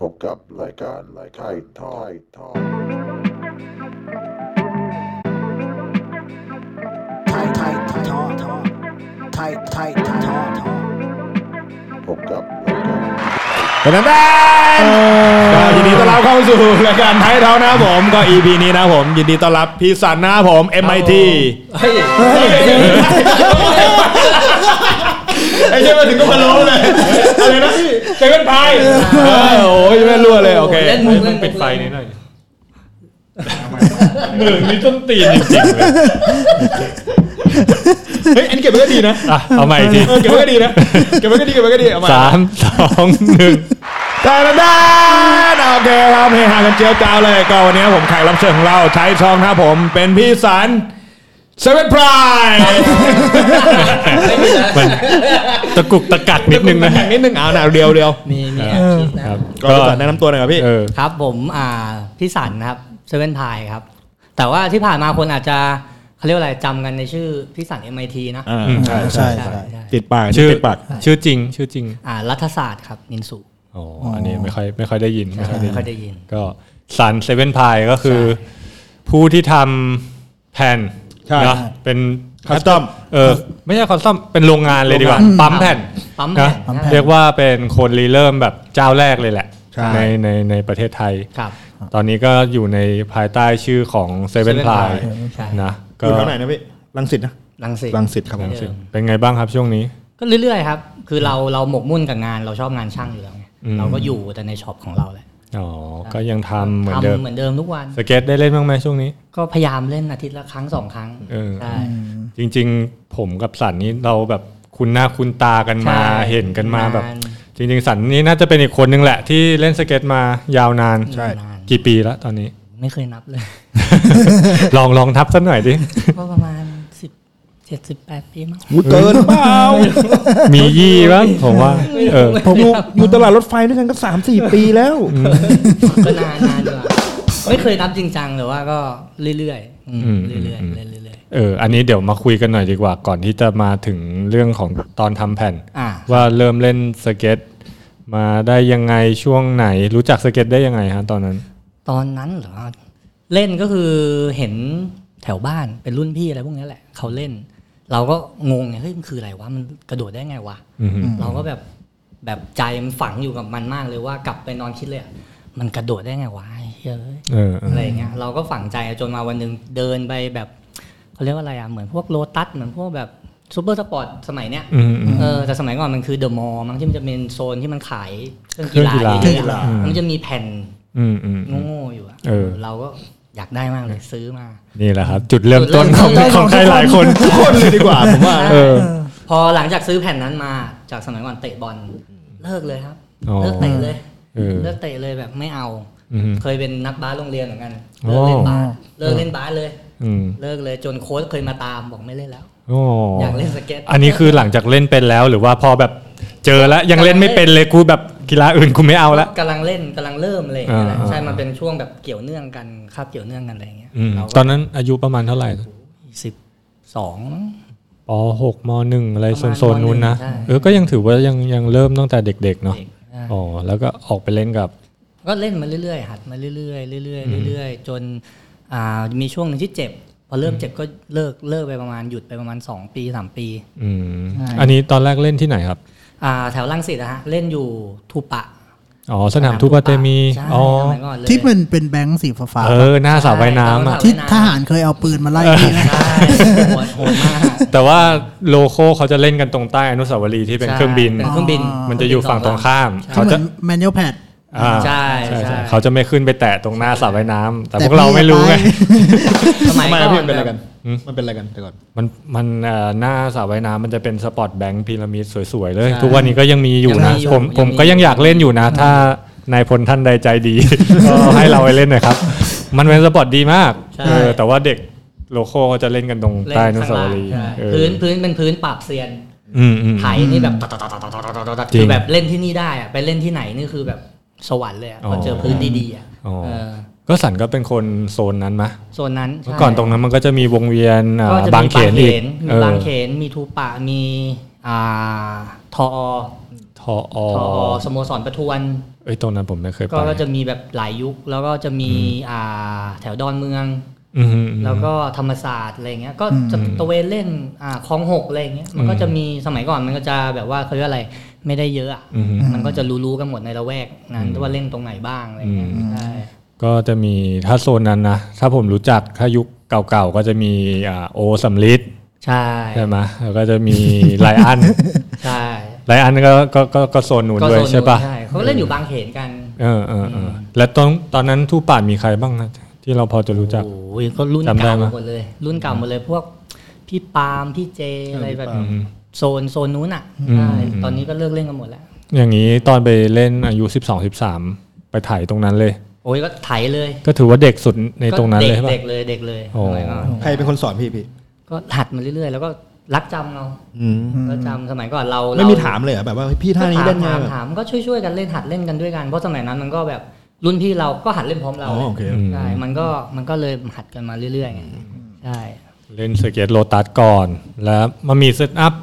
พบกับรายการรายการไทยทอทอ tight tight talk talk tight tight talk talk พบกับรายการ ตอนนั้นได้ก็ยินดีต้อนรับเข้าสู่รายการไทยเท้านะครับผมก็ EP นี้นะครับผม ยินดีต้อนรับพี่สันนะครับผม MIT เฮ้ยไอ้เชี่ยมาถึงก็มารู้เลย อะไรนะเซเว่นพายโอ้ยไม่รั่วเลยโอเค เล่นมุกเล่น ปิ ปิ ด ด ไฟ ไฟ นี้ นี่ หน่อยหมื่นนี่ต้นตีนจริงๆเลย เฮ้ยอันนี้เก็บไว้ก็ดีนะ อ่ะเอาใหม่อีกที เออเก็บไว้ก็ดีนะเก็บไว้ก็ดีเก็บไว้ก็ดีเอามา สามสองหนึ่ง ตอนนั้นได้โอเคครับเฮฮากันเจียวจ้าวเลยก็วันนี้ผมแขกรับเชิญของเราใช้ช่องนะครับผมเป็นพี่สันเซเว่นพาย มันตะกุกตะกักนิดนึงนะ นิดนึงเอาหนาเดียวเดียว มีมีแอบคิดนะครับ ก็แนะนำตัวหน่อยครับพี่ เออ ครับผมอ่าพี่สันนะครับเซเว่นพายครับ แต่ว่าที่ผ่านมาคนอาจจะเขาเรียกว่าอะไรจำกันในชื่อพี่สัน MIT นะ อ่า อืม ใช่ ใช่ ใช่ ใช่ ใช่ ติดปาก ชื่อ ติดปาก ชื่อจริง ชื่อจริง อ่ารัฐศาสตร์ครับมินสุ อ๋ออันนี้ไม่ค่อยไม่ค่อยได้ยิน ไม่ค่อยได้ยิน ก็สันเซเว่นพายก็คือ ผู้ที่ทำแผ่น ใช่ นะเป็น คัสตอม เออไม่ใช่คอนซัมเป็นโรงงานเลยดีกว่า โรงงาน ปั๊มแผ่น ปั๊มแผ่นะนปั๊มแผ่น เรียกว่าเป็นคนรีเริ่มแบบเจ้าแรกเลยแหละ ใช่ ในในในประเทศไทย ครับ ตอนนี้ก็อยู่ในภายใต้ชื่อของเซเว่น Seven พาย Pie ใช่ นะ อยู่แถวไหนนะพี่ลังสิตนะ ลังสิต ลังสิตครับผม รู้สึกเป็นไงบ้างครับช่วงนี้ ก็เรื่อยๆครับ คือเราเราหมกมุ่นกับงานเราชอบงานช่างอยู่แล้วไง อืม เราก็อยู่แต่ในช็อปของเราแหละ อ๋อ ก็ยังทำเหมือนเดิม ทำเหมือนเดิมทุกวัน สเก็ตได้เล่นบ้างไหมช่วงนี้ ก็พยายามเล่นอาทิตย์ละครั้งสองครั้ง เออ ใช่ จริงๆ ผมกับสันนี้เราแบบคุณหน้าคุณตากันมา ใช่ เห็นกันมาแบบ นาน จริงๆ สันนี้น่าจะเป็นอีกคนนึงแหละ ที่เล่นสเก็ตมายาวนาน ใช่ นาน กี่ปีแล้วตอนนี้ ไม่เคยนับเลย ลองลองทับสักหน่อย ดิ ก็ประมาณสิบเจ็ดสิบแปดปีมั้ง มุดเกินเปล่า มียี่บ้างผมว่า เออ ผมอยู่อยู่ตลาดรถไฟด้วยกันก็สามสี่ปีแล้ว ก็นานนานอยู่อะไม่เคยนับจริงจังแต่ว่าก็เรื่อยๆอืม อืม เรื่อยๆเล่นเรื่อย เออ อันนี้เดี๋ยวมาคุยกันหน่อยดีกว่า ก่อนที่จะมาถึงเรื่องของตอนทำแผ่น ๆอ่า ว่าเริ่มเล่นสเก็ต มาได้ยังไงช่วงไหน รู้จักสเก็ตได้ยังไงฮะตอนนั้น ตอนนั้นเหรอเล่นก็คือเห็นแถวบ้านเป็นรุ่นพี่อะไรพวกนี้แหละ เขาเล่น เราก็งงไงเฮ้ยมันคืออะไรวะมันกระโดดได้ไงวะ อือฮึ เราก็แบบแบบใจมันฝังอยู่กับมันมากเลยว่ากลับไปนอนคิดเลยอะมันกระโดดได้ไงวะไอ้เฮ้ย เออเออ อะไรอย่างเงี้ยเราก็ฝังใจจนมาวันหนึ่งเดินไปแบบเขาเรียกว่าอะไรอ่ะเหมือนพวกโลตัสเหมือนพวกแบบซูเปอร์สปอร์ตสมัยเนี้ย อืมอืม เออแต่สมัยก่อนมันคือเดอะมอลล์มั้งที่มันจะเป็นโซนที่มันขายเครื่องกีฬา เค เย รื่องกีฬา อะๆอะมันจะมีแผ่น อืมอืม โง่ๆอยู่อะ เออ เราก็อยากได้มากเลยซื้อมา นี่แหละครับ จุดเริ่มต้นขจุอง ดเริ่มต้น ของใครหลายคน ทุกคนเลยดีกว่าผมว่า เออ พอหลังจากซื้อแผ่นนั้นมาจากสมัยก่อนเตะบอลเลิกเลยครับ อ๋อ เลิกเตะเลย เออ เลิกเตะเลยแบบไม่เอา อืม เคยเป็นนักบาสโรงเรียนเหมือนกันเลิกเล่นบาส อ๋อ เลิกเล่นบาสเลย อืม เลิกเลยจนโค้ชเคยมาตามบอกไม่เล่นแล้ว โอ้ อยากเล่นสเก็ต อันนี้คือหลังจากเล่นเป็นแล้วหรือว่าพอแบบเจอแล้วยังเล่นไม่เป็นเลยกูแบบกีฬาอื่นกูไม่เอาละ กำลังเล่นกำลังเริ่มเลยางเงี้ยแหละ อ่า ใช่ มันเป็นช่วงแบบเกี่ยวเนื่องกันคาบเกี่ยวเนื่องกันอะไรอย่างเงี้ย อืม เรา ตอนนั้นอายุประมาณเท่าไหร่ สิบสอง ป .6 ม .1 อะไร ประมาณ โซนๆนู้นนะ ใช่ เออ ก็ยังถือว่ายังยังเริ่มตั้งแต่เด็กๆเนาะ อ๋อ แล้วก็ออกไปเล่นกับ ก็เล่นมาเรื่อยๆหัดมาเรื่อยๆเรื่อยๆเรื่อยๆจนอ่ามีช่วงหนึ่งที่เจ็บ พอเริ่มเจ็บก็เลิกเลิกไปประมาณหยุดไปประมาณ 2 ปี3ปี อืม ใช่ อันนี้ตอนแรกเล่นที่ไหนครับ อ่าแถวลังสิตนะฮะ เล่นอยู่ทูปะ อ๋อ สนามทูปาเตมี ใช่ อ๋อ สมัยก่อนเลย ที่มันเป็นแบงค์สีฟ้า เออ หน้าสาวว่ายน้ำอ่ะ ๆที่ทหารเคยเอาปืนมาไล่ที่นะ ใช่โหดโหดมาก แต่ว่าโลโก้เขาจะเล่นกันตรงใต้อนุสาวรีย์ที่เป็นเครื่องบิน ใช่เป็นเครื่องบิน มันจะอยู่ฝั่งตรงข้าม เขา เขา เหมื จะ อนแมนนวแพด อ่า ใช่ ใช่ ใช่ ใช่เขาจะไม่ขึ้นไปแตะตรงหน้าสระว่ายน้ำ แต่ แต่ พวกเราไม่รู้ไง พี่ สมัย ทำไม ก่ อะ อ พี่ น มันเป็นอะไรกัน อืม มันเป็นอะไรกันแต่ก่อน มันมันเอ่อหน้าสระว่ายน้ำมันจะเป็นสปอตแบงค์พีระมิดสวยๆเลย ทุกวันนี้ก็ยังมีอยู่ ยัง นะ มีอยู่ ผม ยังมี ผมก็ยังอยากเล่นอยู่นะ ถ้านายพลท่านใดใจดี ก็ให้เราไปเล่นหน่อยครับ มันเป็นสปอตดีมาก ใช่ เออแต่ว่าเด็กโลโก้ก็จะเล่นกันตรง เล่น ใต้อนุ ข้าง สาว ล่าง รีย์ ใช่ เออ พื้นพื้นเป็นพื้นปราบเซียน อืมอืม ไถนี่แบบตัดตัดตัดตัดตัดตัดตัดตัด จริง คือแบบเล่นที่นี่ได้อะไปเล่นที่ไหนนี่คือแบบสวรรค์เลยอะ อ๋อ พอเจอพื้นดีๆอะ อ๋อ เออ ก็สันก็เป็นคนโซนนั้นมะ โซนนั้นใช่ เมื่อก่อนตรงนั้นมันก็จะมีวงเวียนอ่า ก็จะมี บางเขนอีก มี เออบ างเขนมีทูปะมีอ่าทอ ทออ ทอสโมสรประทวน เอ้ยตรงนั้นผมไม่เคยไป ก็ก็จะมีแบบหลายยุค แล้วก็จะมีอ่าแถวดอนเมือง อืมอืมอืม แล้วก็ธรรมศาสตร์อะไรเงี้ยก็จะตะเวนเล่นอ่าคลองหกอะไรเงี้ยมันก็ อืม จะมีสมัยก่อนมันก็จะแบบว่าเขาเรียกอะไรไม่ได้เยอะอะ อืม มันก็จะรู้ๆกันหมดในละแวกนั้น อืม ว่าเล่นตรงไหนบ้างอะไรเงี้ย อืม ใช่ ก็จะมีถ้าโซนนั้นนะถ้าผมรู้จักถ้ายุคเก่าๆก็จะมีอ่าโอสัมฤทธิ์ ใช่ ใช่ไหมแล้วก็จะ มีไลอัน ใช่ ไลอันก็ก็ก็ก็โซนนู้น ก็ ด้วย โซน ใช่ปะ ใช่เขาก็เล่นอยู่บางเขนกัน เออเออเออแล้วตอนตอนนั้นทูป่านมีใครบ้างนะที่เราพอจะรู้จัก โอ้ยก็รุ่น จำได้ เก่า ปะ หมดเลย รุ่นเก่าหมดเลยพวกพี่ปาล์มพี่เจอะไรแบบ อืม โซนโซนนู้นอ่ะ อืม ใช่ อืม ตอนนี้ก็เลิกเล่นกันหมดแล้ว อย่างนี้ตอนไปเล่นอายุ 12 13 ไปถ่ายตรงนั้นเลย โอ้ยก็ไถเลย ก็ถือว่าเด็กสุดในตรงนั้นเลย ก็ ใช่ เด็ ปะ กๆเลยเด็กเลย โอ้ สมัยก่อน ใครเป็นคนสอนพี่พี่ ก็หัดมาเรื่อยๆ แล้วก็รักจำเราก็จำสมัยก่อนเรา ไม่มี เร ถามเลยเหรอแบบว่าเฮ้ยพี่ ก็ ท่านี้ ถาม เล่นไง ถาม แบบ ถามก็ช่วยๆกันเล่นหัดเล่นกันด้วยกันเพราะสมัยนั้นมันก็แบบรุ่นพี่เราก็หัดเล่นพร้อมเรา อ๋อโอเค ใช่มันก็มันก็เลยหัดกันมาเรื่อยๆไงใช่ เล่นสเก็ตโลตัสก่อน แล้วมันมีเซตอัพ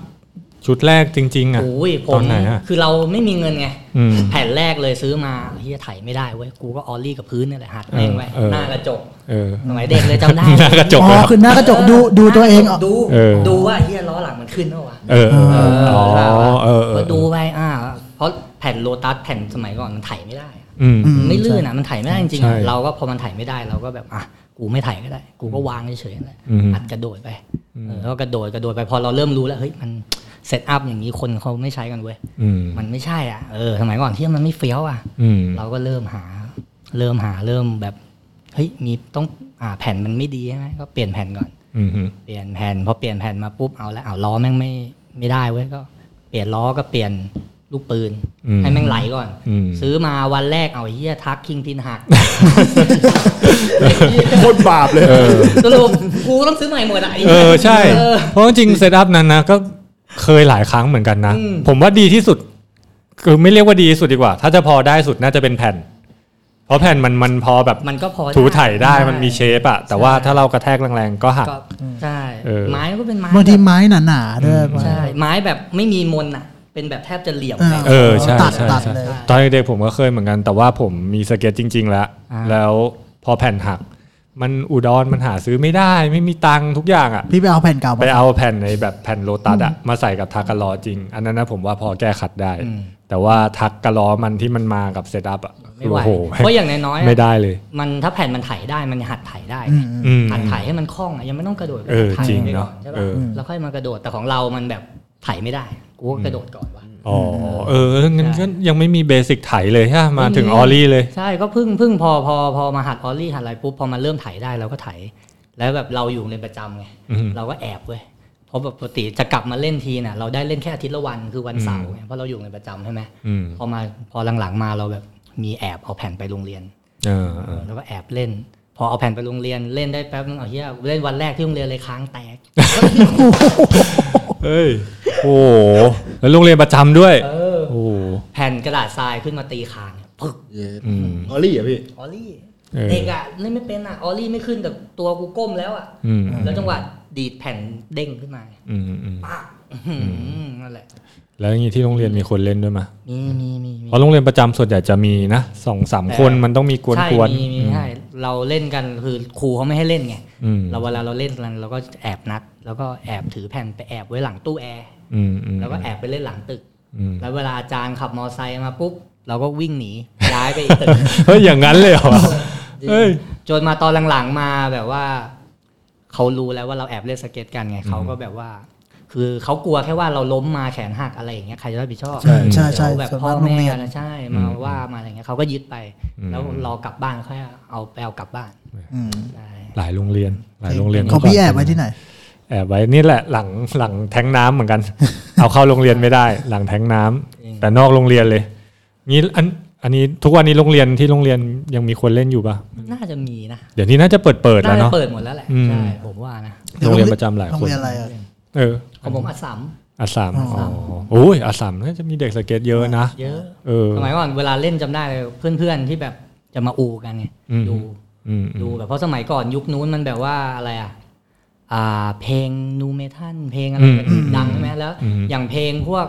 ชุดแรกจริง ๆ อ่ะ โอ้ยผ ตอ ม นไหนอ่ะ คือเราไม่มีเงินไง อืม แผ่นแรกเลยซื้อมาเฮียไถไม่ได้เว้ยกูก็ออลลี่กับพื้นนี่แหละหัดแม่งไว้ เออ หน้ากระจก เออ สมัยเด็กเลยจำได้ หน้ากระจก อ๋อ เลยเหรอ คือหน้ากระจกดูดูตัวเองออก ดู เออ ดูว่าเฮียล้อหลังมันขึ้นเปล่าวะ เออเออเอออ๋อ ใช่ปะ เออเออ ก็ดูไปอ่า เพราะแผ่นโลตัสแผ่นสมัยก่อนมันไถ่ายไม่ได้อะ อืม อื ไม่ลื่นอ่ะมันไถ่ายไม่ได้จริงๆ ใช่ อ่ะเราก็พอมันไถ่ายไม่ได้เราก็แบบอ่ะกูไม่ไถ่ายก็ได้ กูก็วางเฉยๆเลย อืม อัดกระโดดไปเออแล้วก็กระโดดกระโดดไปพอเราเริ่มรู้แล้วเฮ้ยมันเซตอัพอย่างนี้คนเขาไม่ใช้กันเว้ย อืม มันไม่ใช่อ่ะเออสมัยก่อนที่มันไม่เฟี้ยวอ่ะ อืม เราก็เริ่มหา เริ่มหาเริ่มแบบเฮ้ยมีต้องอ่าแผ่นมันไม่ดีใช่ไหมก็เปลี่ยนแผ่นก่อน อืมอืม เปลี่ยนแผ่นพอเปลี่ยนแผ่นมาปุ๊บเอาละเอาล้อแม่งไม่ไม่ได้เว้ยก็ เปลี่ยนล้อก็เปลี่ยนลูกปืน อืม ให้แม่งไหลก่อน อืม ซื้อมาวันแรกเอาไอ้เฮียทักคิงพิน หัก โคตรบาปเลย เออ สรุปกูต้องซื้อใหม่หมดอะไหี้ย เออใช่ เออ เพราะจริงเซตอัพนั้นนะก็เคยหลายครั้งเหมือนกันนะ อืม ผมว่าดีที่สุด คือไม่เรียกว่าดีที่สุดดีกว่า ถ้าจะพอได้สุดน่าจะเป็นแผ่น เพราะแผ่นมันมันพอแบบ มันก็พอ ถูถ่ายได้ ใช่ มันมีเชฟอะแต่ว่า ใช่ ถ้าเรากระแทกแรงๆก็หัก ก็ใช่ เออ ไม้ก็เป็นไม้ บางทีไม้หนาๆด้วย ใช่ไม้แบบไม่มีมนอ่ะ เป็นแบบแทบจะเหลี่ยม เออ แล้ว เออใช่ ตัด ใช่ ตัด ใช่ เลย ตอนเด็กๆผมก็เคยเหมือนกัน แต่ว่าผมมีสเก็ตจริง ๆ แล้ว อ่า แล้วพอแผ่นหัก มันอุดรมันหาซื้อไม่ได้ ไม่มีตังค์ทุกอย่างอะ พี่ไปเอาแผ่นเก่า ไป มา เอาแผ่นในแบบแผ่นโลตัสอะมาใส่กับทักกะลอจริง อันนั้นนะผมว่าพอแก้ขัดได้ แต่ว่าทักกะลอมันที่มันมากับเซตอัพอะ ไม่ไหว โอ้โห เพราะอย่างน้อยๆอะ ไม่ได้เลย มันถ้าแผ่นมันถ่ายได้มันหัดถ่ายได้ อืม อืม หัดถ่ายให้มันคล่องอ่ะยังไม่ต้องกระโดดไป เออ ถ่าย จริง ไปก่ เนาะ อนใช่ เอ ป่ะ อ แล้วค่อยมากระโดดแต่ของเรามันแบบถ่ายไม่ได้กูก็กระโดดก่อนว่ะ อ๋อเอองั้น ใช่ ก็ยังไม่มีเบสิกไถเลยฮะมาถึงออลี่เลย ใช่ก็เพึ่งเพึ่งพอพอพอมาหัดออลลี่หัดอะไรปุ๊บพอมาเริ่มถ่ายได้เราก็ถ่ายแล้วแบบเราอยู่ในประจำไง อืม เราก็แอบเว้ยเพราะแบบปกติจะกลับมาเล่นทีน่ะเราได้เล่นแค่อาทิตย์ละวันคือวันเสาร์ไงเพราะเราอยู่ในประจำใช่ไหม อืม พอมาพอหลังๆมาเราแบบมีแอบเอาแผ่นไปโรงเรียน เออเออ แล้วก็แอบเล่น พอเอาแผ่นไปโรงเรียนเล่นได้แป๊บนึงเอาเฮียเล่นวันแรกที่โรงเรียนเลยค้างแตก เฮ้ย โอ้โหแล้วโรงเรียนประจำด้วย เออ โอ้โห แผ่นกระดาษทรายขึ้นมาตีคางเนี่ยปึก อืม ออลลี่เหรอพี่ ออลลี่ เออ เด็กอ่ะเล่นไม่เป็นอ่ะออลลี่ไม่ขึ้นแต่ตัวกูก้มแล้วอ่ะ อืม แล้วจังหวะดีดแผ่นเด้งขึ้นมา อืมอืม ปะอื้อหือนั่นแหละ แล้วอย่างนี้ที่โรงเรียนมีคนเล่นด้วยมะ มีมีมีมี เพราะโรงเรียนประจำส่วนใหญ่จะมีนะสองสามคนมันต้องมีกวน ใช่ กวน มีมีใช่เราเล่นกันคือครูเขาไม่ให้เล่นไง อืม เราเวลาเราเล่นกันเราก็แอบนัด แล้วก็แอบถือแผ่นไปแอบไว้หลังตู้แอร์ อืมอืม แล้วก็แอบไปเล่นหลังตึก อืม แล้วเวลาอาจารย์ขับมอไซค์มาปุ๊บเราก็วิ่งหนีย้ายไปอีกตึก เฮ้ยอย่างนั้นเลยเหรอ เอ้ย จนมาตอนหลังๆมาแบบว่าเขารู้แล้วว่าเราแอบเล่นสเก็ตกันไงเขาก็แบบว่า คือเขากลัวแค่ว่าเราล้มมาแขนหักอะไรอย่างเงี้ยใครจะรับผิดชอบ ใช่ ใช่ใช่ เดี๋ยวแบบ ส่วน พ่อ มากโรง แม่ เรียน นะใช่มาว่ามาอะไรเงี้ยเขาก็ยึดไป แล้วรอกลับบ้านค่อยเอาไปเอากลับบ้าน อืม ใช่ หลายโรงเรียน หลายโรงเรียน ของพี่แอบไว้ที่ไหน แอบไว้นี่แหละหลังหลังแทงน้ำเหมื อนกัน เอาเข้าโรงเรียนไม่ได้ หลังแทงน้ำแต่นอกโรงเรียนเลยงี้อันอันนี้ทุกวันนี้โรงเรียนที่โรงเรียนยังมีคนเล่นอยู่ปะ น่าจะมีนะ เดี๋ยวนี้น่าจะเปิดเปิดแล้ น่าว จะ เนาะ เปิดหมดแล้วแหละ อืม ใช่ผมว่านะ โรงเรียนประจำหลาย โรง คน เรียนอะไรอะ เออ ของผมอัสสัม อาสามอ๋อโอ้ยอาสามน่าจะมีเด็กสเก็ตเยอะนะ เยอะ เออ สมัยก่อนเวลาเล่นจำได้เลยเพื่อนๆที่แบบจะมาอูกันไง อืม ดู อืมอื ดู ม แบบเพราะสมัยก่อนยุคนู้นมันแบบว่าอะไรอ่ะอ่า เพลงนูเมทัลเพลงอะไร อืม แบบดังใช่ไหมแล้ว อืม อย่างเพลงพวก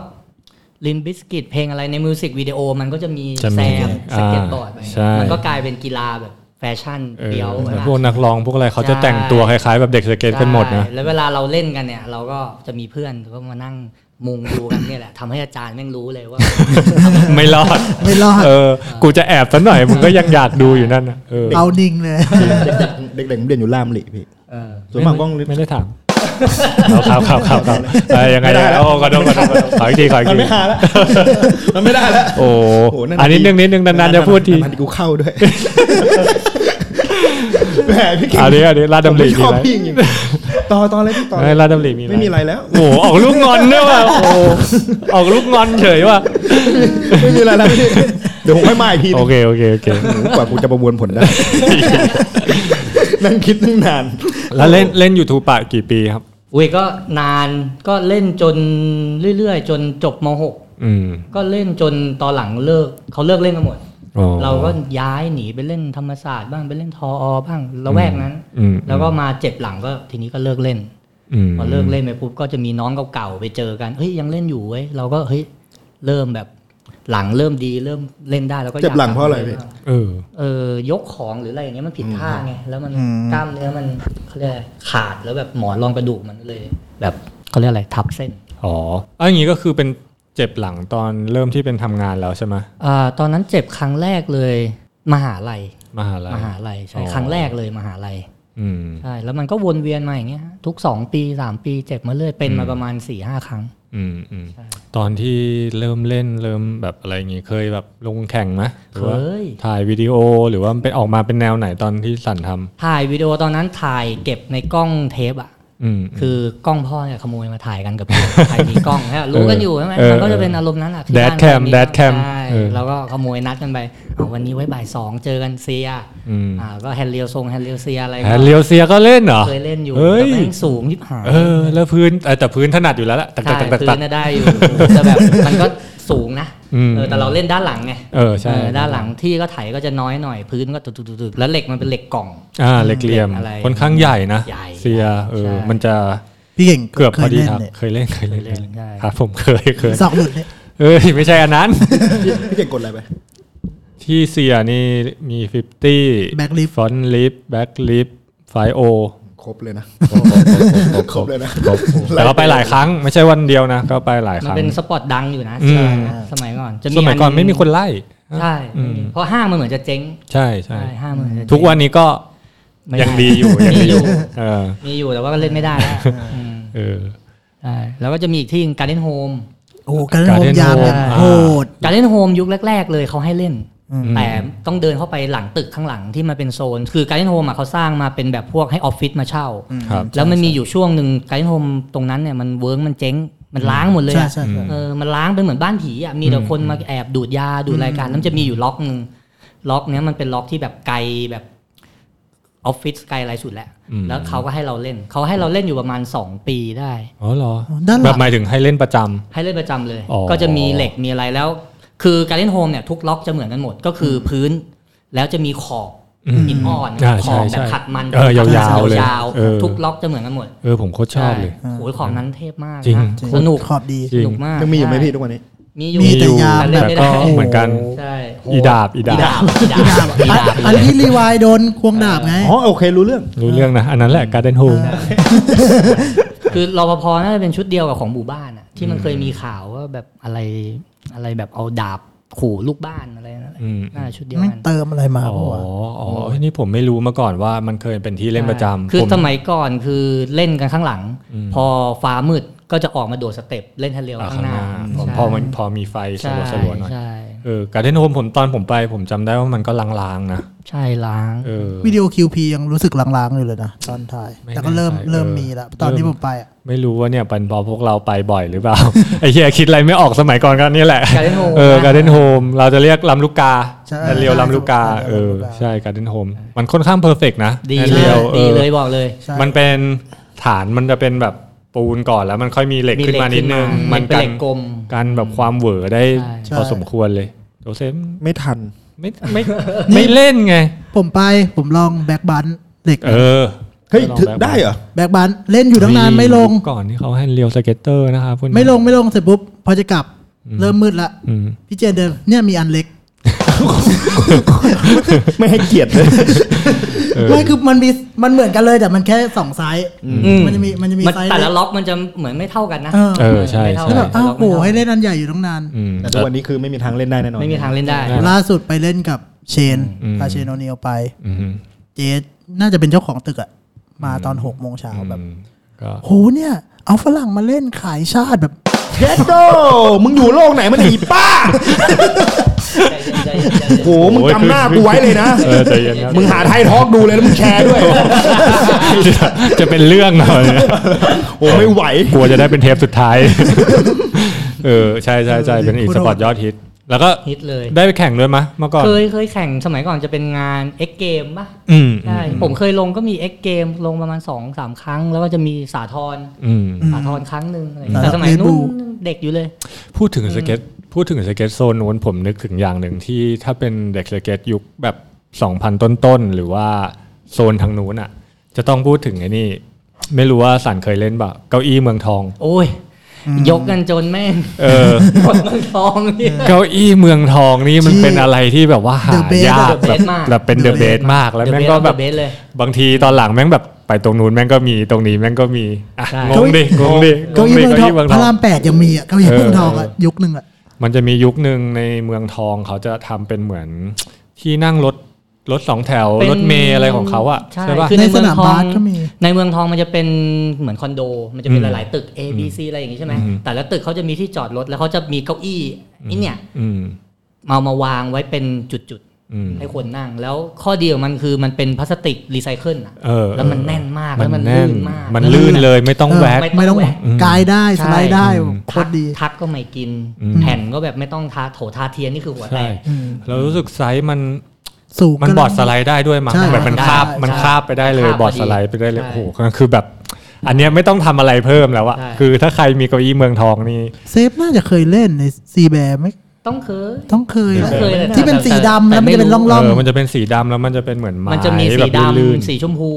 ลินบิสกิตเพลงอะไรในมิวสิกวิดีโอมันก็จะมี จะมี แซมส อ่า เก็ตบอร์ดไป ใช่ มัก็กลายเป็นกีฬาแบบแฟชั่น เออ เดียว แล้ว นะ พวกนักร้องพวกอะไรเขาจะแต่งตัวคล้ายๆ แบบเด็กสเก็ตกันหมดนะ ใช่แล้วเวลาเราเล่นกันเนี่ย เราก็จะมีเพื่อนก็มานั่งมุงดูกันเนี่ยแหละทำให้อาจารย์แม่งรู้เลยว่า ไม่รอด ไม่รอด เออ กูจะแอบซะหน่อยมึงก็ยังอยากดูอยู่นั่นน่ะเออ เอานิ่งเลย เด็กๆผมเรียนอยู่รามหลิพี่ เออ ส่วนมากก็ ไม่ได้ถามเอาครับครับครับครับเออยังไง ไม่ได้แล้ว โอ้กระโดดกระโดดขออีกทีขออีก มัน ที ไม่หาแล้ว มันไม่ได้แล้ว โอ้อันนี้นึงนิดนึงนานๆจะพูดที นานๆกูเข้าด้วยแหมพี่เก่ง อันนี้อันนี้ลาดดำริ ผมไม่ช มี อบ ไหม พี่จริงๆต่อต่อเลยพี่ต่อเล ไม่ ย ลาดดำริมีห ไม่มีอะไรแล้ว โอ้โหออกลูกงอนด้วยว่ะโอ้โหออกลูกงอนเฉยว่ะ ไม่มีอะไรแล้ว พี่เดี๋ยวผมค่อยมาอีกทีห โอ นึ่ง เคโอเคโอเค กว่ากูจะประมวลผลได้ นั่งคิดนั่งนาน แล้วเล่นเล่นยูทูปปะกี่ปีครับ อุ้ยก็นานก็เล่นจนเรื่อยๆ จนจบม .6 อืม ก็เล่นจนตอนหลังเลิกเขาเลิกเล่นกันหมด อ๋อ เราก็ย้ายหนีไปเล่นธรรมศาสตร์บ้างไปเล่นทออบ้างละแวกนั้น อืม แล้วก็มาเจ็บหลังก็ทีนี้ก็เลิกเล่น อืม พอเลิกเล่นไปปุ๊บก็จะมีน้องเก่าๆไปเจอกันเฮ้ยยังเล่นอยู่เว้ยเราก็เฮ้ยเริ่มแบบหลังเริ่มดีเริ่มเล่นได้แล้วก็ยก เจ็บหลังเพราะอะไรพี่ เออ เออยกของหรืออะไรอย่างเงี้ยมันผิดท่าไงแล้วมัน อืม กล้ามเนื้อมันเขาเรียกอะไรขาดแล้วแบบหมอนรองกระดูกมันเลย แบบเขาเรียกอะไรทับเส้น อ๋อเอาอย่างนี้ก็คือเป็นเจ็บหลังตอนเริ่มที่เป็นทำงานแล้วใช่ไหม อ่าตอนนั้นเจ็บครั้งแรกเลยมหาลัย มหาลัย มหาลัยใช่ อ๋อ ครั้งแรกเลยมหาลัย อืม ใช่แล้วมันก็วนเวียนมาอย่างเงี้ยฮะทุก 2 ปี 3 ปีเจ็บมาเรื่อยเป็นมาประมาณ4ี่ห้าครั้ง อืมอืม ใช่ ตอนที่เริ่มเล่นเริ่มแบบอะไรอย่างงี้เคยแบบลงแข่งไหมหรือว่า เคย ถ่ายวิดีโอหรือว่ามันเป็นออกมาเป็นแนวไหนตอนที่สั่นทำ ถ่ายวิดีโอตอนนั้นถ่ายเก็บในกล้องเทปอ่ะ อืม คือกล้องพ่อเนี่ยขโมยมาถ่ายกันกับเพื่อน ใครมีกล้องนะรู้กันอยู่ใช่ไหม เออ มันก็จะเป็นอารมณ์นั้นแหละที่ แดด บ้าน แคม ใร แดดแคม ใช่ เออ แล้วก็ขโมยนัดกันไปเอาวันนี้ไว้บ่ายสองเจอกันเซีย อืม อ่าก็แฮนด์เรียวทรงแฮนด์เรียวเซียอะไร แฮ ก็ นเลียวเซียก็เล่นเหรอ เคยเล่นอยู่ เฮ้ แต่ ย แม่งสูงยิบหาย เออ แล้วพื้นเออแต่พื้นถนัดอยู่แล้วล่ะตัก ใช่ ตักตักตัก พื้ ตัก นน่ะได้อยู่ แต่แบบมันก็สูงนะ อืม เออแต่เราเล่นด้านหลังไง เออใช่ ด้านหลังที่ก็ไถก็จะน้อยหน่อยพื้นก็ตุกๆๆๆแล้วเหล็กมันเป็นเหล็กกล่อง อ่าเหล็กเหลี่ยม อะไร ค่อนข้างใหญ่นะ ใหญ่ เซียเออ ใช่ มันจะ พี่เก่ง เกือบ เค พอยดี เล่น ครับ เนี่ย เคยเล่นเคยเล่น เคยเล่นใช่ ครับผมเคยเคย สองหลุดเนี่ย เอ้ยไม่ใช่อันนั้น พี่พี่เก่งกดอะไรไป ที่เสียนี่มี 50 Back lift ฟอนต์ลิฟแบ็กลิฟไฟโอ ครบเลยนะ ค ค ร ร บบเลยนะ แต่ก็ไปหลายครั้งไม่ใช่วันเดียวนะ ก็ไปหลายค มัน รั้ง เป็นสปอร์ตดังอยู่นะ อืม ใช่นะสมัยก่อนจะมี สมัยก่อนไม่มีคนไล่ ใช่ไม่มี อืม เพราะห้างมันเหมือนจะเจ๊ง ใช่ใช่ ใช่ห้างมันเหมือนจะเจ๊ง ทุกวันนี้ก็ ไม่ ยังดีอยู่ยัง มี ดี อ อยู่ ยู่เออ มีอยู่แต่ว่าก็เล่นไม่ได้แล้วอืม เออ ใช่แล้วก็จะมีอีกที่การเล่นโฮม โอ้การเล่นโฮม Garden ยาม Home เนี่ยโหด การเล่นโฮมยุคแรก ๆ เลยเขาให้เล่น อืม แต่ต้องเดินเข้าไปหลังตึกข้างหลังที่มันเป็นโซน คือการเล่นโฮมอ่ะเขาสร้างมาเป็นแบบพวกให้ออฟฟิศมาเช่า ครับ แล้วมันมีอยู่ช่วงหนึ่งการเล่นโฮมตรงนั้นเนี่ยมันเวิร์กมันเจ๊งมันล้างหมดเลย ใช่ อะ ใช่ใช่ เออมันล้างเป็นเหมือนบ้านผีอ่ะมีแต่คนมาแอบดูดยาดูดรายการแล้วมันจะมีอยู่ล็อกหนึ่งล็อกเนี้ยมันเป็นล็อกที่แบบไกลแบบออฟฟิศไกลอะไรสุดแหละ อืม แล้วเขาก็ให้เราเล่นเขาให้เราเล่นอยู่ประมาณ 2 ปีได้ อ๋อเหรอ ด้านหลัง แบบหมายถึงให้เล่นประจำ ให้เล่นประจำเลย อ๋อ ก็จะมีเหล็กมีอะไรแล้ว คือการเล่นโฮมเนี่ยทุกล็อกจะเหมือนกันหมด ก็คือพื้น แล้วจะมีขอบอินอ่อน อ่า ขอ ใช่ บแบบ ใช่ ขัดมัน เออยาวๆเลย ยาวๆ เออ ทุกล็อกจะเหมือนกันหมด เออผมโคตรชอบเลย โอ้ยของนั้นเทพมาก จริง นะ จริง สนุก ขอบดี สนุกมาก ยังมีอยู่ไหมพี่ทุกวันนี้ มีอยู่ มีแต่ยาว เล่น แต่ ไม่ ก็ ได้ เหมือนกัน ใช่ อีดาบอี อี ดา ดา บ บอีดาบอีดาบ อันที่รีวายโดนควงดาบไง อ๋อโอเครู้เรื่อง รู้เรื่องนะอันนั้นแหละการเดนโฮม คือรปภน่าจะเป็นชุดเดียวกับของหมู่บ้านอะที่มันเคยมีข่าวว่าแบบอะไรอะไรแบบเอาดาบขู่ลูกบ้านอะไรนั่นแหละ อืม น่าจะชุดเดียว ไม่ กัน เติมอะไรมาเพอ๋อราะว่า อ๋อเอ้ยนี่ผมไม่รู้มาก่อนว่ามันเคยเป็นที่เล่นประจำ คือ ผม สมัยก่อนคือเล่นกันข้างหลัง พอฟ้ามืดก็จะออกมาโดดสเต็ปเล่นทันเรียว อ่า ข้า ข้างหงหน้า น้าผม ใช่ พอมันพอมีไฟส ใช่ ลัวสลัวๆหน่อย ใช่ เออการเดนโฮมผมตอนผมไป ผมจำได้ว่ามันก็ลางๆนะ ใช่ล้าง เออ วิดีโอคิวพียังรู้สึกลางๆอยู่เลยนะตอนถ่าย แต่ก็เริ่มเริ่มมีละตอนที่ผมไปอ่ะ ไม่รู้ว่าเนี่ยเป็นเพอพวกเราไปบ่อยหรือเปล่า ไอ้เหี้ยคิดอะไรไม่ออกสมัยก่อนก็นี่แหละ Garden Home เออ นะ การเดนโฮมเราจะเรียกลำลูกกา ใช่ แอนเรียวลำลูกกา ใช่ เออ ลำลูกกา ใช่การเดนโฮมมันค่อนข้างเพอร์เฟกนะ ดี แอน เล เรี ย ยวเอ ดี อ เลยบอกเลย ใช่ มันเป็นฐานมันจะเป็นแบบปูนก่อนแล้วมันค่อยมีเหล็ก มี ขึ้นมานิดนึง เหล็กขึ้นมามั มัน เป็กันเหล็กกลม กันแบบความเหวอได้ ใช่ พอสมควรเลยโดเซม ไม่ทัน ไม่ไม่ไม่เล่นไง ผมไปผมลองแบ็กบันเด็ก เออ เฮ้ย ก็ลอง ถึง แบบ ได้ เหรอ แบ็กบันเล่นอยู่ตั้งนานไม่ลง ก่อนที่เขาให้เรียวสเก็ตเตอร์นะครับคุณ ไม่ลงไม่ลงเสร็จปุ๊บพอจะกลับ เริ่มมืดละ อืม พี่เจนเดินเนี่ยมีอันเล็ก ไม่ให้เกียรติเลย ไม่คือมันมีมันเหมือนกันเลยแต่มันแค่สองไซส์มันจะมีมันจะมีไซส์ แต่เล็ละก ล็อกมันจะเหมือนไม่เท่ากันนะ เออ เออใช่ใช่ไม่ท่ากั แล้วแบบอ้าว ล็ก โห ไม่เท่า ให้เล่นอันใหญ่อยู่ตั้งนาน อืม แต่ทุกวันนี้คือไม่มีทางเล่นได้แน่นอน ไม่มีทางเล่นได้ ครับ ล่าสุดไปเล่นกับเชน อืม พาเชนโอเนียวไป อืม เจน่าจะเป็นเจ้าของตึกอะมาตอนหกโมงเช้าแบบ ก็ โหเนี่ย เอาฝรั่งมาเล่นขายชาติแบบ เย็ดโดมึงอยู่โลกไหนมันยอีป้า โห มึงจำหน้ากูไว้เลยนะ เออใจเย็นครับ มึงหาไทยทอกดูเลยแล้วมึงแชร์ด้วย จะเป็นเรื่องหน่อย โอ้ไม่ไหว กลัวจะได้เป็นเทปสุดท้าย เออใช่ใช่ใช่เป็นอีกสปอร์ตยอดฮิต แล้วก็ ฮิตเลย ได้ไปแข่งด้วยมะเมื่อก่อน เคยเคยแข่งสมัยก่อนจะเป็นงานเอ็กเกมป่ะ อืม ใช่ผมเคยลงก็มีเอ็กเกมลงประมาณ2อสามครั้ง แล้วก็จะมีสาทร อืม สาทรครั้งหนึ่งอะไรอย่าง อืม เงี้ยแต่สมัย เรดู นู้นเด็กอยู่เลย พูดถึงสเก็ตพูดถึงสเก็ตโซนนู้นผมนึกถึงอย่างหนึ่งที่ถ้าเป็นเด็กสเก็ตยุคแบบ 2,000 ต้นๆ หรือว่าโซนทางนู้นอ่ะ จะต้องพูดถึงไอ้นี่ ไม่รู้ว่าสันเคยเล่นเปล่าเก้าอี้เมืองทอง โอ้ย ยกกันจนแม่ง เออ หมดเมืองทองเนี่ย เก้าอี้เมืองทองนี่มัน ที่ เป็นอะไรที่แบบว่าหา The best ยาก The แบบ best มาก แบบเป็นเด The อะเบส best มากแล้ว The แม่ง best ก็ of the แบบ best เลย บางทีตอนหลังแม่งแบบไปตรงนู้นแม่งก็มีตรงนี้แม่งก็มีอ่ะ ใช่ งงดิงงดิ เก้าอี้ ดิ เมืองทองพระรามแปดยังมีอะเก้าอี้ เออ เมืองทองอะยุคหนึ่งอะ มันจะมียุคหนึ่งในเมืองทองเขาจะทำเป็นเหมือนที่นั่งรถรถสองแถว เป็น รถเมย์อะไรของเขาอ่ะ ใช่ ใช่ป่ะ คือ ใน ใน ส เมือง นาทอบมาง สก็มี ในเมืองทองมันจะเป็นเหมือนคอนโด มันจะเป็น อื ห ม ลาย ๆ ตึก A B C อะไรอย่างงี้ใช่ไหม อืม แต่ละตึกเขาจะมีที่จอดรถแล้วเขาจะมีเก้าอี้ไอ้เนี่ย อืม เอามาวางไว้เป็นจุด อืม ๆ ให้คนนั่ง แล้วข้อดีของมันคือมันเป็นพลาสติกรีไซเคิลอะ เออ แล้วมันแน่นมาก มั แล้ น วมัน แน่ ลื่ น นมาก มันลื่นเลยไม่ต้อง เออ แวก ไม่ต้อง แหวก อืม กายได้สไลด์ได้ อืม โคตรดี ทักก็ไม่กิน อืม แผ่นก็แบบไม่ต้องทาโถทาเทียนนี่คือหัวแต ใช่ ก เรารู้สึกไซส์มัน สูง มัน ก็ บอร์ดสไลด์ได้ด้วยมั้ง ใช่ แบบมันคาบ ใช่ มันคาบไปได้เลย คาบบ อร์ดสไลด์ไปได้เลย ใช่ โอ้โหก็คือแบบ อันเนี้ยไม่ต้องทำอะไรเพิ่มแล้วอะ ใช่ คือถ้าใครมีเก้าอี้เมืองทองนี่ เซฟน่าจะเคยเล่นในซีแบร์ไหม ต้องเคย ต้องเคยแหละ เคยแหละ ที่เป็นสีดำ แต่ แล้ว ไม่ มันจะเป็น รู้ ร่อง เออมันจะเป็นสีดำแล้วมันจะเป็นเหมือนไม้ มันจะมีสี แบบ ด ลื่น ำ ๆ สีชมพู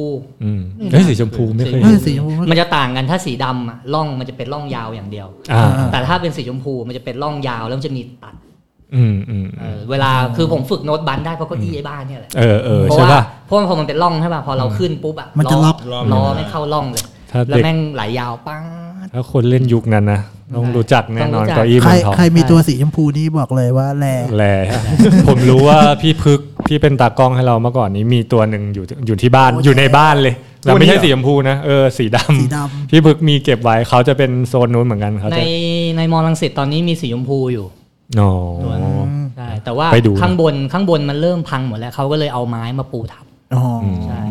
อืมเฮ้ยสีชมพูไม่เคย ๆเอ เห็ อน สีชมพู มันจะต่างกันถ้าสีดำอะร่องมันจะเป็นร่องยาวอย่างเดียว อ่า อ่า แต่ถ้าเป็นสีชมพูมันจะเป็นร่องยาวแล้วมันจะมีตัด อืมอืม เออเวลาคือผมฝึกโน้ตบันได้เพราะเก็อี้ไอ้บ้านเนี่ยแหละ เออเออ เพราะ ใช่ ว่า ป่ะ เพราะว่าพอมันเป็นร่องใช่ป่ะพอเราขึ้นปุ๊บอะ มันจะล็อก ล้อล้อไม่เข้าร่องเลย ถ้า แล้ว เด็ก แม่งไหลยาวปัง ถ้าคนเล่นยุคนั้นนะต้องรู้จักแน่นอน ต้องรู้จัก เก้าอี้ ใคร เมืองทอง ใครมีตัวสีชมพูนี่บอกเลยว่าแล แหล่ ผมรู้ว่าพี่พึกที่เป็นตากล้องให้เราเมื่อก่อนนี้มีตัวหนึ่งอยู่อยู่ที่บ้านอยู่ในบ้านเลยแล้วไม่ใช่สีชมพูนะเออสีดำ สีด พี่พึกมีเก็บไว้เขาจะเป็นโซนนู้นเหมือนกันเขา ใน จะ ในมอลังสิตตอนนี้มีสีชมพูอยู่ โอ้ ใช่แต่ว่า ไปดูนะ ข้างบนข้างบนมันเริ่มพังหมดแล้วเขาก็เลยเอาไม้มาปูทับ ำอ๋อ ใช่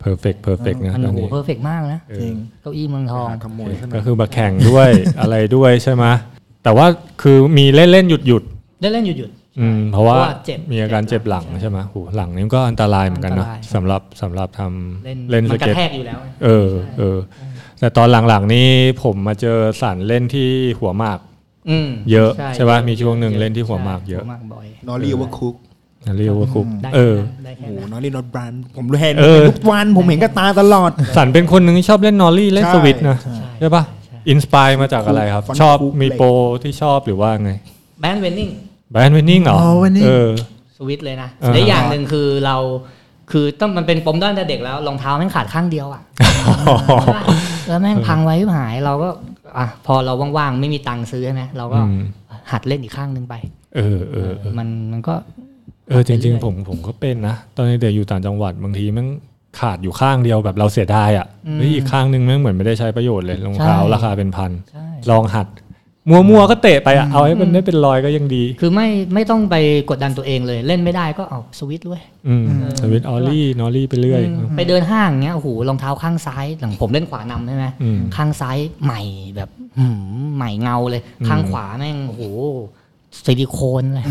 เพอร์เฟกเพอร์เฟกนะ มัน ตอน โอ้โห นี้ เพอร์เฟกมากนะ จริง เก้าอี้เมืองทอง ขโมยซะหน่ ก็ อย คือมาแข่งด้วย อะไรด้วยใช่ไหมแต่ว่าคือมีเล่นเล่นหยุดหยุด ได้เล่นหยุดหยุด ๆอืมเพราะว่า เพราะว่าเจ็บ มีอาการเจ็บหลังใช่ไหมโหหลังนี่ก็อันตรายเหมือนกันเนาะ อันตราย สำหรับสำหรับท เล่น ำเล่นส มันก เก็ต ระแทกอยู่แล้วไง เออเออแต่ตอนหลังๆนี่ผมมาเจอสารเล่นที่หัวหมาก อืม เยอะ ช่ ใช่ปะมีช่วงหนึ่ง ยอะ เล่นที่หัวหมากเยอะ ใช่หัวหมากบ่อย นอรี่ว่าคุก เรียกว่าคุก ได้ เออ ได้ โอ้ แค่ โห นั้น นอรี่นอตบรันผมรู้เห็น เออ ทุกวันผมเห็นกับตาตลอด สันเป็นคนหนึ่งที่ชอบเล่นนอรี่เล่น ใช่ สวิตช์นะ ใช่ ใช่ปะอินสปายมาจากอะไรครับ ฟัน ชอบ คุก มี เหล็ก โปรที่ชอบหรือว่าไง แบนเวนนิ่ง แบรนด์เวนนิ่งเหรอ อ๋อวันนี้ เออ สวิตช์เลยนะ เออ และอย่างหนึ่งคือเราคือต้องมันเป็นปมด้อยตั้งแต่เด็กแล้วรองเท้าแม่งขาดข้างเดียวอ่ะใช่ปะแล้วแม่งพังไว้หายเราก็อ่ะพอเราว่างๆไม่มีตังค์ซื้อใช่ไหมเราก็ อืม หัดเล่นอีกข้างหนึ่งไป เออเออเออ มันมันก็ เออจริง ไปเรื่อย ๆ ผมผมก็เป็นนะ ตอนเด็กๆอยู่ต่างจังหวัดบางทีแมันขาดอยู่ข้างเดียวแบบเราเสียดายอ่ะเฮ้ยอีกข้างหนึงแม่งเหมือนไม่ได้ใช้ประโยชน์เลยรองเท้าราคาเป็นพัน ใช่ ลองหัด มัวมัวๆก็เตะไปอ่ะเอาให้มันได้เป็นรอยก็ยังดี คือไม่ไม่ต้องไปกดดันตัวเองเลยเล่นไม่ได้ก็เอาสวิตช์ด้วย อืม เออ สวิตช์ออลลี่นอลลี่ไปเรื่อย ไปเดินห้างเงี้ยโอ้โหรองเท้าข้างซ้ายหลังผมเล่นขวานำใช่ไหม อืม ข้างซ้ายใหม่แบบหืมใหม่เงาเลย ข้างขวาแม่งโอ้โหซิลิโคนเลย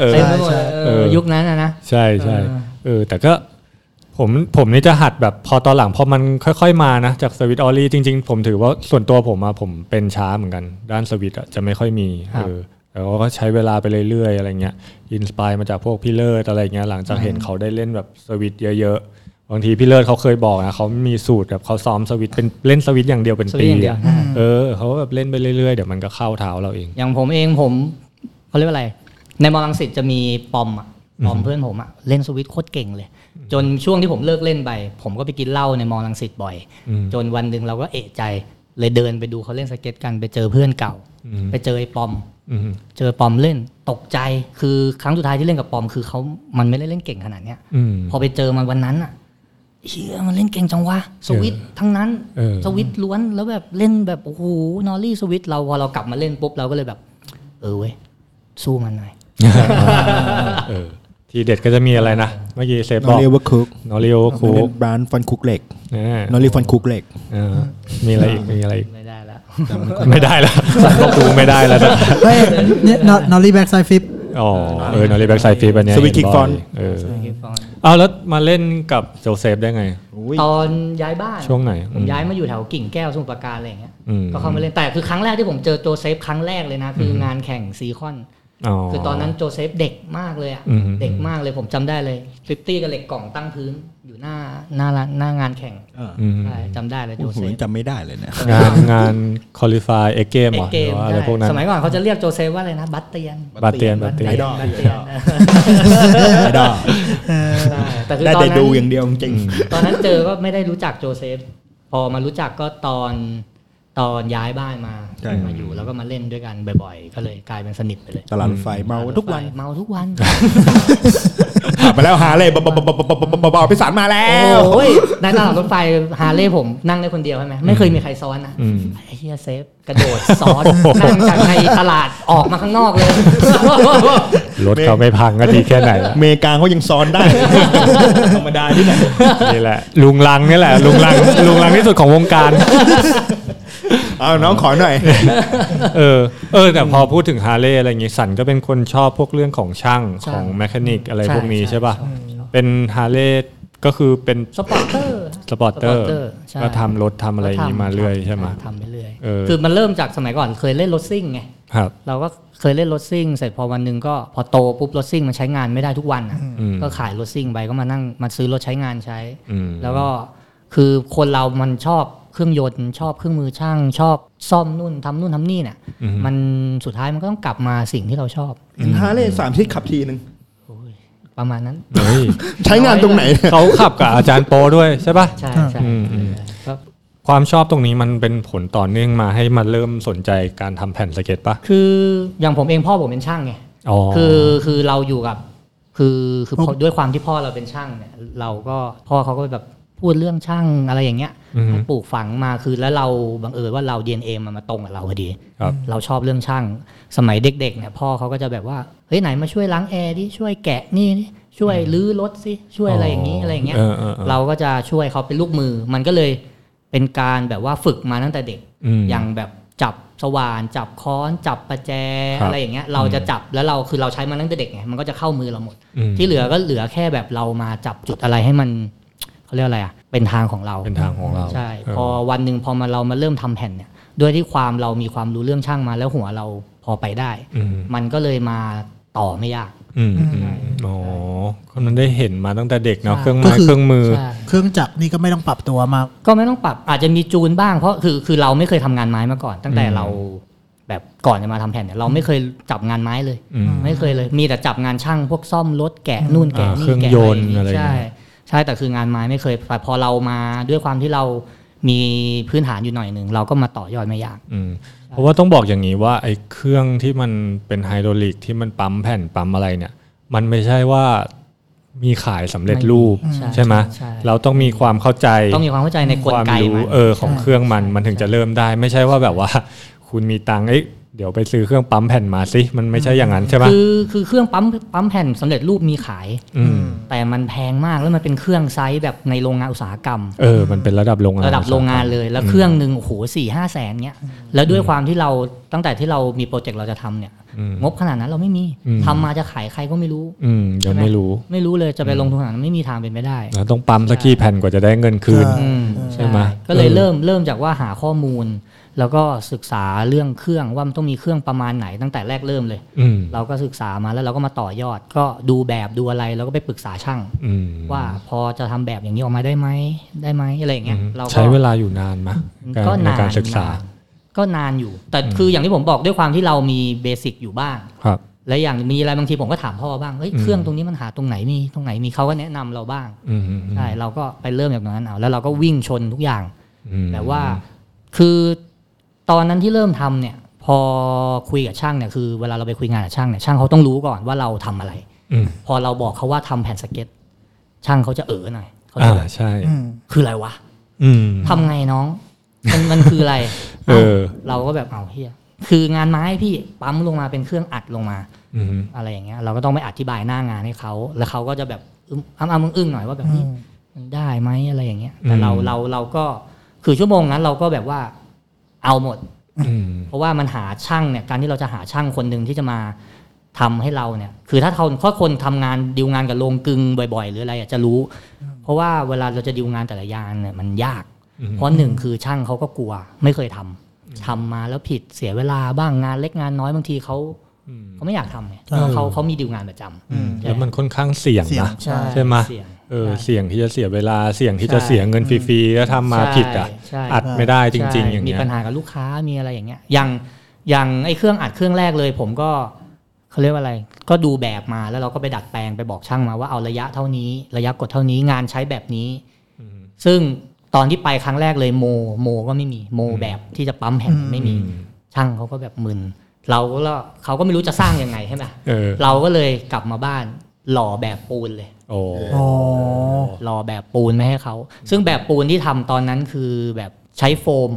เออ เต็มไปหมดเลย เอ เอ อ อยุคนั้นอะนะ ใช่ใช่ เออ เออ แต่ก็ผมผมนี่จะหัดแบบพอตอนหลังพอมันค่อยๆมานะ จากสวิตออลี่จริงๆ ผมถือว่าส่วนตัวผมอะผมเป็นช้าเหมือนกัน ด้านสวิตจะไม่ค่อยมีเออแต่ว่าก็ใช้เวลาไปเรื่อยๆ อะไรเงี้ยอินสปายมาจากพวกพี่เลิศอะไรเงี้ยหลังจากเห็นเขาได้เล่นแบบสวิตเยอะๆ บางทีพี่เลิศเขาเคยบอกนะเขามีสูตรแบบเขาซ้อมสวิตช์เป็นเล่นสวิตช์อย่างเดียวเป็น สวิ ปี ตช์อย่างเดียว อะเออเขาแบบเล่นไปเรื่อยๆเดี๋ยวมันก็เข้าเท้าเราเอง อย่างผมเองผมเขาเรียกว่าอะไร ในมอลังสิตจะมีปอมอะปอมเพื่อนผมอะเล่นสวิตช์โคตรเก่งเลย จนช่วงที่ผมเลิกเล่นไป ผมก็ไปกินเหล้าในมอลังสิตบ่อย อืม จนวันหนึ่งเราก็เอะใจ เลยเดินไปดูเขาเล่นสเก็ตกันไปเจอเพื่อนเก่า อืม ไปเจอไอ้ปอม อืม เจอปอมเล่นตกใจคือครั้งสุดท้ายที่เล่นกับปอมคือเขามันไม่ได้เล่นเก่งขนาดเนี้ย อืม พอไปเจอมันวันนั้นอะเชี่ยมันเล่นเก่งจังวะสวิตช์ทั้งนั้น เออ สวิตช์ล้วนแล้วแบบเล่นแบบโอ้โหนอรี่สวิตช์เราพอเรากลับมาเล่นปุ๊บเราก็เลยแบบ เออเว้ยสู้มันหน่อย เออ ทีเด็ดก็จะมีอะไรนะเมื่อกี้เซฟ น บ อ อก เรียกว่าคุก นอริโอคู เป็นร้านฟันคุกเหล็ก นอเรียกฟันคุกเหล็ก มีอะไรอีกมีอะไรอีก ไม่ได้แล้ว ไม่ได้แล้วสัตว์ก็คูไม่ได้แล้วนะ เฮ้ยเนี่ยนอรี่แบ็กไซฟิป อ๋อเออนอริแบ็กไซฟีปันเนี้ย สวิตช์ เห็บ่ย kick front เออเอาแล้วมาเล่นกับโจเซฟได้ไง ตอนย้ายบ้าน ช่วงไหน ผม อืม ย้ายมาอยู่แถวกิ่งแก้วสมุทรปราการอะไรอย่างเงี้ย อืม ก็เข้ามาเล่นแต่คือครั้งแรกที่ผมเจอโจเซฟครั้งแรกเลยนะ คืองานแข่งซีคอน อ๋อ คือตอนนั้นโจเซฟเด็กมากเลยอ่ะ อืม เด็กมากเลยผมจำได้เลยฟิฟตี้กับเหล็กกล่องตั้งพื้นอยู่หน้าหน้าร้านหน้างานแข่ง อืม ใช่จำได้เลยโจ โอ้โห เซฟ จำไม่ได้เลยนะ งานงานคอลิฟายเอ็กเกม เอ็ หร ก อ เกม หรือว่าอะไร ใช่ พวกนั้น สมัยก่อนเขาจะเรียกโจเซฟว่าอะไรนะ บัตเตียน บาเตียนบาเตียน Idol บัตเตียน ไม่ได้ ใช่แต่คือ ได้ ตอน แต่ นั้น ดูอย่างเดียวจริง ตอนนั้นเจอก็ไม่ได้รู้จักโจเซฟ พอมารู้จักก็ตอนตอนย้ายบ้านมา ใช่ มาอยู่แล้วก็มาเล่นด้วยกันบ่อยๆ ก็เลยกลายเป็นสนิทไปเลย ตลาดรถไฟเมาทุกวัน เมาทุกวัน ขับมาแล้วหาเลยบ๊อบบ๊อบบ๊อบบ๊อบบ๊อบบ๊อบบ๊อบพิสารมาแล้ว โอ้ยในตลาดรถไฟฮาร์เลย์ผมนั่งได้คนเดียวใช่ไหมไม่เคยมีใครซ้อนนะ อืม ไอ้เฮียเซฟกระโดดซ้อนนั่งจากในตลาดออกมาข้างนอกเลย รถเขาไม่พังก็ดีแค่ไหนละ อเมริกาเขายังซ้อนได้ ธรรมดาที่ไหน นี่แหละ ลุงลังนี่แหละ ลุงลังลุงลังที่สุดของวงการ เอาน้องขอหน่อย เออเออแต่พอพูดถึงฮาร์เลย์อะไรอย่างงี้สันก็เป็นคนชอบพวกเรื่องของช่างขใช่องแมคานิกอะไร ใช่ พวกนี้ ใช่ ใช่ป่ะ ใช่ใช่ เป็นฮาร์เลย์ก็คือเป็น สปอร์เตอร์ สปอร์เตอร์ ใช่ ก็ทำรถทำอะไรอย่างงี้มาเรื่อยใช่ไหม ทำไปเรื่อย เออ คือมันเริ่มจากสมัยก่อนเคยเล่นรถซิ่งไง ครับ เราก็เคยเล่นรถซิ่งเสร็จพอวันหนึ่งก็พอโตปุ๊บรถซิ่งมันใช้งานไม่ได้ทุกวันอะ อืม ก็ขายรถซิ่งไปก็มานั่งมาซื้อรถใช้งานใช้ อืม แล้วก็คือคนเรามันชอบเครื่องยนต์ชอบเครื่องมือช่าง ชอบซ่อมนู่นทำนู่นทำนี่เนี่ยมันสุดท้ายมันก็ต้องกลับมาสิ่งที่เราชอบ ฮาร์เลย์สามที่ขับทีหนึ่ง โอ้ยประมาณนั้น เฮ้ย ใช้งานตรงไหน เขาขับกับอาจารย์โปด้วยใช่ป่ะ ใช่ใช่ อืมอืม ครับ ความชอบตรงนี้มันเป็นผลต่อเนื่องมาให้มาเริ่มสนใจการทำแผ่นสเก็ตป่ะ คืออย่างผมเองพ่อผมเป็นช่างไง อ๋อ คือคือเราอยู่กับ คือคือ โอ้ พอด้วยความที่พ่อเราเป็นช่างเนี่ย เราก็พ่อเขาก็แบบพูดเรื่องช่างอะไรอย่างเงี้ย อืม ให้ปลูกฝังมาคือแล้วเราบังเอิญว่าเรา DNA มันมาตรงกับเราพอดี ครับ เราชอบเรื่องช่าง สมัยเด็กๆเนี่ยพ่อเขาก็จะแบบว่าเฮ้ยไหนมาช่วยล้างแอร์ดิช่วยแกะนี่ดิช่วยลื้อรถสิช่วยอะไรอย่างนี้ อ๋ออ อะไรอย่างเงี้ย เออเออเออ เราก็จะช่วยเขาเป็นลูกมือ มันก็เลยเป็นการแบบว่าฝึกมาตั้งแต่เด็ก อืม อย่างแบบจับสว่าน จับค้อน จับประแจ ครับ อะไรอย่างเงี้ยเราจะจับแล้วเราคือเราใช้มันตั้งแต่เด็กไงมันก็จะเข้ามือเราหมด อืม ที่เหลือก็เหลือแค่แบบเรามาจับจุดอะไรให้มันเขาเรียกอะไรอ่ะเป็นทางของเรา เป็นทางของเรา ใช่ เออ พอวันหนึ่งพอมาเรามาเริ่มทำแผ่นเนี่ยด้วยที่ความเรามีความรู้เรื่องช่างมาแล้วหัวเราพอไปได้ อืม มันก็เลยมาต่อไม่ยาก อืมอืมอ๋อคนนั้นได้เห็นมาตั้งแต่เด็กเนาะ ใช่ เครื่อง ก็ ไม้ คือ เครื่องมือ ใช่ เครื่องจักรนี่ก็ไม่ต้องปรับตัวมาก ก็ไม่ต้องปรับอาจจะมีจูนบ้างเพราะคือคือเราไม่เคยทำงานไม้มาก่อน ตั้งแต่ อืม เราแบบก่อนจะมาทำแผ่นเนี่ยเราไม่เคยจับงานไม้เลย อืม ไม่เคยเลยมีแต่จับงานช่างพวกซ่อมรถแกะนู่นแกะ อ่า นี่ เครื่อง แกะ ยนต์อะไรอย่าง ใช่ เงี้ย ใช่แต่คืองานไม้ไม่เคยแต่พอเรามาด้วยความที่เรามีพื้นฐานอยู่หน่อยหนึ่งเราก็มาต่อยอดไม่ยาก อืมเพราะว่าต้องบอกอย่างนี้ว่าไอ้เครื่องที่มันเป็นไฮดรอลิกที่มันปั๊มแผ่นปั๊มอะไรเนี่ย มันไม่ใช่ว่ามีขายสำเร็จรูป ไม่มี ใช่ไหม ใช่ เราต้องมีความเข้าใจ ต้องมีความเข้าใจในกล ความ ไก รู้ มัน เออของเครื่องมันมันถึงจะเริ่มได้ ไม่ใช่ว่าแบบว่า คุณมีตังค์เอ๊ะเดี๋ยวไปซื้อเครื่องปั๊มแผ่นมาสิมันไม่ใช่อย่างนั้นใช่ไหม คือคือเครื่องปั๊มปั๊มแผ่นสำเร็จรูปมีขาย อืม แต่มันแพงมากแล้วมันเป็นเครื่องไซส์แบบในโรงงานอุตสาหกรรม เออ มันเป็นระดับโรงงาน ระดับโรงงานเลยแล้วเครื่องหนึ่งโอ้โหสี่ห้าแสนเนี้ยแล้วด้วยความที่เราตั้งแต่ที่เรามีโปรเจกต์เราจะทำเนี่ย อืม งบขนาดนั้นเราไม่มี อืม ทำมาจะขายใครก็ไม่รู้ อืมยังไม่รู้ ไม่รู้เลยจะไปลงทุนขนาดนั้นไม่มีทางเป็นไปได้ แล้วต้องปั๊มสักกี่แผ่นกว่าจะได้เงินคืน ใช่ อืม ใช่ไหม ก็เลย เออ เริ่มเริ่มจากว่าหาข้อมูล แล้วก็ศึกษาเรื่องเครื่องว่ามันต้องมีเครื่องประมาณไหนตั้งแต่แรกเริ่มเลย อืม เราก็ศึกษามาแล้วเราก็มาต่อยอด ก็ดูแบบดูอะไรแล้วก็ไปปรึกษาช่าง อืม ว่าพอจะทำแบบอย่างนี้ออกมาได้ไหมได้ไหมอะไรอย่างเงี้ยเราก็ ใช้เวลาอยู่นานไหมการ ก็ ใน นาน การศึกษาน ก็นานอยู่ แต่คืออย่างที่ผมบอกด้วยความที่เรามีเบสิกอยู่บ้าง ครับ และอย่างมีอะไรบางทีผมก็ถามพ่อบ้างเฮ้ย อืม เครื่องตรงนี้มันหาตรงไหนมีตรงไหนมีเขาก็แนะนำเราบ้าง อืม ใช่เราก็ไปเริ่มจากตรงนั้นเอาแล้วเราก็วิ่งชนทุกอย่าง อืม แต่ว่าคือตอนนั้นที่เริ่มทำเนี่ย พอคุยกับช่างเนี่ยคือเวลาเราไปคุยงานกับช่างเนี่ยช่างเขาต้องรู้ก่อนว่าเราทำอะไร อืม พอเราบอกเขาว่าทำแผ่นสเก็ต ช่างเขาจะเออหน่อยเขา อ่า จะแบบ ใช่ อืม คืออะไรวะ อืม ทำไงน้อง มันมันคืออะไร เออ เราก็แบบเอาเฮียคืองานไม้พี่ปั๊มลงมาเป็นเครื่องอัดลงมา อืม อะไรอย่างเงี้ยเราก็ต้องไปอธิบายหน้างานให้เขา แล้วเขาก็จะแบบอึ้มอ้ำๆอึ้งๆหน่อยว่าแบบนี้มันได้ไหมอะไรอย่างเงี้ยแต่เรา อืม เราเราก็คือชั่วโมงนั้นเราก็แบบว่าเอาหมด อืม เพราะว่ามันหาช่างเนี่ยการที่เราจะหาช่างคนหนึ่งที่จะมาทำให้เราเนี่ย คือถ้าคนข้อคนทำงานดีลงานกับโรงกลึงบ่อยๆ หรืออะไรอะจะรู้ เพราะว่าเวลาเราจะดีลงานแต่ละอยางเนี่ยมันยาก อืม เพราะหนึ่งคือช่างเขาก็กลัว ไม่เคยทำทำมาแล้วผิดเสียเวลาบ้างงานเล็กงานน้อยบางทีเขา อืม เขาไม่อยากทำเนี่ย ใช่ เขาเขามีดีลงานประจำ อืม แล้วมันค่อนข้างเสี่ยง เสี่ยง นะ ใช่ ใช่ไหม เสี่ยง เออเสี่ยงที่จะเสียเวลาเสี่ยงที่ ใช่ จะเสียเงินฟรีๆแล้วทำมา ใช่ ผิดอ่ะ ใช่ อัดไม่ได้จริง ๆ ใช่ อย่าง มี เงี้ย ปัญหากับลูกค้ามีอะไรอย่างเงี้ยอย่างอย่างไอ้เครื่องอัดเครื่องแรกเลย ผมก็เขาเรียกว่าอะไร ก็ดูแบบมาแล้วเราก็ไปดัดแปลงไปบอกช่างมาว่าเอาระยะเท่านี้ ระยะกดเท่านี้งานใช้แบบนี้ อืม ซึ่งตอนที่ไปครั้งแรกเลยโมโมก็ไม่มีโมแบบที่จะปั๊มแผ่นไม่มี อืม ช่างเขาก็แบบมึนเราก็เขาก็ไม่รู้จะสร้างยังไงใช่ไหม เออ เราก็เลยกลับมาบ้านหล่อแบบปูนเลย โอ้ อ๋อ รอแบบปูนไม่ให้เขา ซึ่งแบบปูนที่ทำตอนนั้นคือแบบใช้โฟม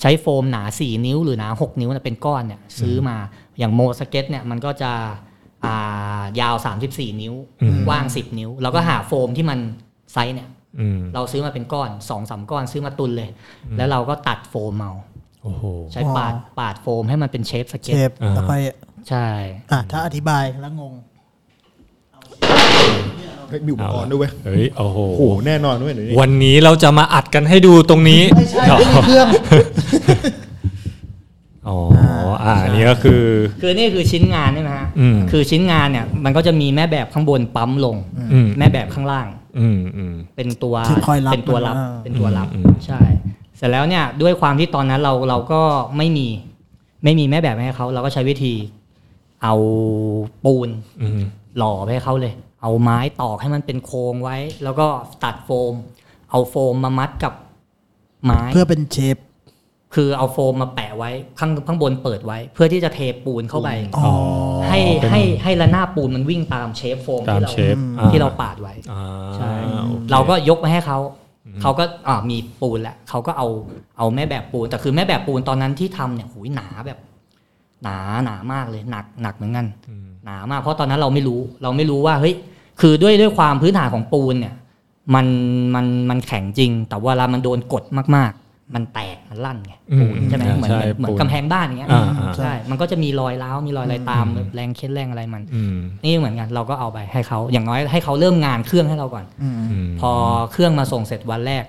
ใช้โฟมหนา 4 นิ้วหรือหนา 6 นิ้วนะเป็นก้อนเนี่ยซื้อมาอย่างโมสเก็ตเนี่ยมันก็จะอ่ายาว 34 นิ้วกว้าง 10 นิ้ว แล้วก็หาโฟมที่มันไซส์เนี่ย อืม เราซื้อมาเป็นก้อน2อสก้อนซื้อมาตุนเลย แล้วเราก็ตัดโฟมเอา โอ้โห ใช้ปาด ว้าว ปาดโฟมให้มันเป็นเชฟส เช เก็ต ฟแล้วค่อย ใช่ อ่ะถ้าอธิบายแล้วงงเฮ้ยมีอุปกรณ์ด้วยเว้ย เฮ้ยโอ้โห โอ้โหแน่นอนด้วยเดี๋ยวนี้ วันนี้เราจะมาอัดกันให้ดูตรงนี้ ไม่ใช่ไม่มีเครื่อง อ๋ออ่าอันนี้ก็คือ คือนี่คือชิ้นงานใช่ไหมฮะ อืม คือชิ้นงานเนี่ยมันก็จะมีแม่แบบข้างบนปั๊มลง อืม แม่แบบข้างล่าง อืมอืม เป็นตัว ที่คอยรับ เป็นตัวรับ มันอ่า เป็นตัวรับ อืมอืม ใช่ เสร็จแล้วเนี่ยด้วยความที่ตอนนั้นเราเราก็ไม่มีไม่มีแม่แบบให้เขาเราก็ใช้วิธีเอาปูน อืม หล่อไปให้เขาเลย เอาไม้ตอกให้มันเป็นโครงไว้ แล้วก็ตัดโฟม เอาโฟมมามัดกับไม้ เพื่อเป็นเชฟ คือเอาโฟมมาแปะไว้ข้างข้างบนเปิดไว้ เพื่อที่จะเทปูนเข้าไป อ๋อ ให้ เป็น ให้ให้ระนาบปูนมันวิ่งตามเชฟโฟม ตาม ที่เรา เชฟ ที่เรา อ่ ปาดไว้ อ่า ใช่ โอค เราก็ยกมาให้เขา เขาก็อ่ามีปูนแหละเขาก็เอาเอาแม่แบบปูน แต่คือแม่แบบปูนตอนนั้นที่ทำเนี่ยหูยหนาแบบ หนาหนามากเลยหนักหนักเหมือนกัน อืม หนามาก เพราะตอนนั้นเราไม่รู้ เราไม่รู้ว่าเฮ้ยคือด้วยด้วยความพื้นฐานของปูนเนี่ย มันมันมันแข็งจริง แต่เวลามันโดนกดมากๆ มันแตกมันลั่นไงปูนใช่ไหมเหมือนเหมือนเหมือน ปู กำแพงบ้านอย่างเงี้ย อ่าอ่า ใช่มันก็จะมีรอยร้าวมีรอยอะไรตามแรงเค้นแรงอะไรมัน อืม นี่เหมือนกันเราก็เอาไปให้เขาอย่างน้อยให้เขาเริ่มงานเครื่องให้เราก่อน อืม พอเครื่องมาส่งเสร็จวันแรก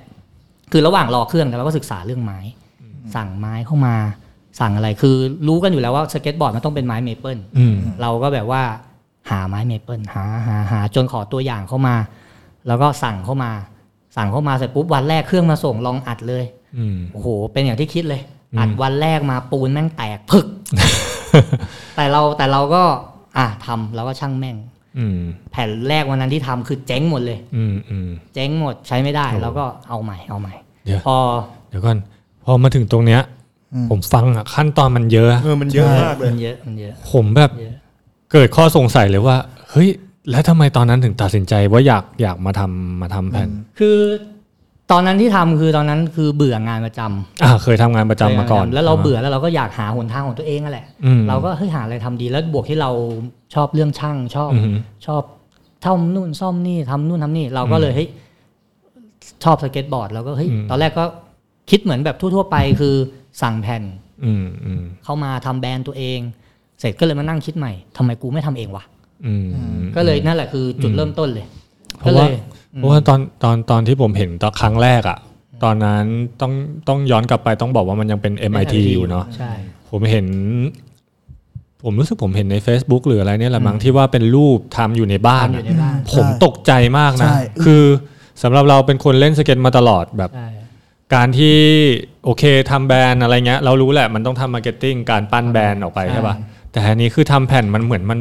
คือระหว่างรอเครื่องเนี่ยเราก็ศึกษาเรื่องไม้ สั่งไม้เข้ามา สั่งอะไรคือรู้กันอยู่แล้วว่าสเก็ตบอร์ดมันต้องเป็นไม้เมเปิล อืม เราก็แบบว่าหาไม้เมเปิลหาหาหาจนขอตัวอย่างเข้ามา แล้วก็สั่งเข้ามา สั่งเข้ามาเสร็จปุ๊บวันแรกเครื่องมาส่งลองอัดเลย อืม โอ้โห เป็นอย่างที่คิดเลย อืม อัดวันแรกมาปูนแม่งแตกพึก แต่เราแต่เราก็ อ่ะทำเราก็ช่างแม่ง อืม แผ่นแรกวันนั้นที่ทำคือเจ๊งหมดเลย อืมอืม เจ๊งหมดใช้ไม่ได้ โอ้ แล้วก็เอาใหม่เอาใหม่ เดี๋ยว พอ เดี๋ยวก่อน พอมาถึงตรงเนี้ย ผมฟังอะขั้นตอนมันเยอะ เออมันเยอะมากเลย มันเยอะมันเยอะ ผมแบบ เยอะ เกิดข้อสงสัยเลยว่า เฮ้ย แล้วทำไมตอนนั้นถึงตัดสินใจว่าอยากอยากมาทำมาทำแผ่น คือตอนนั้นที่ทำคือตอนนั้นคือเบื่องานประจำ อ่าเคยทำงานประจำมาก่อน แล้วเราเบื่อแล้วเราก็อยากหาหนทางของตัวเองนั่นแหละ อืม เราก็เฮ้ยหาอะไรทำดีแล้วบวกที่เราชอบเรื่องช่างชอบ อือหือ ชอบทำนู่นซ่อมนี่ทำนู่นทำนี่ เราก็เลยเฮ้ยชอบสเก็ตบอร์ดเราก็เฮ้ย อืม ตอนแรกก็คิดเหมือนแบบทั่ว ๆ ไปคือสั่งแผ่น อืมอืม เข้ามาทำแบรนด์ตัวเอง เสร็จก็เลยมานั่งคิดใหม่ทำไมกูไม่ทำเองวะ อืม ก็เลยนั่นแหละคือจุดเริ่มต้นเลย เพ ก็ ราะ เล ว่าย เพราะว่าตอนตอนตอนที่ผมเห็นตอนครั้งแรกอะตอนนั้นต้องต้องย้อนกลับไปต้องบอกว่ามันยังเป็น MIT อยู่เนาะ ใช่ ผมเห็น ผมรู้สึกผมเห็นใน Facebook หรืออะไรเนี่ยแหละมั้งที่ว่าเป็นรูปทำอยู่ในบ้าน ทำอยู่ในบ้าน ผมตกใจมากนะ ใช่ คือสำหรับเราเป็นคนเล่นสเก็ตมาตลอดแบบ ใช่ การที่โอเคทำแบรนด์อะไรเงี้ย เรารู้แหละมันต้องทำมาร์เก็ตติ้งการปั้นแบรนด์ออกไปใช่ป่ะแต่อันนี้คือทำแผ่นมันเหมือนมัน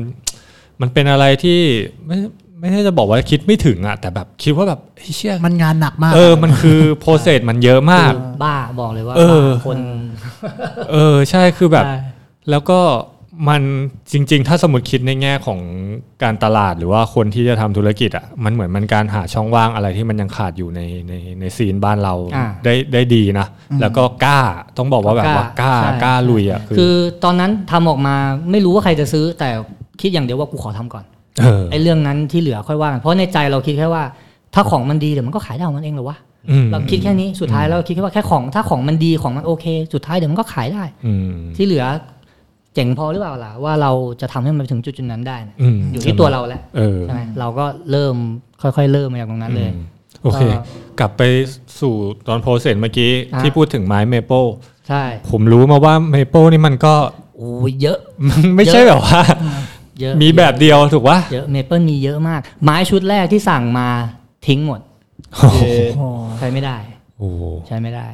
มันเป็นอะไรที่ไม่ไม่ได้จะบอกว่าคิดไม่ถึงอะแต่แบบคิดว่าแบบเฮ้ยเชี่ย มันงานหนักมาก เออ มันคือโปรเซสมันเยอะมาก บ้าบอกเลยว่า เออ บ้าคน เออใช่คือแบบ ใช่ แล้วก็มันจริง ๆ ถ้าสมมติคิดในแง่ของการตลาดหรือว่าคนที่จะทำธุรกิจอ่ะมันเหมือนมันการหาช่องว่างอะไรที่มันยังขาดอยู่ในในในซีนบ้านเรา อ่า ได้ได้ดีนะ แล้วก็กล้าต้องบอกว่าแบบว่าก ก ล้า ล้า ใช่ กล้าลุยอ่ะ คื คือ อตอนนั้นทำออกมาไม่รู้ว่าใครจะซื้อ แต่คิดอย่างเดียวว่ากูขอทำก่อน เออ ไอ้เรื่องนั้นที่เหลือค่อยว่ากันเพราะในใจเราคิดแค่ว่า ถ้าของมันดีเดี๋ยวมันก็ขายได้ของมันเองเหรอวะ อืม เราคิดแค่นี้สุดท้ายเราคิดแค่ว่าแค่ของถ้าของมันดีของมันโอเค สุดท้ายเดี๋ยวมันก็ขายได้ อืม ที่เหลือเจ๋งพอหรือเปล่าล่ะว่าเราจะทำให้มันไปถึงจุดจุดๆนั้นได้นะ อืม อยู่ที่ตัวเราแหละ เออ ใช่ไหมเราก็เริ่มค่อย ๆ เริ่มมาจากตรงนั้นเลย อืม โอเค ก็ กลับไปสู่ตอนโปรเซสเมื่อกี้ อ่า ที่พูดถึงไม้เมเปิล ใช่ ผมรู้มาว่าเมเปิลนี่มันก็ โอ้ยเยอะ มันไม่ใช่แบบว่า เยอะ มีแบบเดียวถูกปะ เยอะเมเปิลมีเยอะมาก ไม้ชุดแรกที่สั่งมาทิ้งหมด ใช้ไม่ได้ โอ้โห ใช้ไม่ได้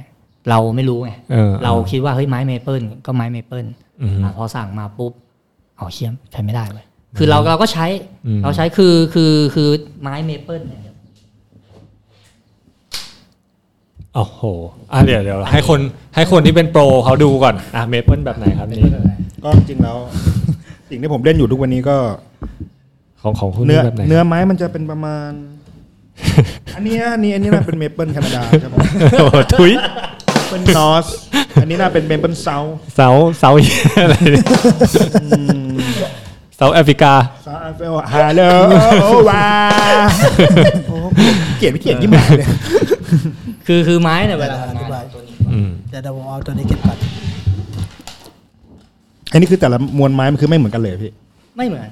เราไม่รู้ไง เออ เราคิดว่าเฮ้ยไม้เมเปิลก็ไม้เมเปิล อืม อ่ะพอสั่งมาปุ๊บเอาเชี่ยมใช้ไม่ได้เลยคือเราเราก็ใช้ อืม เราใช้คือคือคือไม้เมเปิลเนี่ย โอ้โห อ่ะเดี๋ยวเดี๋ยวให้คนให้คนที่เป็นโปรเขาดูก่อน อ่ะเมเปิลแบบไหนครับนี่ ก็จริงแล้ว สิ่งที่ผมเล่นอยู่ทุกวัน นี้ก็ ของของคุณ เนื้อ แบบไหน เนื้อไม้มันจะเป็นประ มาณ อันเนี้ยอันนี้อันนี้น่าเป็นเมเปิลแคนาดาครับผม โอ้โหทุย เมเปิลนอสอันนี้น่าเป็นเมเปิลเซาท์ เสาเสาอะไรเนี่ยเสาแอฟริกา เซาท์แอฟริกาฮัลโหล ว้าโอ้โหเกลียดไม่เกลียดยิ่งใหญ่เลย คือคือไม้เนี่ยเวลาองทำาน ธิบาย ตัวนี้ อืม เดี๋ยวเดี๋ยวผมเอาตัวนี้เก็บก่อน อันนี้คือแต่ละมวลไม้มันคือไม่เหมือนกันเลยพี่ ไม่เหมือน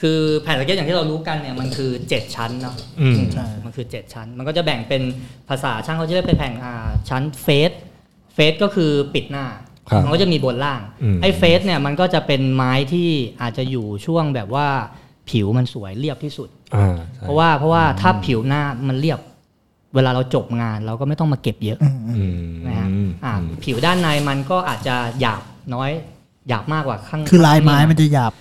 คือแผ่นสเก็ตอย่างที่เรารู้กันเนี่ยมันคือเจ็ดชั้นเนาะ อืม ใช่มันคือเจ็ดชั้น มันก็จะแบ่งเป็นภาษาช่างเขาจะเรียกเป็นแผ่นอ่าชั้นเฟสเฟสก็คือปิดหน้า ครับ มันก็จะมีบนล่าง อืม ไอ้เฟสเนี่ยมันก็จะเป็นไม้ที่อาจจะอยู่ช่วงแบบว่าผิวมันสวยเรียบที่สุด อ่า เพราะว่าเพราะว่าถ้าผิวหน้ามันเรียบ เวลาเราจบงานเราก็ไม่ต้องมาเก็บเยอะ อืม นะฮะอ่า อืม ผิวด้านในมันก็อาจจะหยาบน้อยหยาบมากกว่าข้าง คือลายไม้มันจะหยาบ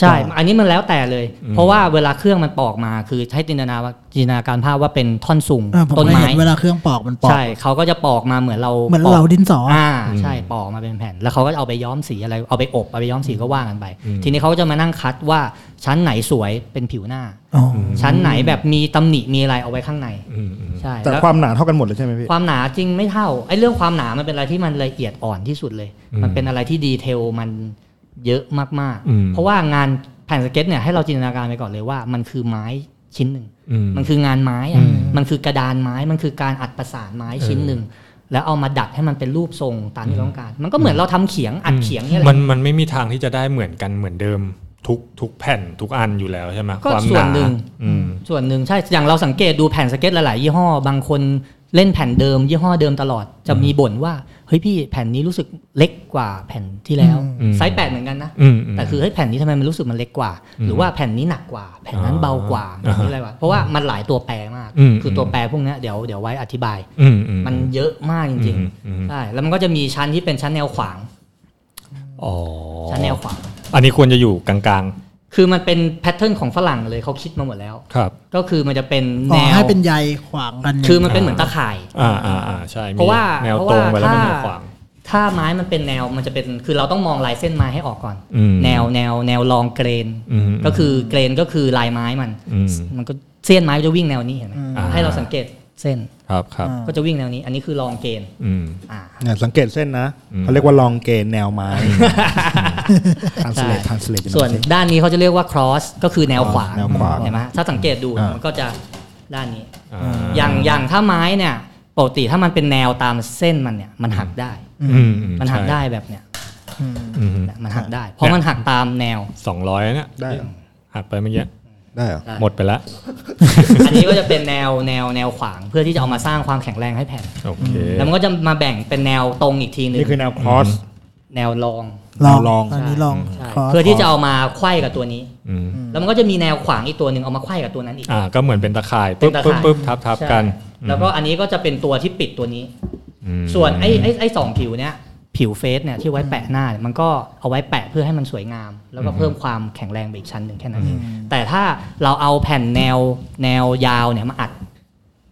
ใช่ อันนี้มันแล้วแต่เลย เพราะว่าเวลาเครื่องมันปอกมาคือให้จินตนาจินตนาการภาพว่าเป็นท่อนสูง เออผม ต้น ก็ ไม้ เห็นเวลาเครื่องปอกมันปอก ใช่เขาก็จะปอกมาเหมือนเรา เหมือน ปก เราดินสออ่ อ่าใช่ปอกมาเป็นแผ่น แล้วเขาก็เอาไปย้อมสีอะไรเอาไปอบเอาไปย้อมสีก็ว่ากันไป ทีนี้เขาก็จะมานั่งคัดว่าชั้นไหนสวยเป็นผิวหน้า อ๋อ ชั้นไหนแบบมีตำหนิมีอะไรเอาไว้ข้างใน อืมอืม ใช่ แต่ ล้ว ความหนาเท่ากันหมดเลยใช่ไหมพี่ ความหนาจริงไม่เท่าไอ้เรื่องความหนามันเป็นอะไรที่มันละเอียดอ่อนที่สุดเลย มันเป็นอะไรที่ดีเทลมันเยอะมาก อืม ๆ เพราะว่างานแผ่นสเก็ตเนี่ยให้เราจินตนาการไปก่อนเลยว่า มันคือไม้ชิ้นหนึ่ง อืม มันคืองานไม้อะมันคือกระดานไม้มันคือการอัดประสานไม้ชิ้นหนึ่งแล้วเอามาดัดให้มันเป็นรูปทรงตามที่เราต้องการ มันก็เหมือนเราทำเขียงอัดเขียงเนี่ยแหละ มันมันไม่มีทางที่จะได้เหมือนกันเหมือนเดิมทุกทุกแผ่นทุกอันอยู่แล้วใช่ไหม ก็ ความหส่วน นา หนึ่ง อืม ส่วนหนึ่งใช่ อย่างเราสังเกตดูแผ่นสเก็ตหลาย ๆ ยี่ห้อ บางคนเล่นแผ่นเดิม ยี่ห้อเดิมตลอด จะมีบ่นว่า เฮ้ยพี่แผ่นนี้รู้สึกเล็กกว่าแผ่นที่แล้ว อืม ไซส์แปดเหมือนกันนะ อืมม แต่คือเฮ้ยแผ่นนี้ทำไมมันรู้สึกมันเล็กกว่า หรือว่าแผ่นนี้หนักกว่า แผ่นนั้นเบากว่า อ่าฮะ แผ่นนี้อะไรวะ เพราะว่ามันหลายตัวแปรมาก อืม คือตัวแปรพวกเนี้ยเดี๋ยวเดี๋ยวไว้อธิบาย อืมอืม มันเยอะมากจริง อืมอืม ๆ ใช่ แล้วมันก็จะมีชั้นที่เป็นชั้นแนวขวาง อ๋อ ชั้นแนวขวาง อันนี้ควรจะอยู่กลาง คือมันเป็นแพทเทิร์นของฝรั่งเลยเขาคิดมาหมดแล้ว ๆ ครับ ก็คือมันจะเป็น อ๋ แน อ ว ให้เป็นใยขวางกันย่าง คือมันเป็นเหมือนตะข่าย อ่าอ่าอ่าใช่มี เพราะว่า แนว เพราะ ตรง ว่า ไปแล้วมันแนว ถ้า ขวาง ถ้าไม้มันเป็นแนวมันจะเป็นคือเราต้องมองลายเส้นไม้ให้ออกก่อน อืม แนวแนวแนวลองเกรน อืม ก็คือเกรนก็คือลายไม้มัน อืม มันก็เส้นไม้ก็จะวิ่งแนวนี้เห็นไหม อ่า ให้เราสังเกตเส้น ครับครับ ก็จะวิ่งแนวนี้ อันนี้คือลองเกรน อืม อ่า เนี่ยสังเกตเส้นนะ อืม เขาเรียกว่าลองเกนแนวไม้ทันสเลท ใช่ ทันสเลท ส่วนด้านนี้เขาจะเรียกว่า cross ก็คือแนวขวา แนวขวา เห็นไหมถ้าสังเกตดู อ่ามั มันก็จะด้านนี้ อ่า อย่างอย่างถ้าไม้เนี่ยปกติถ้ามันเป็นแนวตามเส้นมันเนี่ยมันหักได้ อืมอื มันหักได้แบบเนี่ย นะมันหักได้ เพราะมันหักตามแนว สองร้อยเนี่ย ได้เหรอ หักไปเมื่อกี้ ได้เหรอ หมดไปละ อันนี้ก็จะเป็นแนวแนวแนวขวางเพื่อที่จะเอามาสร้างความแข็งแรงให้แผ่น โอเค แล้วมันก็จะมาแบ่งเป็นแนวตรงอีกทีหนึ่ง นี่คือแนวคอส แนวรอง ลอง ลอง ตอนนี้ลอง ใช่ คอร์ส เพื่อที่จะเอามาไขว้กับตัวนี้ อืม แล้วมันก็จะมีแนวขวางอีกตัวหนึ่งเอามาไขว้กับตัวนั้นอีก อ่า ก็เหมือนเป็นตะข่าย เป็ ปุ๊ น บ ตะ ปุ๊บ ข่าย ปุ๊บทับทับ ใช่ กัน แล้วก็อันนี้ก็จะเป็นตัวที่ปิดตัวนี้ อืม ส่วนไอ้ไอ้ไอ้สองผิวเนี้ยผิวเฟซเนี่ยที่ไว้แปะหน้าเนี่ยมันก็เอาไว้แปะเพื่อให้มันสวยงาม แล้วก็เพิ่มความแข็งแรงไปอีกชั้นหนึ่งแค่นั้นเองแต่ถ้าเราเอาแผ่นแนวแนวยาวเนี่ยมาอัด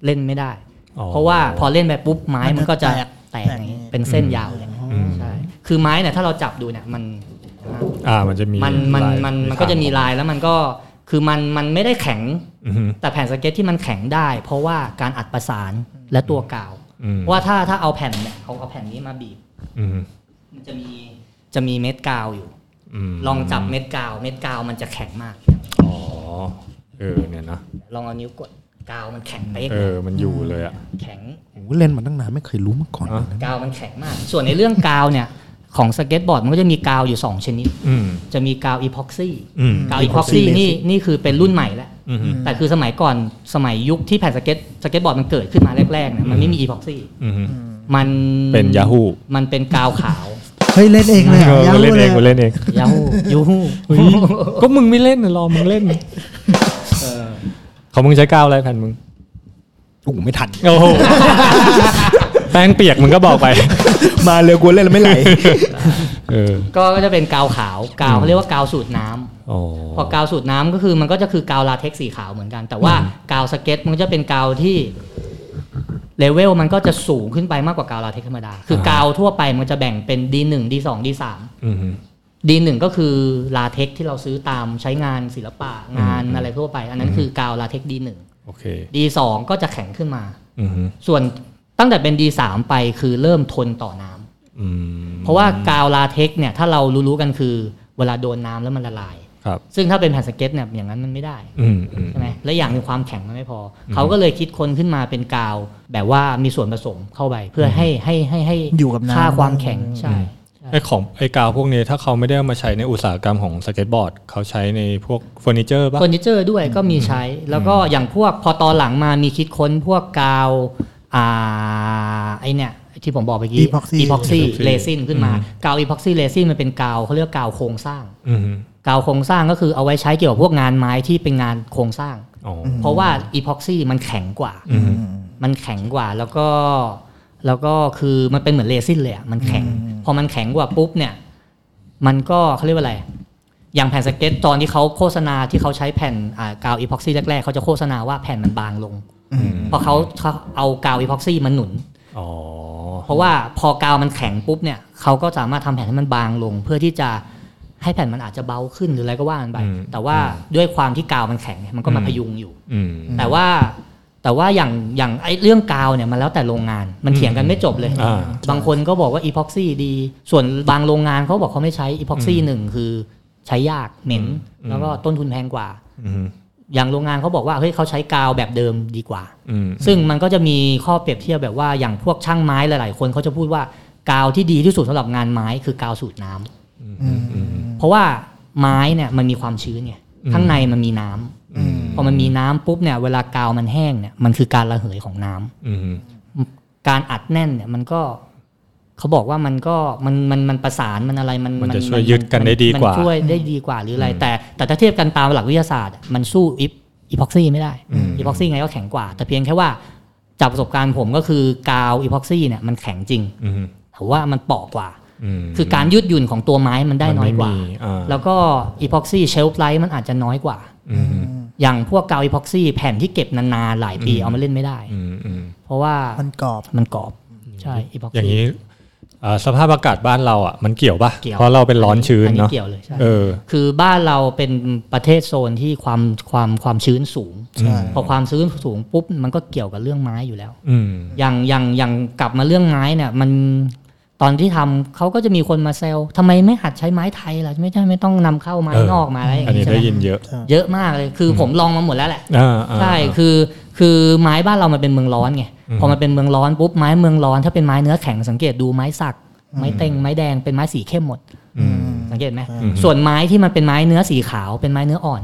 เล่นไม่ได้ อ๋อ เพราะว่าพอเล่นไปปุ๊บไม้มันก็จะแตกอย่างนี้เป็นเส้นยาวเลย อืม ใช่คือไม้เนี่ยถ้าเราจับดูเนี่ยมัน อ่า มันจะมี มันมัน ลาย มันมันก็จะมีลายแล้วมันก็คือมันมันไม่ได้แข็ง อือฮึ แต่แผ่นสเก็ตที่มันแข็งได้ เพราะว่าการอัดประสานและตัวกาว อืม เพราะว่าถ้าถ้าเอาแผ่นเนี่ยเอาเอาแผ่นนี้มาบีบ อืม มันจะมีจะมีเม็ดกาวอยู่ ม ลองจับเม็ดกาว เม็ดกาวมันจะแข็งมาก อ๋อ เออเนี่ยนะ ลองเอานิ้วกดกาวมันแข็งเป๊ก เออ มันอยู่เลยอ่ะ แข็ง โอ้โหเล่นมาตั้งนานไม่เคยรู้มาก่อน อ่ะ เลยนะ กาวมันแข็งมาก ส่วนในเรื่องกาวเนี่ยของสเก็ตบอร์ดมันก็จะมีกาวอยู่ 2 ชนิด อืม จะมีกาวอีพ็อกซี่ อืม กาวอีพ็อกซี่นี่นี่คือเป็นรุ่นใหม่แล้ว อืม แต่คือสมัยก่อนสมัยยุคที่แผ่นสเก็ตสเก็ตบอร์ดมันเกิดขึ้นมาแรกๆเนี่ยมันไม่มีอีพ็อกซี่ อืม มัน เป็น Yahoo มันเป็นกาวข าว เฮ้ยเล่นเองเลยเหร เออ อยั กู ง เล่น เล เอย งกูเล่นเอง ยาฮูยูฮู ก็มึงไม่เล่นนะรอมึงเล่นเขามึงใช้ก้าวอะไรแผ่นมึง โอ้โหไม่ทัน โอ้โห แป้งเปียกมึงก็บอก ไป มาเร็วกูเล่นแล้วไม่ไหล เออ ก็จะเป็นกาวขาวกาวเขาเรียกว่ากาวสูตรน้ำ อ๋อ พอกาวสูตรน้ำก็คือมันก็จะคือกาวลาเท็กซ์สีขาวเหมือนกัน แต่ว่ากาวสเก็ตมันก็จะเป็นกาวที่เลเวลมันก็จะสูงขึ้นไปมากกว่ากาวลาเท็กซ์ธรรมดา คือกาวทั่วไปมันจะแบ่งเป็น D1 D2 D3 อืม D1 ก็คือลาเท็กซ์ที่เราซื้อตามใช้งานศิลปะงานอะไรทั่วไป อันนั้นคือกาวลาเท็กซ์ D1 โอเค D2 ก็จะแข็งขึ้นมา อืม ส่วนตั้งแต่เป็น D3 ไปคือเริ่มทนต่อน้ำ อืม เพราะว่ากาวลาเท็กซ์เนี่ยถ้าเรารู้ๆกันคือเวลาโดนน้ำแล้วมันละลาย ครับ ซึ่งถ้าเป็นแผ่นสเก็ตเนี่ยอย่างนั้นมันไม่ได้ อืมอืม ใช่ไหมและอย่างหนึ่งความแข็งมันไม่พออเขาก็เลยคิดค้นขึ้นมาเป็นกาว แบบว่ามีส่วนผสมเข้าไป เพื่อให้ให้ให้ให้ อยู่กับน้ำ ค่าความแข็งใช่ใช่ ไอของไอกาวพวกนี้ถ้าเขาไม่ได้เอามาใช้ในอุตสาหกรรมของสเก็ตบอร์ด เขาใช้ในพวกเฟอร์นิเจอร์ป่ะ เฟอร์นิเจอร์ด้วยก็มีใช้ แล้วก็อย่างพวกพอตอนหลังมามีคิดค้นพวกกาวอ่าไอเนี่ยที่ผมบอกเมื่อกี้ Epoxy อีพ็อกซี่ Epoxy เรซินขึ้นมา อืม กาวอีพ็อกซี่เรซินมันเป็นกาวเขาเรียกกาวโครงสร้าง อืม กาวโครงสร้างก็คือเอาไว้ใช้เกี่ยวกับพวกงานไม้ที่เป็นงานโครงสร้าง อ๋อ เพราะว่าอีพ็อกซี่มันแข็งกว่า อืม มันแข็งกว่าแล้วก็แล้วก็คือมันเป็นเหมือนเรซินเลยอะมันแข็ง พอมันแข็งกว่าปุ๊บเนี่ย มันก็เขาเรียกว่าอะไร อย่างแผ่นสเก็ตตอนที่เขาโฆษณาที่เขาใช้แผ่นอ่ากาวอีพ็อกซี่แรกๆเขาจะโฆษณาว่าแผ่นมันบางลงเพราะเขาเขาเอากาวอีพ็อกซี่มาหนุน อ๋อ เพราะว่าพอกาวมันแข็งปุ๊บเนี่ยเขาก็สามารถทำแผ่นให้มันบางลง เพื่อที่จะให้แผ่นมันอาจจะเบาขึ้นหรืออะไรก็ว่ากันไปแต่ว่าด้วยความที่กาวมันแข็งเนี่ยมันก็มาพยุงอยู่ อืม แต่ว่าแต่ว่าอย่างอย่างไอ้เรื่องกาวเนี่ยมันแล้วแต่โรงงานมันเถียงกันไม่จบเลย อ่า บางคนก็บอกว่าอีพ็อกซี่ดี ส่วนบางโรงงานเขาบอกเขาไม่ใช้อีพ็อกซี่หนึ่งคือใช้ยากเหม็น แล้วก็ต้นทุนแพงกว่า อืม อย่างโรงงานเขาบอกว่าเฮ้ยเขาใช้กาวแบบเดิมดีกว่า อืม ซึ่งมันก็จะมีข้อเปรียบเทียบแบบว่าอย่างพวกช่างไม้หลาย ๆ คนเขาจะพูดว่ากาวที่ดีที่สุดสำหรับงานไม้คือกาวสูตรน้ำเพราะว่าไม้เนี่ยมันมีความชื้นไงข้างในมันมีน้ำพอมันมีน้ำปุ๊บเนี่ยเวลากาวมันแห้งเนี่ยมันคือการระเหยของน้ำ อืม การอัดแน่นเนี่ยมันก็เขาบอกว่ามันก็มันมันมันประสานมันอะไรมัน มันจะช่วยยึดกันได้ดีกว่า นช่วยได้ดีกว่าหรืออะไร แต่แต่ถ้าเทียบกันตามหลักวิทยาศาสตร์อะมันสู้อิปอีพ็อกซี่ไม่ได้อีพ็อกซี่ไงก็แข็งกว่า แต่เพียงแค่ว่าจากประสบการณ์ผมก็คือกาวอีพ็อกซี่เนี่ยมันแข็งจริง อืม แต่ว่ามันเปราะกว่า อืม คือการยืดหยุ่นของตัวไม้มันได้น้อยกว่า มันไม่มีอ่า แล้วก็อีพ็อกซี่เชลฟ์ไลท์มันอาจจะน้อยกว่า อืม อย่างพวกกาวอีพ็อกซี่แผ่นที่เก็บนานๆหลายปีเอามาเล่นไม่ได้ อืมอืม เพราะว่า มันกรอบ มันกรอบใช่อีพ็อกซี่ อย่างนี้เอ่อสภาพอากาศบ้านเราอ่ะมันเกี่ยวป่ะ เกี่ยว เพราะเราเป็นร้อนชื้น อันนี้ เนาะ เกี่ยวเลยใช่ เออ คือบ้านเราเป็นประเทศโซนที่ความความความชื้นสูง ใช่ พอความชื้นสูงปุ๊บมันก็เกี่ยวกับเรื่องไม้อยู่แล้ว อืม อย่างอย่างอย่างกลับมาเรื่องไม้เนี่ยมันตอนที่ทำเขาก็จะมีคนมาเซลทำไมไม่หัดใช้ไม้ไทยล่ะไม่ใช่ไม่ต้องนำเข้าไม้ เออ นอกมาอะไรอย่าง อันนี้ ใช่ ได้ หม ยินเยอะ เยอะมากเลยคือผมลองมาหมดแล้วแหละ อ่าอ่า ใช่คือคือไม้บ้านเรามันเป็นเมืองร้อนไง อืม พอมันเป็นเมืองร้อนปุ๊บไม้เมืองร้อนถ้าเป็นไม้เนื้อแข็งสังเกตดูไม้สัก ไม้เต็งไม้แดงเป็นไม้สีเข้มหมด อืม สังเกตไหม อืม ส่วนไม้ที่มันเป็นไม้เนื้อสีขาวเป็นไม้เนื้ออ่อน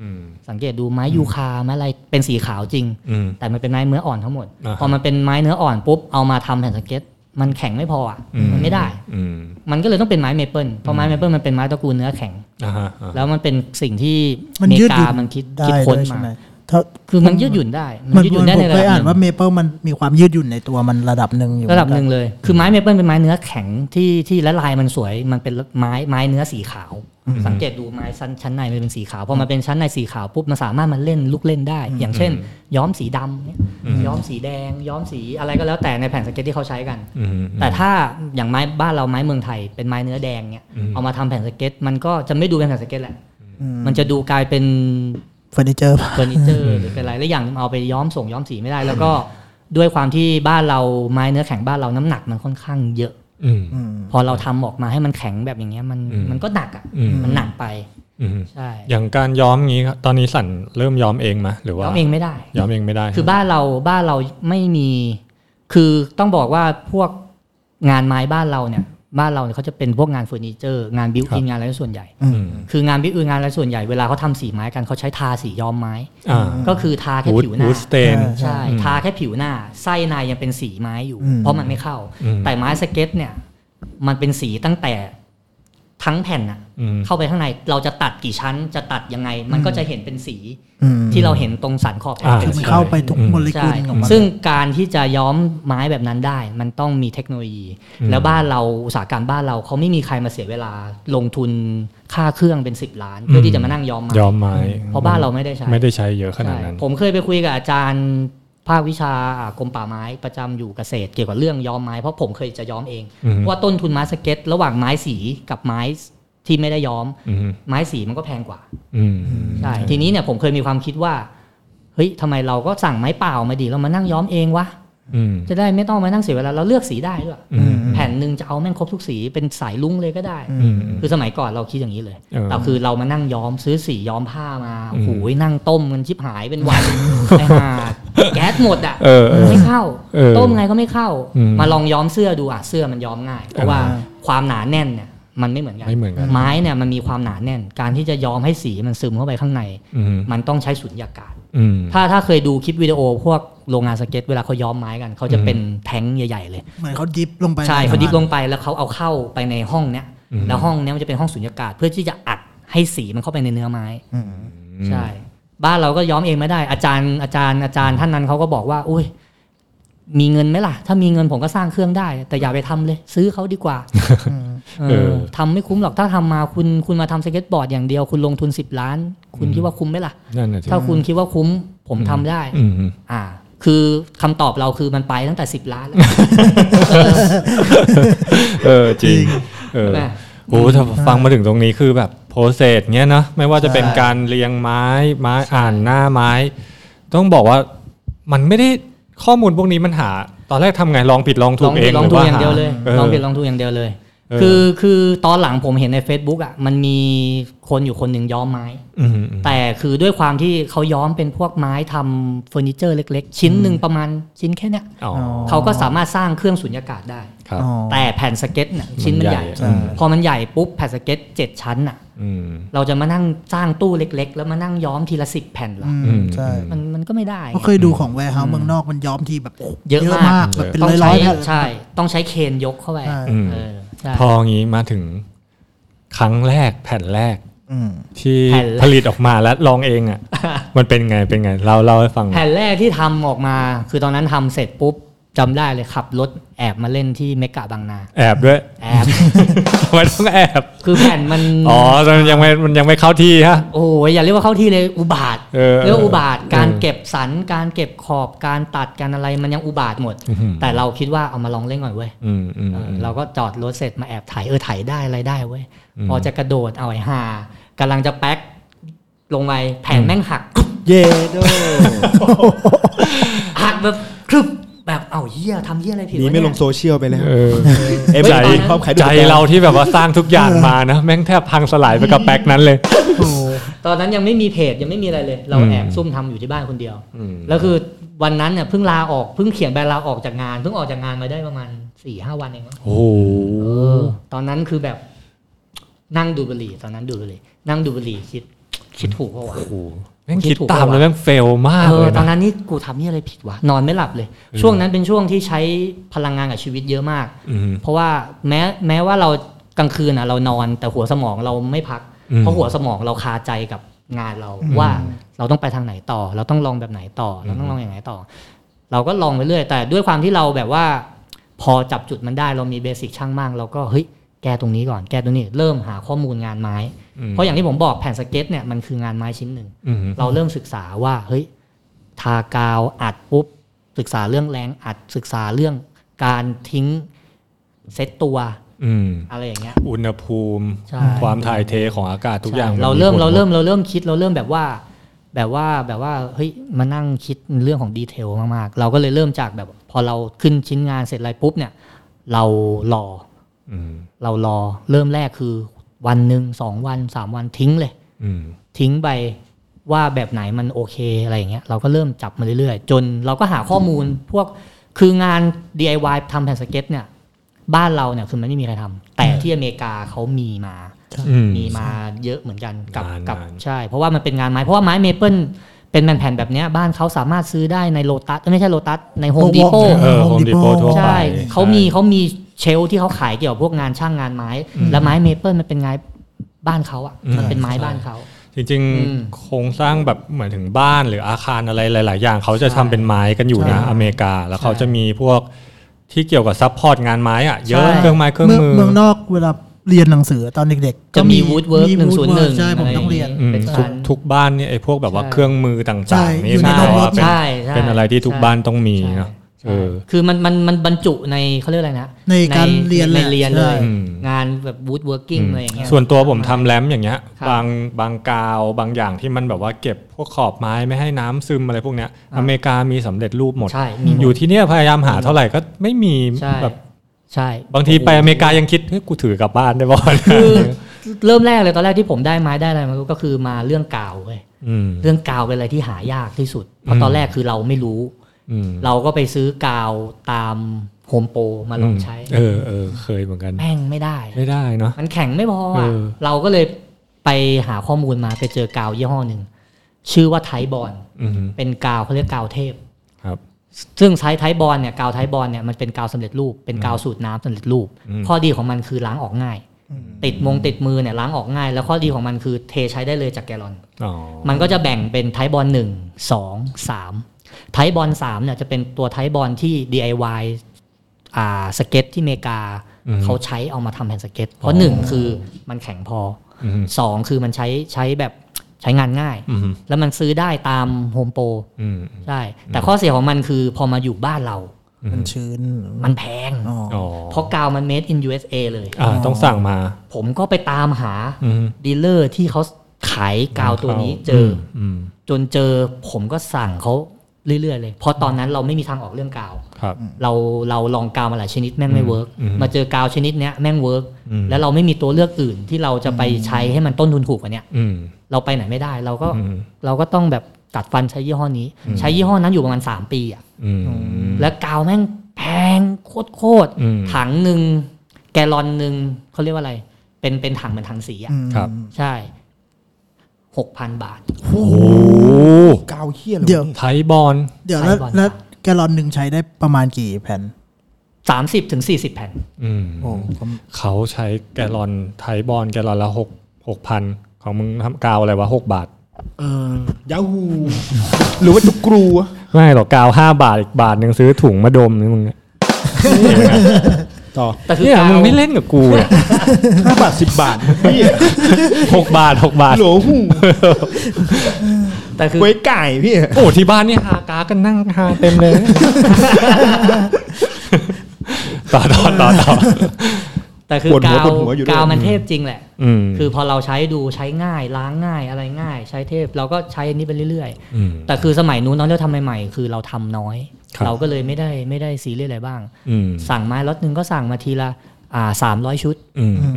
อืม สังเกตดูไม้ยูคาไม้อะไรเป็นสีขาวจริง อืม แต่มันเป็นไม้เนื้ออ่อนทั้งหมด อ่าฮะ พอมันเป็นไม้เนื้ออ่อนปุ๊บเอามาทำแผ่นสเก็ต มันแข็งไม่พออ่ะมันไม่ได้ อืม มันก็เลยต้องเป็นไม้เมเปิลเพราะไม้เมเปิลมันเป็นไม้ตระกูลเนื้อแข็ง อ่าฮะอ่า แล้วมันเป็นสิ่งที่ มัน เม ยืดห กา ยุ่น มันคิด ได้ คิดค้น ด้วยใช่ มา ไหมถ้า คือมันยืดหยุ่นได้ มั มัน นยืดหยุ่น ผ ได้ใน ม ระ เคย ดั อ่าน บห ว่า นึ่ง เมเปิลมันมีความยืดหยุ่นในตัวมันระดับหนึ่งอยู่ ระดับหนึ่ง เมือกั เลย คือไม้เมเปิลเป็นไม้เนื้อแข็งที่ที่และลายมันสวยมันเป็นไม้ไม้เนื้อสีขาว สังเกตดูไม้ชั้นชั้นในมันเป็นสีขาวพอมันเป็นชั้นในสีขาวปุ๊บมันสามารถมันเล่นลูกเล่นได้ อย่างเช่น ย้อมสีดำเนี่ยย้อมสีแดง ย้อมสีอะไรก็แล้วแต่ในแผ่นสเก็ตที่เขาใช้กัน อืม แต่ถ้าอย่างไม้บ้านเราไม้เมืองไทยเป็นไม้เนื้อแดงเนี่ย อืม เอามาทำแผ่นสเก็ต มันก็จะไม่ดูเป็นแผ่นสเก็ตแหละ อืม มันจะดูกลายเป็น เฟอร์นิเจอร์ป่ะ เฟอร์นิเจอร์หรือเป็นอะไรแล้วอย่างหนึ่งเอาไปย้อมส่งย้อมสีไม่ได้ แล้วก็ด้วยความที่บ้านเราไม้เนื้อแข็งบ้านเราน้ำหนักมันค่อนข้างเยอะ อืม อืม พอเราทำออกมาให้มันแข็งแบบอย่างเงี้ยมัน อืม มันก็หนักอ่ะ อืม มันหนักไป อืม ใช่ อย่างการย้อมงี้ครับตอนนี้สันเริ่มย้อมเองไหมหรือว่า ย้อมเองไม่ได้ ย้อมเองไม่ได้ คือบ้านเราบ้านเราไม่มี คือต้องบอกว่าพวกงานไม้บ้านเราเนี่ย บ้านเราเนี่ยเขาจะเป็นพวกงานเฟอร์นิเจอร์ งานบิวอินงานอะไรส่วนใหญ่ อืม คืองานบิวอินงานอะไรส่วนใหญ่เวลาเขาทำสีไม้กันเขาใช้ทาสีย้อมไม้ อ่า ก็คือทาแค่ วูด ผิวหน้า วูดสเตน ใช่ อืม ทาแค่ผิวหน้าไส้ในยังเป็นสีไม้อยู่ อืม เพราะมันไม่เข้า อืม แต่ไม้สเก็ตเนี่ย มันเป็นสีตั้งแต่ทั้งแผ่นอะ อืม เข้าไปข้างในเราจะตัดกี่ชั้นจะตัดยังไง มันก็จะเห็นเป็นสี อืม ที่เราเห็นตรงสันขอบแผ่น อ่า เป็น มัน สี เข้าไปทุก อืม โมเลกุ ใช่ ลของมัน ซึ่งการที่จะย้อมไม้แบบนั้นได้ มันต้องมีเทคโนโลยี แล้วบ้านเราอุตสาหกรรมบ้านเราเขาไม่มีใครมาเสียเวลาลงทุนค่าเครื่องเป็น 10 ล้าน เพื่อที่จะมานั่งย้อมไม้ ย้อมไม้ เพราะบ้านเราไม่ได้ใช้ ไม่ได้ใช้เยอะขนาด ใช่ นั้น ผมเคยไปคุยกับอาจารย์ภาควิชาอ่ากรมป่าไม้ประจำอยู่เกษตร เกี่ยวกับเรื่องย้อมไม้เพราะผมเคยจะย้อมเอง อืม ว่าต้นทุนไม้สเก็ต ระหว่างไม้สีกับไม้ที่ไม่ได้ย้อม อืม ไม้สีมันก็แพงกว่า อืม ใช่ทีนี้เนี่ยผมเคยมีความคิดว่า เฮ้ยทำไมเราก็สั่งไม้เปล่ามาดีเรามานั่งย้อมเองวะ อืม จะได้ไม่ต้องมานั่งเสียเวลาเราเลือกสีได้ด้วย อืม แผ่นหนึ่งจะเอาแม่งครบทุกสีเป็นสายลุ้งเลยก็ได้ อืม คือสมัยก่อนเราคิดอย่างนี้เลย เออ แต่คือเรามานั่งย้อมซื้อสีย้อมผ้ามา อื โอ้ ม โหนั่งต้มกันชิบหายเป็น วันไอ้ห่าแก๊สหมดอ่ะ เออเออ ไม่เข้า เออ ต้มไงก็ไม่เข้า อืม มาลองย้อมเสื้อดูอ่ะเสื้อมันย้อมง่าย เพราะว่าความหนาแน่นเนี่ยมันไม่เหมือนกัน ไม่เหมือนกัน ไม้เนี่ยมันมีความหนาแน่น การที่จะย้อมให้สีมันซึมเข้าไปข้างใน อืม มันต้องใช้สุญญากาศ อืม ถ้าถ้าเคยดูคลิปวิดีโอพวกโรงงานสเก็ต เวลาเขาย้อมไม้กัน เขาจะเป็นแท้งใหญ่ ๆ เลย เหมือนเขาดิฟลงไป ใช่ น เขาดิบล น้ำมัน งไปแล้วเขาเอาเข้าไปในห้องเนี้ย อืม แล้วห้องเนี้ยมันจะเป็นห้องสุญญากาศ เพื่อที่จะอัดให้สีมันเข้าไปในเนื้อไม้ อืม ใช่ บ้านเราก็ย้อมเองไม่ได้ อาจารย์อาจารย์อาจารย์ท่านนั้นเขาก็บอกว่า อุ้ย มีเงินไหมล่ะ ถ้ามีเงินผมก็สร้างเครื่องได้ แต่อย่าไปทำเลย ซื้อเขาดีกว่าเออทำไม่คุ้มหรอกถ้าทำมาคุณคุณมาทำสเก็ตบอร์ดอย่างเดียวคุณลงทุน10ล้าน คุณคิดว่าคุ้มไหมล่ะ นั่นน่ะสิ ถ้าคุณคิดว่าคุ้มผมทำได้ อืม อืม อ่า คือคำตอบเราคือมันไปตั้งแต่ 10 ล้านแล้ว เออจริง เออ ใช่ไหม โอ้ถ้าฟังมาถึงตรงนี้คือแบบโปรเซสเนี้ยนะไม่ว่าจะเป็นการเรียงไม้ไม้อ่านหน้าไม้ ต้องบอกว่ามันไม่ได้ข้อมูลพวกนี้มันหา ตอนแรกทำไงลองผิดลองถู ล ก อง เอ ผิ ง ดลอง หรื ถูก ว่า อย่างเดียวเลย หา ลองผิดลองถูกอย่างเดียวเลย เออ คือคือตอนหลังผมเห็นใน Facebook อ่ะ มันมีคนอยู่คนหนึ่งย้อมไม้ อืมอืมอืม แต่คือด้วยความที่เขาย้อมเป็นพวกไม้ทำเฟอร์นิเจอร์เล็ก ๆ ชิ้นหนึ่งประมาณชิ้นแค่เนี้ย อ๋อ เขาก็สามารถสร้างเครื่องสุญญากาศได้ ครับ อ๋อ แต่แผ่นสเก็ตน่ะชิ้นมันใหญ่ มันใหญ่อืม พอมันใหญ่ปุ๊บแผ่นสเก็ตเจ็ดชั้นน่ะ อืม เราจะมานั่งสร้างตู้เล็ก ๆ แล้วมานั่งย้อมทีละสิบแผ่นเหรออ อืมใช่ มันมันก็ไม่ได้ไง เพราะเคยดูของแวร์เฮาส์เมืองนอกมันย้อมทีแบบ เยอะมาก แบบเป็น ต้อ ร้องยร้อยๆใช้แผ่น ใช่ ต้องใช้เคนยกเข้าไป ใช่ อืม เออใช่ พองี้มาถึงครั้งแรกแผ่นแรก อืม ที่ แผ่นแรก ผลิตออกมาแล้วลองเอง อ่ะ มันเป็นไงเป็นไงเล่าเล่าให้ฟังหน่อย แผ่นแรกที่ทำออกมา คือตอนนั้นทำเสร็จปุ๊บจำได้เลยขับรถแอบมาเล่นที่เมกะบางนา แอบด้วย แอบ ทำ ไมต้องแอบ คือแผ่นมัน อ๋อมันยังไม่ มันยังไม่เข้าที่ฮะ โอ้ยอย่าเรียกว่าเข้าที่เลยอุบาท เออ เรื่องอุบาท การ เออ เก็บสัน การเก็บขอบ การตัดการอะไรมันยังอุบาทหมด อื้อหือ แต่เราคิดว่าเอามาลองเล่นก่อนเว้ย อืมอืม เออ อืม เราก็จอดรถเสร็จมาแอบถ่ายเออถ่ายได้อะไรได้เว้ยพอจะกระโดดเอาไอ้ห่ากำลังจะแป๊กลงไปแผ่นแม่งหัก เย่โด หักแบบครึบแบบเอ้าเหี้ยทำเหี้ยอะไรผิดวะ นี้ เนี่ย ไม่ลงโซเชียลไปแล้ว เออ เอ็ม ใจ ใจความขายดุ ใจเราที่แบบว่าสร้างทุกอย่างมานะ แม่งแทบพังสลายไปกับแป๊กนั้นเลย ตอนนั้นยังไม่มีเพจยังไม่มีอะไรเลย เรา อืม แอบซุ่มทำอยู่ที่บ้านคนเดียว อืม แล้วคือวันนั้นเนี่ยเพิ่งลาออกเพิ่งเขียนใบลาออกจากงานเพิ่งออกจากงานมาได้ประมาณ สี่ห้าวันเองมั้ง โอ้โห เออ ตอนนั้นคือแบบ นั่งดูบุหรี่ ตอนนั้นดูบุหรี่ นั่งดูบุหรี่คิด คิดถูกเปล่าวะ แม่งคิดตามแล้วแม่งเฟลมาก เอ เล อย ตอน นะ นั้นนี่กูทำนี่อะไรผิดวะนอนไม่หลับเลย ช่วงนั้นเป็นช่วงที่ใช้พลังงานกับชีวิตเยอะมาก อืม เพราะว่าแม้แม้ว่าเรากลางคืนอ่ะเรานอนแต่หัวสมองเราไม่พัก อืม เพราะหัวสมองเราคาใจกับงานเราว่าเราต้องไปทางไหนต่อ เราต้องลองแบบไหนต่อ เราต้องลองอย่างไหนต่อ เราก็ลองไปเรื่อย แต่ด้วยความที่เราแบบว่า พอจับจุดมันได้เรามีเบสิกช่างมากเราก็เฮ้ยแก้ตรงนี้ก่อนแก้ตรงนี้ เริ่มหาข้อมูลงานไม้ เพราะอย่างที่ผมบอกแผ่นสเก็ตเนี่ยมันคืองานไม้ชิ้นหนึ่ง อืม เราเริ่มศึกษาว่าเฮ้ยทากาวอัดปุ๊บ ศึกษาเรื่องแรงอัดศึกษาเรื่องการทิ้งเซตตัว อืม อะไรอย่างเงี้ย อุณหภูมิ ใช่ ความถ่ายเทของอากาศทุกอย่าง ใช่ น เราเริ่ม ผล เราเริ่มเราเริ่มคิดเราเริ่มแบบว่า แบบว่าแบบว่าเฮ้ยมานั่งคิดเรื่องของดีเทลมากๆ เราก็เลยเริ่มจากแบบพอเราขึ้นชิ้นงานเสร็จอะไรปุ๊บเนี่ย เรารอ อืม เรารอเริ่มแรกคือวันหนึ่งสองวันสามวันทิ้งเลย อืม ทิ้งไปว่าแบบไหนมันโอเคอะไรอย่างเงี้ยเราก็เริ่มจับมาเรื่อยๆ จนเราก็หาข้อมูลพวกคืองาน DIY ทำแผ่นสเก็ตเนี่ยบ้านเราเนี่ยคือมันไม่มีใครทำแต่ที่อเมริกาเขามีมา อืม มีมาเยอะเหมือนกันกับ นาน กับ นาน ใช่ เพราะว่ามันเป็นงานไม้เพราะว่าไม้เมเปิลเป็นแผ่นๆแบบเนี้ยบ้านเขาสามารถซื้อได้ในโลตัสไม่ใช่โลตัสในโฮมดีโป เออ Home Depot ทั่วไป ใช่ ใช่ เขามีเขามีเชลฟ์ที่เขาขายเกี่ยวกับพวกงานช่างงานไม้ และไม้เมเปิลมันเป็นไม้บ้านเขาอ่ะ อืม มันเป็นไม้บ้านเขา จริง อืม ๆ โครงสร้างแบบเหมือนถึงบ้านหรืออาคารอะไรหลาย ๆ อย่างเขาจะทำเป็นไม้กันอยู่นะ ใช่ อเมริกา แล้ว ใช่ เขาจะมีพวกที่เกี่ยวกับซัพพอร์ตงานไม้อะเยอะ ใช่ เครื่องไม้เครื่อง เมือง มือ เมืองนอกเวลาเรียนหนังสือตอนเด็กๆ จะมีวูดเวิร์กหนึ่งศูนย์หนึ่ง ใช่ผมต้องเรียน อืม เป็น ทุ กาก ร ทุกบ้านเนี่ยไอ้พวกแบบว่า ใช่ เครื่องมือต่ ใช่ างๆนี่ อยู่ใน ถือว่าเป็น ใช่ใช่ เป็นอะไรที่ทุก ใช่ บ้านต้องมีเนาะ ใช่ เออ คือมันมันมันบรรจุในเขาเรียกอะไรนะ ในการเรียนเลในย เรียนเลย ใช่ อืม งานแบบวูดเวิร์กิ่งอะไรอย่างเงี้ย ส่วนตัวผมทำแรมอย่างเงี้ย ครับ บางบางกาวบางอย่างที่มันแบบว่าเก็บพวกขอบไม้ไม่ให้น้ำซึมอะไรพวกเนี้ยอเมริกามีสำเร็จรูปหมด ใช่มีหมด อยู่ที่เนี่ยพยายามหาเท่าไหร่ก็ไม่มี ใช่ แบบ ใช่ บางทีไปอเมริกายังคิดเฮ้ยกูถือกลับบ้านได้บ่อย คือเริ่มแรกเลยตอนแรกที่ผมได้ไม้ได้อะไรมาก็คือมาเรื่องกาวเว้ย ม เรื่องกาวเป็นอะไรที่หายากที่สุดเพราะตอนแรกคือเราไม่รู้ อืม เราก็ไปซื้อกาวตามโฮมโปรมาลองใช้ เออเออเคยเหมือนกัน แม่งไม่ได้ ไม่ได้เนาะ มันแข็งไม่พออ่ะ เออ เราก็เลยไปหาข้อมูลมาไปเจอกาวยี่ห้อหนึ่ง ชื่อว่าไทบอล อืม เป็นกาวเขาเรียกกาวเทพ ครับ ซึ่งใช้ไทบอลเนี่ยกาวไทบอลเนี่ยมันเป็นกาวสำเร็จรูป เป็นกาวสูตรน้ำสำเร็จรูป อืม ข้อดีของมันคือล้างออกง่าย ติดมงติดมือเนี่ยล้างออกง่าย แล้วข้อดีของมันคือเทใช้ได้เลยจากแกลลอน อ๋อ มันก็จะแบ่งเป็นไทบอลหนึ่งสองสามไทบอลสามเนี่ยจะเป็นตัวไทบอลที่ DIY อ่าสเก็ตที่อเมริกา อืม เขาใช้เอามาทำแผ่นสเก็ต เพราะหนึ่งคือมันแข็งพออ ม สองคือมันใช้ใช้แบบใช้งานง่าย อืม แล้วมันซื้อได้ตามโฮมโปร อืม ได้ แต่ข้อเสียของมันคือพอมาอยู่บ้านเรา มันชื้น มันแพง อ๋อ อ๋อ เพราะกาวมัน made in USA เลย อ่าต้องสั่งมา ผมก็ไปตามหา อืม ดีลเลอร์ที่เขาขายกาวตัวนี้เจออ อืม จนเจอผมก็สั่งเขาเรื่อยๆเลย เพราะตอนนั้นเราไม่มีทางออกเรื่องกาว ครับ เราเราลองกาวมาหลายชนิดแม่งไม่เวิร์ก อืม มาเจอกาวชนิดเนี้ยแม่งเวิร์ก อืม แล้วเราไม่มีตัวเลือกอื่นที่เราจะไปใช้ให้มันต้นทุนถูกกว่าเนี้ย อืม เราไปไหนไม่ได้ เราก็ อืม เราก็ต้องแบบกัดฟันใช้ยี่ห้อนี้ ใช้ยี่ห้อนั้นอยู่ประมาณ 3 ปีอ่ะ อืม แล้วกาวแม่งแพงโคตร อืม ๆถังหนึ่งแกลลอนหนึ่งเขาเรียกว่าอะไร เป็นเป็นถังเหมือนถังสีอ่ะ อืม ครับ ใช่หกพันบาท โอ้ กาวเขี้ยเลย เดี๋ยว ไทยบอล เดี๋ยวแล้ว ไซส์บอล แล้วแกลลอนหนึ่งใช้ได้ประมาณกี่แผ่น 30ถึง40 แผ่น อืม โอ้ผม เขาใช้แกลลอนไทยบอลแกลลอนละหกหกพันของมึงทำกาวอะไรวะหกบาท เออยาฮู หรือว่าจุกกรูอะ ไม่หรอกกาวห้าบาทอีกบาทหนึ่งซื้อถุงมาดมนี่มึงเนี่ย ต่อ แต่คือ เนี่ย กาว มึงไม่เล่นกับกู เนี่ย ห้าบาทสิบบาทพี่ หกบาทหกบาท โหล หู แต่คือ ไว้ไก่พี่ โอ้ที่บ้านนี่ฮากากันนั่งฮาเต็มเลย ต่อต่อต่อต่อ แต่คือ ปวดหัว กาว ปวดหัวอยู่ด้วย กาวมันเทพจริงแหละ อืม คือพอเราใช้ดูใช้ง่ายล้างง่ายอะไรง่าย ใช้เทพเราก็ใช้อันนี้ไปเรื่อย อืม ๆ แต่คือสมัยนู้นน้องเจ้าทำใหม่ๆ คือเราทำน้อย ครับ เราก็เลยไม่ได้ไม่ได้ซีเรียสอะไรบ้าง อืม สั่งไม้ล็อตหนึ่งก็สั่งมาทีละอ่าสามร้อยชุด อืม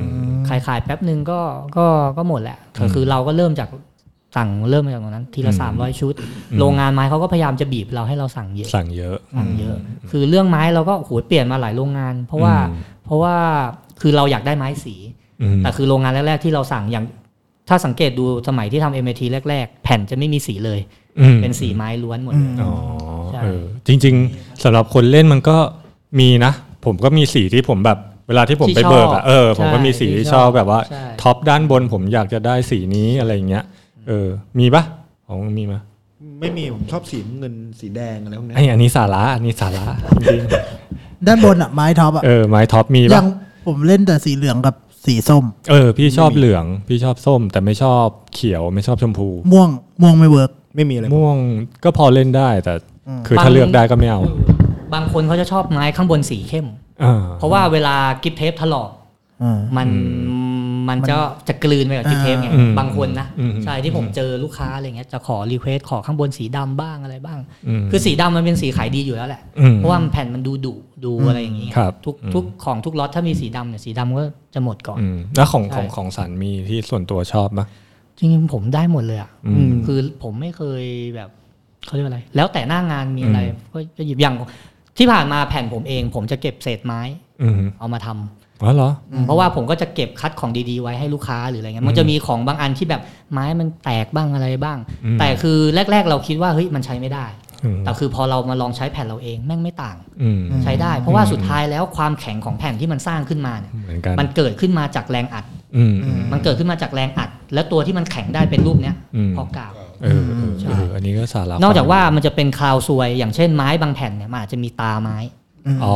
ขายๆแป๊บหนึ่งก็ก็ก็หมดแหละก็คือเราก็เริ่มจาก สั่งเริ่มมาจากตรงนั้น ทีละสามร้อยชุด โรงงานไม้เขาก็พยายามจะบีบเราให้เราสั่งเยอะ สั่งเยอะ สั่งเยอะ คือเรื่องไม้เราก็โหเปลี่ยนมาหลายโรงงาน เพราะว่า อืม เพราะว่าคือเราอยากได้ไม้สี อืม แต่คือโรงงานแรกๆที่เราสั่งอย่าง ถ้าสังเกตดูสมัยที่ทำ MIT แรก ๆ แผ่นจะไม่มีสีเลย อืม เป็นสีไม้ล้วนหมดเลย อ๋อ ใช่ เออจริงๆสำหรับคนเล่นมันก็มีนะ ผมก็มีสีที่ผมแบบเวลาที่ผมไปเบิกอะเออผมก็มีสีที่ชอบแบบว่า ใช่ ท็อปด้านบนผมอยากจะได้สีนี้อะไรอย่างเงี้ยเออมีปะของมึงมีมะ ไม่มีผมชอบสีเงินสีแดงอะไรพวกเนี้ย ไออันนี้สาระอันนี้สาระจริง ด้านบนอ่ะไม้ท็อปอ่ะ ๆเออไม้ท็อปมี อ ปะ ย่างผมเล่นแต่สีเหลืองกับสีส้ม เออพี่ชอบเหลือง พี่ชอบส้ม แต่ไม่ชอบเขียวไม่ชอบชมพู ม่วงม่วงไม่เวิร์ก ไม่มีอะไร ม่วงก็พอเล่นได้แต่ อืม คือถ้าเลือกได้ก็ไม่เอา บางคนเขาจะชอบไม้ข้างบนสีเข้ม อ่า เพราะว่าเวลากิฟเทปถลอก อ่า มันมันจะจะกลืนไปกับกิฟเทปไง อ่า บางคนนะ อืม ใช่ที่ผมเจอลูกค้าอะไรเงี้ยจะขอรีเควสขอข้างบนสีดำบ้างอะไรบ้าง อืม คือสีดำมันเป็นสีขายดีอยู่แล้วแหละ อืม เพราะว่ามันแผ่นมันดูดุดูอะไรอย่างงี้ไง ครับ ทุก อืม ทุกของทุกล็อตถ้ามีสีดำเนี่ยสีดำก็จะหมดก่อน อืมแล้วของ ใช่ ของของสันมีที่ส่วนตัวชอบมะ จริงๆผมได้หมดเลยอ่ะ อืม คือผมไม่เคยแบบเขาเรียกว่าอะไร แล้วแต่หน้างานมีอะไรก็ก็หยิบอย่างที่ผ่านมาแผ่นผมเอง ผมจะเก็บเศษไม้ อืม เอามาทำ อ๋อเหรอ เพราะว่าผมก็จะเก็บคัดของดีๆไว้ให้ลูกค้าหรืออะไรเงี้ยมันจะมีของบางอันที่แบบไม้มันแตกบ้างอะไรบ้าง อืม แต่คือแรก ๆ เราคิดว่าเฮ้ยมันใช้ไม่ได้ อืม แต่คือพอเรามาลองใช้แผ่นเราเองแม่งไม่ต่าง อืม ใช้ได้ เพราะว่าสุดท้ายแล้วความแข็งของแผ่นที่มันสร้างขึ้นมาเนี่ย เหมือนกัน มันเกิดขึ้นมาจากแรงอัด อืมอืม มันเกิดขึ้นมาจากแรงอัด แล้วตัวที่มันแข็งได้เป็นรูปเนี้ย อืม พอกาว เออเออเอออันนี้ก็สาระ นอกจากว่ามันจะเป็นคราวซวย อย่างเช่นไม้บางแผ่นเนี่ยมันอาจจะมีตาไม้ อ๋อ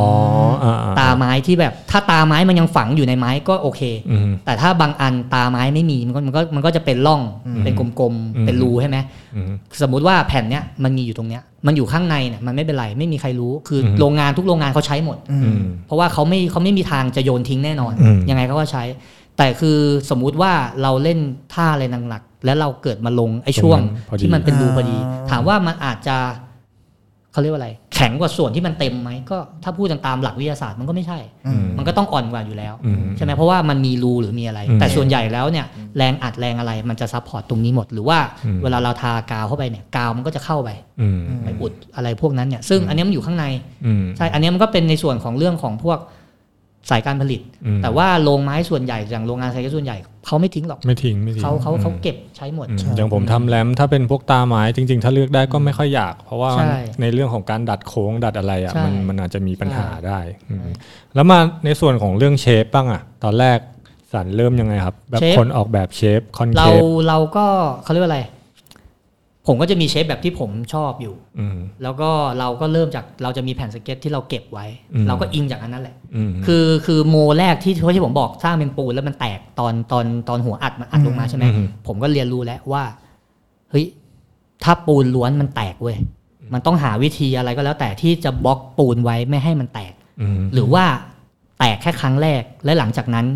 อ่า ตาไม้ที่แบบ ถ้าตาไม้มันยังฝังอยู่ในไม้ก็โอเค อืม แต่ถ้าบางอันตาไม้ไม่มีมันก็มันก็มันก็จะเป็นร่องเป็นกลม อืม ๆเป็นรูใช่ไหม อืม สมมุติว่าแผ่นเนี้ยมันมีอยู่ตรงเนี้ยมันอยู่ข้างในเนี่ยมันไม่เป็นไรไม่มีใครรู้คืออ ม โรงงานทุกโรงงานเขาใช้หมด อืม เพราะว่าเขาไม่เขาไม่มีทางจะโยนทิ้งแน่นอน อืม ยังไงเขาก็ใช้ แต่คือสมมุติว่าเราเล่นท่าอะไรหนักๆแล้วเราเกิดมาลงไอ้ช่วงที่มันเป็นรูพอดี ถามว่ามันอาจจะเขาเรียกว่าอะไร แข็งกว่าส่วนที่มันเต็มไหมก็ถ้าพูดตามหลักวิทยาศาสตร์มันก็ไม่ใช่ อืม มันก็ต้องอ่อนกว่าอยู่แล้ว อืม ใช่ไหมเพราะว่ามันมีรูหรือมีอะไร อืม แต่ส่วนใหญ่แล้วเนี่ยแรงอัดแรงอะไรมันจะซัพพอร์ตตรงนี้หมด หรือว่า อืม เวลาเราทากาวเข้าไปเนี่ยกาวมันก็จะเข้าไป อืม ไปอุดอะไรพวกนั้นเนี่ยซึ่งอันเนี้ยมันอยู่ข้างใน อืม ใช่ อันเนี้ยมันก็เป็นในส่วนของเรื่องของพวกสายการผลิต อืม แต่ว่าโรงไม้ส่วนใหญ่อย่างโรงงานไซส์ส่วนใหญ่เขาไม่ทิ้งหรอก ไม่ทิ้งไม่ทิ้ง เขาเขาเขา อืม เก็บใช้หมด อืมอย่างผมทำแรมถ้าเป็นพวกตาไม้จริง ๆ ถ้าเลือกได้ก็ไม่ค่อยอยาก เพราะว่า ใช่ ในเรื่องของการดัดโค้งดัดอะไรอ่ะ ใช่ มันมันอาจจะมีปัญหา ใช่ ได้อืมแล้วมาในส่วนของเรื่องเชฟบ้างอ่ะ ตอนแรกสันเริ่มยังไงครับ แบบคนออกแบบเชฟคอน เรา เคป เราก็เขาเรียกว่าอะไร ผมก็จะมีเชฟแบบที่ผมชอบอยู่ อืม แล้วก็เราก็เริ่มจากเราจะมีแผ่นสเก็ตที่เราเก็บไว้ อืม เราก็อิงจากอันนั้นแหละ อืม คือคือโมแรกที่ที่ผมบอกสร้างเป็นปูนแล้วมันแตกตอนตอนตอนหัวอัดมันอัดลงมาใช่ไหม อืม ผมก็เรียนรู้แล้วว่าเฮ้ยถ้าปูนล้วนมันแตกเว้ยมันต้องหาวิธีอะไรก็แล้ว แต่ที่จะบล็อกปูนไว้ไม่ให้มันแตก ม หรือว่าแตกแค่ครั้งแรกและหลังจากนั้น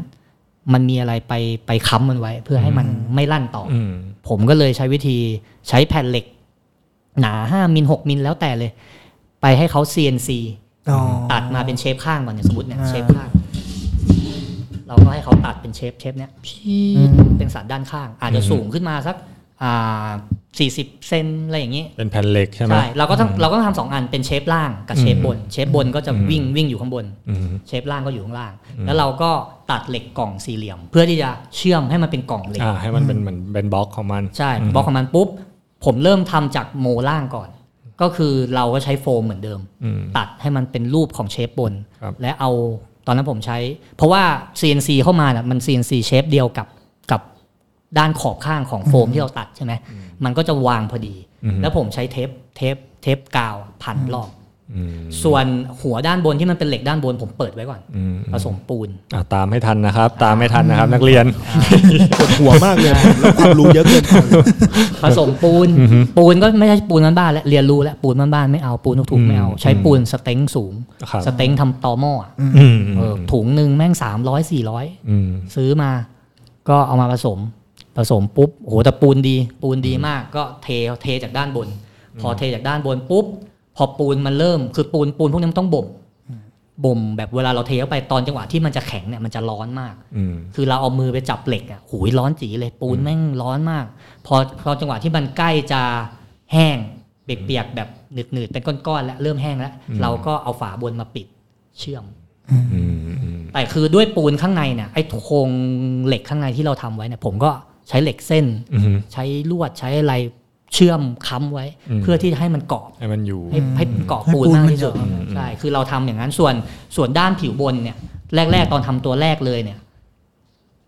มันมีอะไรไปไปค้ำมันไว้ เพื่อให้มันไม่ลั่นต่ออ อืม ผมก็เลยใช้วิธีใช้แผ่นเหล็ก หนาห้ามิลหกมิลแล้วแต่เลย ไปให้เขา CNC อ๋อ ตัดมาเป็นเชฟข้างก่อนเนี่ยสมมติเนี่ย อ่า เชฟข้าง เราก็ให้เขาตัดเป็นเชฟเชฟเนี้ยพีดเป็นสันด้านข้าง อาจจะสูงขึ้นมาสักอ่าสี่สิบเซนอะไรอย่างนี้ เป็นแผ่นเหล็กใช่ไหม ใช่เราก็ต้องเราก็ต้องทำสองอันเป็นเชฟล่างกับเชฟบน เชฟบนก็จะวิ่งวิ่งอยู่ข้างบน อืม เชฟล่างก็อยู่ข้างล่าง แล้วเราก็ตัดเหล็กกล่องสี่เหลี่ยม เพื่อที่จะเชื่อมให้มันเป็นกล่องเหล็ก อ่าให้มันเป็นเหมือนเป็นบล็อกของมัน ใช่บล็อกของมันปุ๊บ ผมเริ่มทำจากโมล่างก่อน ก็คือเราก็ใช้โฟมเหมือนเดิม อืม ตัดให้มันเป็นรูปของเชฟบน ครับ และเอาตอนนั้นผมใช้ เพราะว่า CNC เข้ามาน่ะมัน CNC เชฟเดียวกับกับด้านขอบข้างของโฟมที่เราตัดใช่ไหมมันก็จะวางพอดี แล้วผมใช้เทปเทปเทปกาวพันรอบ อืม ส่วนหัวด้านบนที่มันเป็นเหล็กด้านบน ผมเปิดไว้ก่อน อืม ผสมปูน อ่าตามให้ทันนะครับ ตามให้ทันนะครับนักเรียน ปวดหัวมากเลยแล้วความรู้เยอะเกินไป ผสมปูน ปูนก็ไม่ใช่ปูนบ้านๆแล้วเรียนรู้แล้วปูนบ้านๆไม่เอาปูนถูกๆไม่เอา ใช้ปูนสเต็งสูง ครับ สเต็งทำตอหม้ออะ อืม เออถุงหนึ่งแม่งสามร้อยสี่ร้อย อืม ซื้อมาก็เอามาผสม ผสมปุ๊บโหแต่ปูนดี ปูนดีมากก็เทเทจากด้านบน พอเทจากด้านบนปุ๊บ พอปูนมันเริ่มคือปูนปูนพวกนี้มันต้องบ่ม บ่มแบบเวลาเราเทเข้าไปตอนจังหวะที่มันจะแข็งเนี่ยมันจะร้อนมาก อืม คือเราเอามือไปจับเหล็กอ่ะหูยร้อนจีเลยปูนแม่งร้อนมาก พอพอจังหวะที่มันใกล้จะแห้งเปียกๆแบบหนืดๆเป็นก้อนๆแล้วเริ่มแห้งแล้ว อืม เราก็เอาฝาบนมาปิดเชื่อม อืมอืม แต่คือด้วยปูนข้างในเนี่ยไอ้โครงเหล็กข้างในที่เราทำไว้เนี่ยผมก็ใช้เหล็กเส้น อืม ใช้ลวดใช้อะไรเชื่อมค้ำไว้ อืม เพื่อที่จะให้มันเกาะ ให้มันอยู่ ให้ให้เกาะ ให้ ปูน ปูน มาก มัน ที่สุด เกาะ ใช่คือเราทำอย่างนั้นส่วนส่วนด้านผิวบนเนี่ย แรก ๆ ตอนทำตัวแรกเลยเนี่ย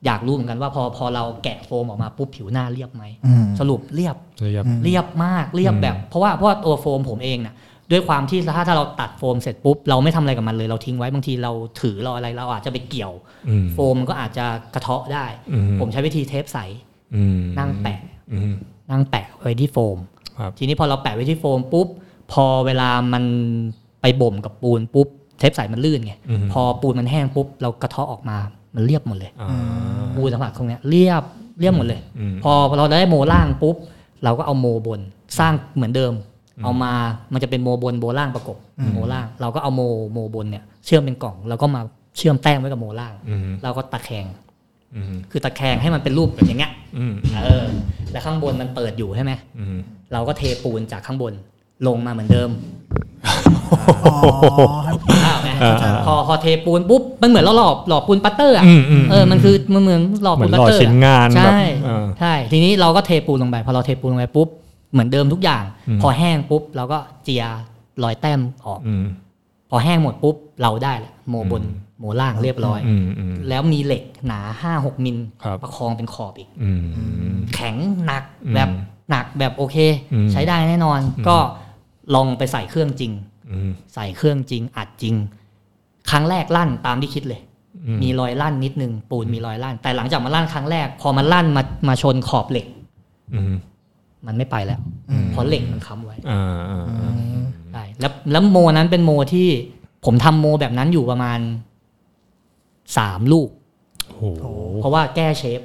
อยากรู้เหมือนกันว่าพอพอเราแกะโฟมออกมาปุ๊บผิวหน้าเรียบไหม อืม สรุปเรียบ ระยะ เรียบมากเรียบแบบ เพราะว่าเพราะว่าตัวโฟมผมเองเนี่ยด้วยความที่ถ้าถ้าเราตัดโฟมเสร็จปุ๊บเราไม่ทำอะไรกับมันเลยเราทิ้งไว้บางทีเราถือเราอะไรเราอาจจะไปเกี่ยว อืม โฟมมันก็อาจจะกระเทาะได้ อืม ผมใช้วิธีเทปใส อืม นั่งแปะ อืม นั่งแปะไว้ที่โฟม ครับ ทีนี้พอเราแปะไว้ที่โฟมปุ๊บ พอเวลามันไปบ่มกับปูนปุ๊บ เทปใสมันลื่นไง อือฮึ พอปูนมันแห้งปุ๊บ เรากระเทาะออกมา มันเรียบหมดเลย อ่า ปูนสัมผัสตรงเนี้ยเรียบเรียบหมดเลย อืม พอเราได้โมล่างปุ๊บ เราก็เอาโมบนสร้างเหมือนเดิม เอามา มันจะเป็นโมบนโมล่างประกบ โมล่าง เราก็เอาโมโมบนเนี่ยเชื่อมเป็นกล่อง แล้วก็มาเชื่อมแต้มไว้กับโมล่าง อืม เราก็ตะแคง อืม คือตะแคงให้มันเป็นรูปแบบอย่างเงี้ย อืม เออ แล้วข้างบนมันเปิดอยู่ใช่ไหม อืม เราก็เทปูนจากข้างบนลงมาเหมือนเดิม อ๋อให้ปูน อ้าวไง อ่า พอพอเทปูนปุ๊บ มันเหมือนเราหลอบหลอบปูนปัตเตอร์อ่ะ อืมอืม เออมันคือมันเหมือนหลอบปูนปัตเตอร์ เหมือนหล่อชิ้นงาน ใช่ แบบเออ ใช่ทีนี้เราก็เทปูนลงไป พอเราเทปูนลงไปปุ๊บเหมือนเดิมทุกอย่าง อืม พอแห้งปุ๊บ เราก็เจียรอยแต้มออก อืม พอแห้งหมดปุ๊บเราได้แหละโมบน อืม โมล่างเรียบร้อย อืมอืม แล้วมีเหล็กหนาห้าหกมิล ครับ ประคองเป็นขอบอีก อืม แข็งหนัก อืม แบบหนักแบบโอเค อืม ใช้ได้แน่นอนก็ลองไปใส่เครื่องจริง อืม ใส่เครื่องจริงอัดจริง ครั้งแรกลั่นตามที่คิดเลย อืม มีรอยลั่นนิดนึงปูนมีรอยลั่น แต่หลังจากมันลั่นครั้งแรก พอมันลั่นมามาชนขอบเหล็ก อืม มันไม่ไปแล้วเพราะเหล็กมันค้ำไว้ อ่าอ่าอ่า ได้แล้วแล้วโมนั้นเป็นโมที่ผมทำโมแบบนั้นอยู่ประมาณสามลูก โอ้โห เพราะว่าแก้เชฟ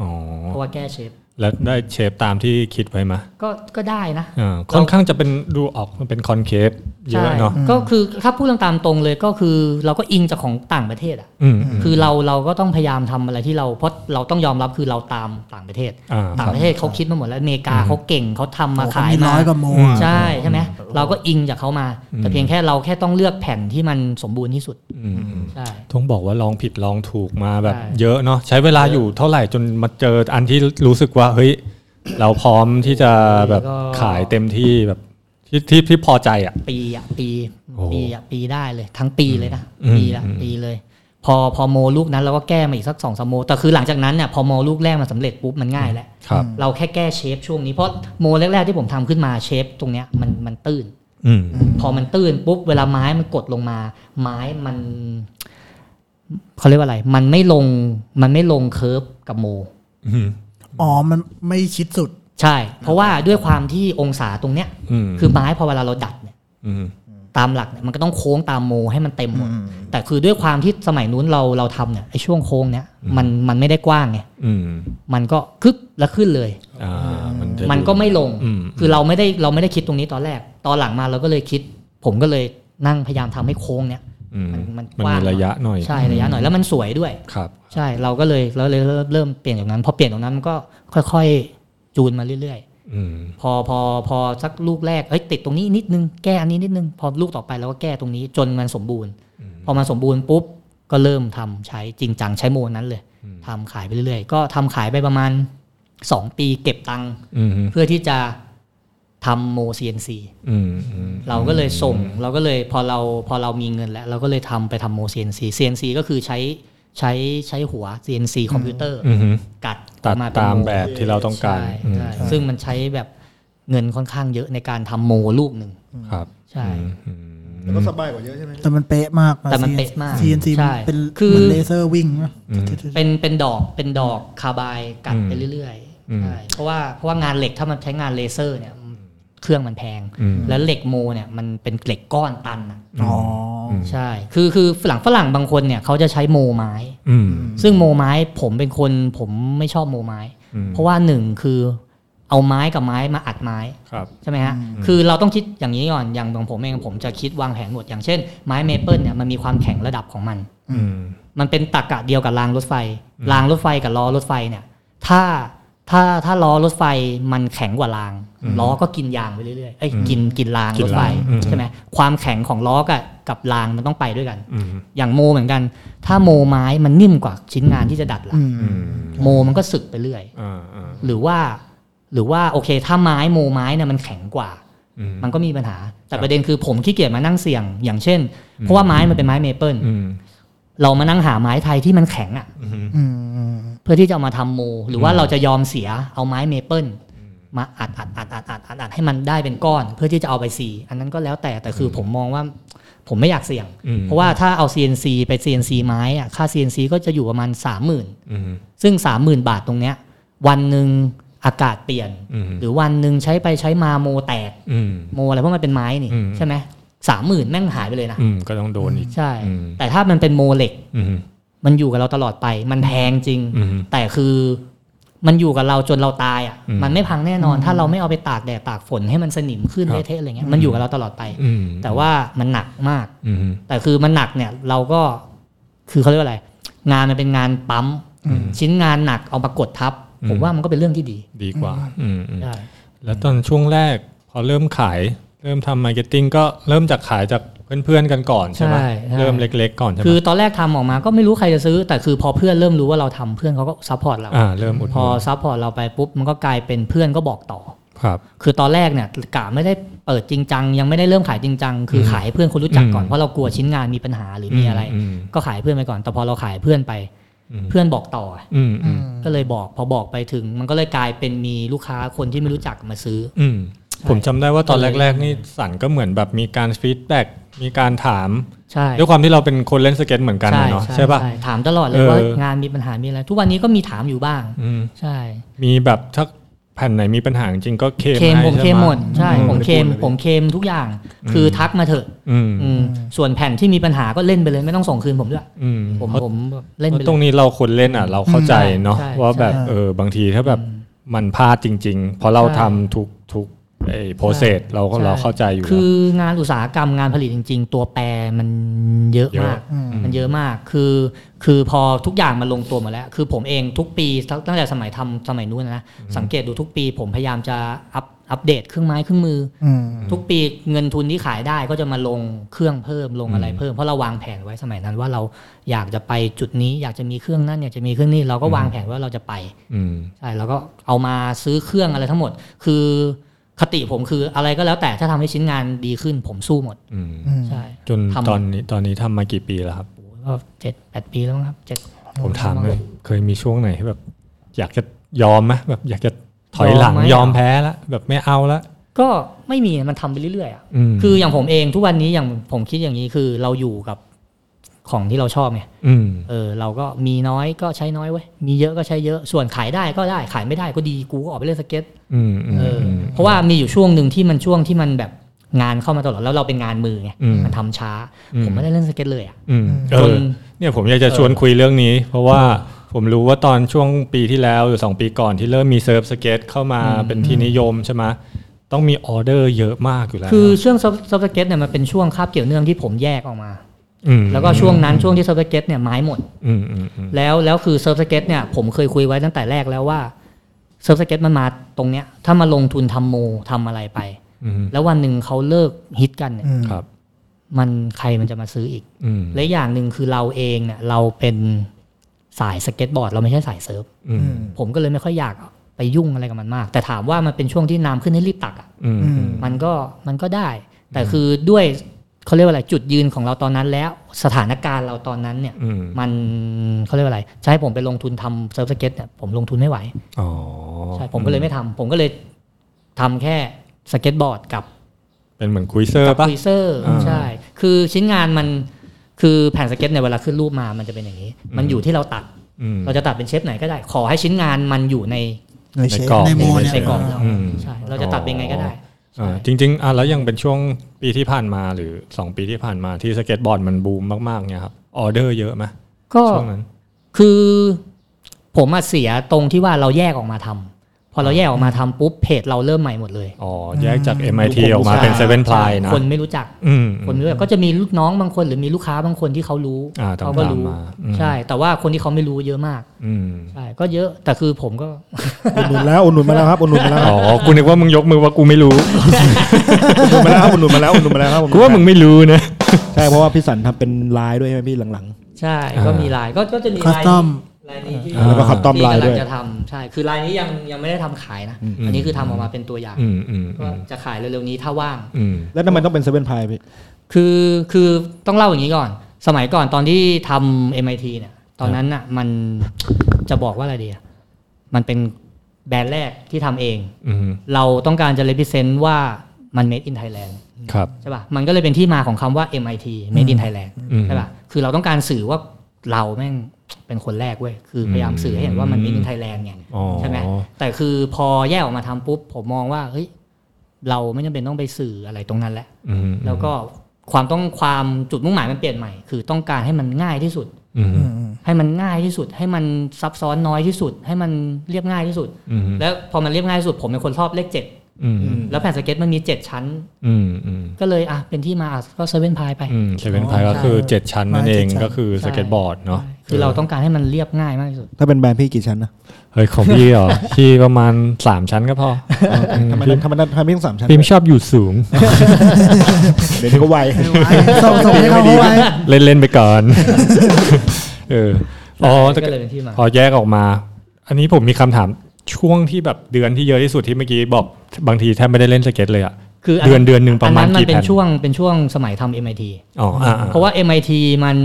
อ๋อ เพราะว่าแก้เชฟ แล้วได้เชฟตามที่คิดไว้ไหม ก็ก็ได้นะ อ่าค่อนข้างจะเป็นดูออกมันเป็นคอนเคฟเยอะเนาะ ก็คือถ้าพูดตามตรงเลยก็คือเราก็อิงจากของต่างประเทศอ่ะ อืมม คือเราเราก็ต้องพยายามทำอะไรที่เราเพราะเราต้องยอมรับคือเราตามต่างประเทศ อ่า ต่าง ค ป บ ระเทศเขาคิดมาหมดแล้วอเมริกาเขาเก่งเขาทำมา โอ้ ขาย เขมี มา น้อยกว่าโม อืม อ่ะ ใช่ใช่ไหมเราก็อิงจากเขามา แต่เพียงแค่เราแค่ต้องเลือกแผ่นที่มันสมบูรณ์ที่สุด อืมอืม ใช่ ต้องบอกว่าลองผิดลองถูกมาแบบ ใช่ เยอะเนาะใช้เวลาอยู่เท่าไหร่จนมาเจออันที่รู้สึกว่าเฮ้ยเราพร้อมที่จะแบบขายเต็มที่แบบที่ที่ที่พอใจอ่ะ ปีอ่ะปี โอ้ ปีอ่ะปีได้เลย ทั้งปีเลยนะ อืม ปีละ อืม ปีเลย พอพอโมลูกนั้นเราก็แก้มาอีกสักสองสามโมแต่คือหลังจากนั้นเนี่ยพอโมลูกแรกมันสำเร็จปุ๊บมันง่ายแล้ว ครับ เราแค่แก้เชฟช่วงนี้เพราะโมแรก ๆ ที่ผมทำขึ้นมาเชฟตรงเนี้ยมันมันตื้น อืม พอมันตื้นปุ๊บเวลาไม้มันกดลงมา ไม้มันเขาเรียกว่าอะไร มันไม่ลงมันไม่ลงเคิร์ฟกับโม อืม อ๋อ มันไม่ชิดสุด ใช่ เพราะว่าด้วยความที่องศาตรงเนี้ย อืม คือไม้พอเวลาเราดัดเนี่ย อืม ตามหลักเนี่ยมันก็ต้องโค้งตามโมให้มันเต็มหมด อืม แต่คือด้วยความที่สมัยนู้นเราเราทำเนี่ยไอ้ช่วงโค้งเนี่ยมันมันไม่ได้กว้างไง อืม มันก็คึกแล้วขึ้นเลย อ่ามันจะ มันก็ไม่ลง อืม คือเราไม่ได้เราไม่ได้คิดตรงนี้ตอนแรก ตอนหลังมาเราก็เลยคิด ผมก็เลยนั่งพยายามทำให้โค้งเนี้ย อืม มันมั มัน น มี กว้าง ระยะหน่อย ใช่ระยะหน่อยแล้วมันสวยด้วย ครับ ใช่เราก็เลยเราเลยเริ่มเริ่มเปลี่ยนจากนั้นพอเปลี่ยนตรงนั้นมันก็ค่อยๆ จูนมาเรื่อย อืม ๆ พอพอพอสักลูกแรกเอ้ยติดตรงนี้นิดนึงแก้อันนี้นิดนึงพอลูกต่อไปเราก็แก้ตรงนี้จนมันสมบูรณ์ พอมันสมบูรณ์ปุ๊บก็เริ่มทำใช้จริงจังใช้โมนั้นเลย อืม ทำขายไปเรื่อยๆ ก็ทำขายไปประมาณสองปีเก็บตังค์ อืม เพื่อที่จะทำโม CNC อืมอืม เราก็เลยส่งเราก็เลยพอเราพอเรามีเงินแล้ว เราก็เลยทำไปทำโม CNC CNC ก็คือใช้ใช้ใช้หัว CNC คอมพิวเตอร์ อืม กัด ตัด ออกเป็น ตาม โ แบบที่เราต้องการ ใช่ อืม ใช่ซึ่งมันใช้แบบเงินค่อนข้างเยอะในการทำโมลูกหนึ่ง ครับ ใช่ อืม แล้วก็สบายกว่าเยอะใช่ไหม แต่มันเป๊ะมาก แต่มันเป๊ะมาก CNC ใช่ เป็น คือ เหมือนเลเซอร์วิ่งนะ เป็นเป็นดอกเป็นดอกคาร์บายกัดไปเรื่อยๆใช่เพราะว่าเพราะว่างานเหล็กถ้ามันใช้งานเลเซอร์เนี่ยเครื่องมันแพง อืม แล้วเหล็กโมเนี่ยมันเป็นเหล็กก้อนตันอะ อ๋ออ ม ใช่ คือคือฝรั่งฝรั่งบางคนเนี่ยเขาจะใช้โมไม้ อืม ซึ่งโมไม้ผมเป็นคนผมไม่ชอบโมไม้ อืม เพราะว่าหนึ่งคือ เอาไม้กับไม้มาอัดไม้ ครับ ใช่ไหมฮะ คือเราต้องคิดอย่างนี้ก่อน อย่างของผมเองผมจะคิดวางแผนหมด อย่างเช่น ไม้เมเปิลเนี่ยมันมีความแข็งระดับของมัน อืม มันเป็นตรกกะเดียวกับรางรถไฟ รางรถไฟกับล้อรถไฟเนี่ย ถ้าถ้าถ้าล้อรถไฟมันแข็งกว่าราง ล้อก็กินยางไปเรื่อยๆ เอ้ยกินกินราง กิน รถไฟ รางอืม ใช่ไหมความแข็งของล้อกับกับรางมันต้องไปด้วยกัน อืม อย่างโมเหมือนกัน ถ้าโมไม้มันนิ่มกว่าชิ้นงานที่จะดัดละ อืม โมมันก็สึกไปเรื่อย อ่าอ่า หรือว่าหรือว่าโอเค ถ้าไม้โมไม้เนี่ยมันแข็งกว่า อืม มันก็มีปัญหาคแต่รับ ประเด็นคือผมขี้เกียจมานั่งเสี่ยง อย่างเช่น เพราะว่าไม้มันเป็นไม้เมเปิล อืม เรามานั่งหาไม้ไทยที่มันแข็งอ่ะ อืม อืม เพื่อที่จะเอามาทำโม หรือว่า อืม เราจะยอมเสียเอาไม้เมเปิลมาอัดอัดอัดอัดอัดอัดอัดให้มันได้เป็นก้อน เพื่อที่จะเอาไปซีอันนั้นก็แล้วแต่แต่คือผมมองว่าผมไม่อยากเสี่ยง อืม เพราะว่าถ้าเอา CNC ไป CNC ไม้อะค่า CNC ก็จะอยู่ประมาณ 30,000 อืม ซึ่ง 30,000 บาทตรงเนี้ยวันหนึ่งอากาศเปลี่ยน อืม หรือวันหนึ่งใช้ไปใช้มาโมแตก อืม โมอะไรเพราะมันเป็นไม้นี่ อืม ใช่ไหมสามหมื่นแม่งหายไปเลยนะ อืมก็ต้องโดนอีก ใช่ อืม แต่ถ้ามันเป็นโมเหล็ก อืม มันอยู่กับเราตลอดไป มันแพงจริง อืม แต่คือมันอยู่กับเราจนเราตายอ่ะ อืม มันไม่พังแน่นอน ถ้าเราไม่เอาไปตากแดดตากฝนให้มันสนิมขึ้น ครับ เละเทะอะไรเงี้ยมันอยู่กับเราตลอดไป อืม แต่ว่ามันหนักมาก อืม แต่คือมันหนักเนี่ยเราก็คือเขาเรียกว่าอะไร งานมันเป็นงานปั๊มชิ้นงานหนักเอามากดทับ อืม ผมว่ามันก็เป็นเรื่องที่ดี ดีกว่า อืมอืม ใช่ แล้วตอนช่วงแรก พอเริ่มขาย เริ่มทำมาร์เก็ตติ้งก็เริ่มจากขายจากเพื่อนๆกันก่อนใช่ไหม ใช่ใช่ เริ่มเล็กๆก่อนใช่ไหม คือตอนแรกทำออกมาก็ไม่รู้ใครจะซื้อ แต่คือพอเพื่อนเริ่มรู้ว่าเราทำเพื่อนเขาก็ซัพพอร์ตเรา อ่า เริ่มอุดห พอ นุน ซัพพอร์ตเราไปปุ๊บมันก็กลายเป็นเพื่อนก็บอกต่อ ครับ คือตอนแรกเนี่ยกะไม่ได้เปิดจริงจังยังไม่ได้เริ่มขายจริงจังคืออขายให้เพื่อนคนรู้จักก่อน อืม เพราะเรากลัวชิ้นงานมีปัญหาหรือมีอะไร อืม ก็ขายเพื่อนไปก่อน แต่พอเราขายเพื่อนไป อืม เพื่อนบอกต่ออ อืมอืม ก็เลยบอกพอบอกไปถึง มันก็เลยกลายเป็นมีลูกค้าคนที่ไม่รู้จักมาซื้อ อืมผมจำได้ว่าตอนแรก ๆ นี่สันก็เหมือนแบบมีการฟีดแบ็กมีการถาม ใช่ ด้วยความที่เราเป็นคนเล่นสเก็ตเหมือนกัน ใช่ น่ะเนาะใช่ป่ะ ใช่ถามตลอดเลยว่า เออ งานมีปัญหามีอะไร ทุกวันนี้ก็มีถามอยู่บ้าง อืม ใช่ มีแบบถ้าแผ่นไหนมีปัญหาจริงๆก็เคลม เคม ให้ ผม ใช่ เค ไห มหมดใช่ อื ผมเคมผมเคมทุกอย่าง คือทักมาเถอะ อืม อืมส่วนแผ่นที่มีปัญหาก็เล่นไปเลยไม่ต้องส่งคืนผมด้วย อืม ผม เพราะ ผมเล่นไป เพราะ เลย ตรงนี้เราคนเล่นอ่ะ เราเข้าใจเนาะ ใช่ใช่ ว่าแบบ ใช่ เออบางทีถ้าแบบมันพลาดจริง ๆ เพราะเรา ใช่ ทำทุกทุกไอ้โปรเซสเราก็เราเข้าใจอยู่ คืองานอุตสาหกรรมงานผลิตจริง ๆ ตัวแปรมันเยอะ เยอะ มาก มันเยอะมากคือคือพอทุกอย่างมันลงตัวหมดแล้ว คือผมเองทุกปีตั้งตั้งแต่สมัยทำสมัยนู้นนะสังเกตดูทุกปี ผมพยายามจะอัพอัปเดตเครื่องไม้เครื่องมืออ อืม ทุกปีเงินทุนที่ขายได้ก็จะมาลงเครื่องเพิ่มลงอะไรเพิ่มเพราะเราวางแผนไว้สมัยนั้นว่าเราอยากจะไปจุดนี้ อยากจะมีเครื่องนั่นอยากจะมีเครื่องนี้เราก็วางแผนว่าเราจะไป อืม ใช่แล้วก็เอามาซื้อเครื่องอะไรทั้งหมด คือคติผมคืออะไรก็แล้วแต่ถ้าทำให้ชิ้นงานดีขึ้นผมสู้หมด อืม ใช่ จน ทำ ตอนนี้ตอนนี้ทำมากี่ปีแล้วครับ โอ้โหก็เจ็ดแปดปีแล้วมั้งครับเจ็ด ผมถามเลยเคยมีช่วงไหนที่แบบ อยากจะยอมไหมแบบอยากจะถอยหลัง ยอมไหม ยอมแพ้ละแบบไม่เอาละ ก็ไม่มีมันทำไปเรื่อยๆอะ อืม คืออย่างผมเองทุกวันนี้อย่างผมคิดอย่างนี้คือเราอยู่กับของที่เราชอบไง อืม เออเราก็มีน้อยก็ใช้น้อยเว้ยมีเยอะก็ใช้เยอะส่วนขายได้ก็ได้ขายไม่ได้ก็ดีกูก็ออกไปเล่นสเก็ต อืมอืม เอออ ม เพราะว่ามีอยู่ช่วงหนึ่งที่มันช่วงที่มันแบบงานเข้ามาตลอดแล้วเราเป็นงานมือไง อืม มันทำช้า อืม ผมไม่ได้เล่นสเก็ตเลยอ่ะ อืมเอ จน อเนี่ยผมอยากจะชวนคุยเรื่องนี้ เพราะว่าผมรู้ว่าตอนช่วงปีที่แล้วหรือสองปีก่อนที่เริ่มมีเซิร์ฟสเก็ตเข้ามาเป็นที่นิยมใช่ไหมต้องมีออเดอร์เยอะมากอยู่แล้ว คือช่วงซับสเก็ตเนี่ยมันเป็นช่วงคาบเกี่ยวเนื่องที่ผมแยกออกมา ม แล้วก็ช่วงนั้นช่วงที่ซับสเก็ตเนี่ยไม้หมด อืมอืมอืม แล้วแล้วคือเซิร์ฟสเก็ตเนี่ยผมเคยคุยไว้ตั้งแต่แรกแล้วว่าเซิร์ฟสเก็ตมันมาตรงเนี้ยถ้ามาลงทุนทำโมทำอะไรไป อืม แล้ววันหนึ่งเขาเลิกฮิตกันเนี่ย อืม ครับ มันใครมันจะมาซื้ออีก อืม และอย่างหนึ่งคือเราเองเนี่ยเราเป็นสายสเก็ตบอร์ดเราไม่ใช่สายเซิร์ฟ อืม ผมก็เลยไม่ค่อยอยากไปยุ่งอะไรกับมันมาก แต่ถามว่ามันเป็นช่วงที่น้ำขึ้นให้รีบตักอ่ะ อืม อืม มันก็มันก็ได้ แต่คือด้วยเขาเรียกว่าอะไรจุดยืนของเราตอนนั้นแล้วสถานการณ์เราตอนนั้นเนี่ย อืม มันเขาเรียกว่าอะไรจะใช้ผมไปลงทุนทำเซิร์ฟสเก็ตเนี่ยผมลงทุนไม่ไหว อ๋อ ใช่ผมก็เลยไม่ทำผมก็เลยทำแค่สเก็ตบอร์ดกับ เป็นเหมือนคุยเซอร์ปะ คุยเซอร์ อ่า ใช่ คือชิ้นงานมันคือแผ่นสเก็ตเนี่ยเวลาขึ้นรูปมามันจะเป็นอย่างนี้ มัน อืม อยู่ที่เราตัด อืม เราจะตัดเป็นเชฟไหนก็ได้ ขอให้ชิ้นงานมันอยู่ใน ในเชฟ ในกรอบ ในโมเนี่ย ในกรอบเรา อืม ใช่ เราจะตัดเป็นไงก็ได้ อ่าจริงๆอ่ะแล้วยังเป็นช่วงปีที่ผ่านมาหรือสองปีที่ผ่านมาที่สเก็ตบอร์ดมันบูมมากๆเนี่ยครับออเดอร์เยอะไหม ก็ ช่วงนั้น คือผมอะเสียตรงที่ว่าเราแยกออกมาทำ พอเราแยกออกมาทำปุ๊บเพจเราเริ่มใหม่หมดเลย อ๋อแยกจาก MIT ออกมาเป็นเซเว่นพลายนะ คนไม่รู้จัก อืม คนไม่รู้จักก็จะมีลูกน้องบางคนหรือมีลูกค้าบางคนที่เขารู้ อ่าตาม เขาก็รู้ ตามมาอืม ใช่ แต่ว่าคนที่เขาไม่รู้เยอะมาก อืม ใช่ก็เยอะแต่คือผมก็ อุดหนุนแล้วอุดหนุนมาแล้วครับอุดหนุนมาแล้ว อ๋อกูนึกว่ามึงยกมือว่ากู ไม่รู้ อุดหนุนมาแล้วอุดหนุนมาแล้วครับอุดหนุนมาแล้วครับ กูว่ามึงไม่รู้นะ ใช่เพราะว่าพี่สันทำเป็นไลน์ด้วยใช่ไหมพี่หลัง ใช่ก็มีลายก็ก็จะมี คัส ลาย ตอม ลายนี้ที่ อ่าแล้วก็ custom ที่ ลายกำด้ลั วย งจะทำใช่คือลายนี้ยังยังไม่ได้ทำขายนะ อันนี้คือทำออกมาเป็นตัวอย่าง อืมอืมอื ก็ ม จะขายเร็วๆนี้ถ้าว่าง อืม ๆ แล้วทำไมต้องเป็นเซเว่นพายพี่ คือคือต้องเล่าอย่างนี้ก่อน สมัยก่อนตอนที่ทำ MIT เนี่ย ตอนนั้นน่ะมันจะบอกว่าอะไรดีอะมันเป็นแบรนด์แรกที่ทำเอง อืม เราต้องการจะ represent ว่ามัน made in Thailand ครับ ใช่ป่ะ มันก็เลยเป็นที่มาของคำว่า MIT made in Thailand อืม ใช่ป่ะ คือเราต้องการสื่อว่าเราแม่งเป็นคนแรกเว้ย คือพยายามสื่อให้เห็นว่ามัน made in Thailand ไง อ๋อ ใช่ไหม แต่คือพอแยกออกมาทำปุ๊บ ผมมองว่า เฮ้ย เราไม่จำเป็นต้องไปสื่ออะไรตรงนั้นแล้ว อืม แล้วก็ความต้องความจุดมุ่งหมายมันเปลี่ยนใหม่ คือต้องการให้มันง่ายที่สุด อืม ให้มันง่ายที่สุด ให้มันซับซ้อนน้อยที่สุด ให้มันเรียบง่ายที่สุด อืม แล้วพอมันเรียบง่ายที่สุด ผมเป็นคนชอบเลขเจ็ด อืม แล้วแผ่นสเก็ตมันมีเจ็ดชั้น อืมอืม ก็เลยอ่ะเป็นที่มาอ่ะก็เซเว่นพายไป อืมเซเว่นพายก็คือ 7 ชั้นนั่นเอง ใช่ ก็คือ ใช่ สเก็ตบอร์ดเนาะ คือเราต้องการให้มันเรียบง่ายมากที่สุด ถ้าเป็นแบรนด์พี่กี่ชั้นนะ เฮ้ยของพี่เหรอ พี่ประมาณ 3 ชั้นก็พออืม ทำไม พี่ ทำไมทำไมต้องสามชั้น พี่ไม่ชอบอยู่สูง เดี๋ยวนี้ก็ไว ส่งส่งให้เขาเข้าไว้ เล่นเล่นๆไปก่อน เอออ๋อแต่ ก็เลยเป็นที่มา พอแยกออกมา อันนี้ผมมีคำถามช่วงที่แบบเดือนที่เยอะที่สุดที่เมื่อกี้บอกบางทีแทบไม่ได้เล่นสเก็ตเลยอะ คือ เดือนเดือนหนึ่งประมาณ อันนั้นมั กี่ นเป็ แผ่ น น ช่วงเป็นช่วงสมัยทำ MIT อ๋ออ่า เพราะว่า MIT มัน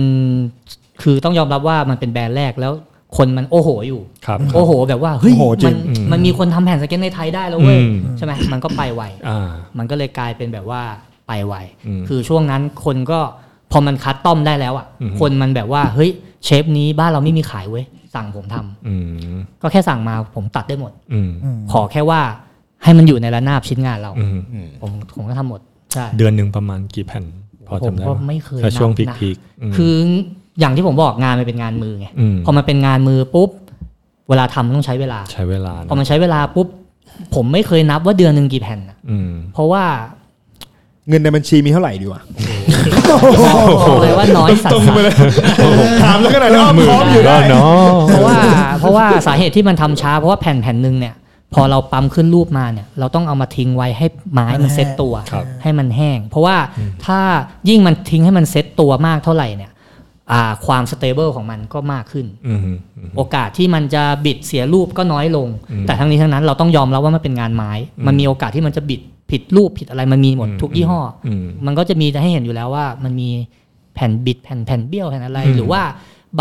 คือต้องยอมรับว่ามันเป็นแบรนด์แรกแล้วคนมันโอ้โหอยู่ ครับ โอ้โห แบบว่า เฮ้ย โอ้โหจริ มั ง น อืม มันมีคนทำแผ่นสเก็ตในไทยได้แล้วเว้ย อืม ใช่ไหมมันก็ไปไว อ่า มันก็เลยกลายเป็นแบบว่าไปไว อืม คือช่วงนั้นคนก็พอมันคัดต้อมได้แล้วอ่ะ อืม คนมันแบบว่าเฮ้ยเชฟนี้บ้านเราไม่มีขายเว้ย สั่งผมทำ อืม ก็แค่สั่งมาผมตัดได้หมด อืม ขอแค่ว่าให้มันอยู่ในระนาบชิ้นงานเรา อืม ผมผมก็ทำหมด ใช่ เดือนหนึ่งประมาณกี่แผ่น พอจำได้ ผมก็ ห ไม่เคย ถ้าช่วง นับ พี นะ คๆม คืออย่างที่ผมบอกงานมันเป็นงานมือไง อืม พอมันเป็นงานมือปุ๊บ เวลาทำมันต้องใช้เวลา ใช้เวลา พ นะ อมันใช้เวลาปุ๊บ ผมไม่เคยนับว่าเดือนหนึ่งกี่แผ่นนะ อืม เพราะว่า เงินในบัญชีมีเท่าไหร่ดีวะ บอกเลยว่าน้อยสัตว์ ถามแล้วก็ได้แล้วพร้อมอยู่ ก็ ได้ เนาะ เพราะว่าเพราะว่าสาเหตุที่มันทำช้า เพราะว่าแผ่นแผ่นหนึ่งเนี่ย พอเราปั๊มขึ้นรูปมาเนี่ย เราต้องเอามาทิ้งไว้ให้ไม้มันเซ็ตตัว ให้มันแห้ง เพราะว่าถ้ายิ่งมันทิ้งให้มันเซ็ตตัวมากเท่าไหร่เนี่ยอ่าความสเตเบิลของมันก็มากขึ้น อืม โอกาสที่มันจะบิดเสียรูปก็น้อยลง แต่ทั้งนี้ทั้งนั้นเราต้องยอมรับว่ามันเป็นงานไม้ มันมีโอกาสที่มันจะบิดผิดรูปผิดอะไรมันมีหมดทุกยี่ห้ออ อืม มันก็จะมีให้เห็นอยู่แล้วว่ามันมีแผ่นบิดแผ่นแผ่นเบี้ยวแผ่นอะไร หรือว่า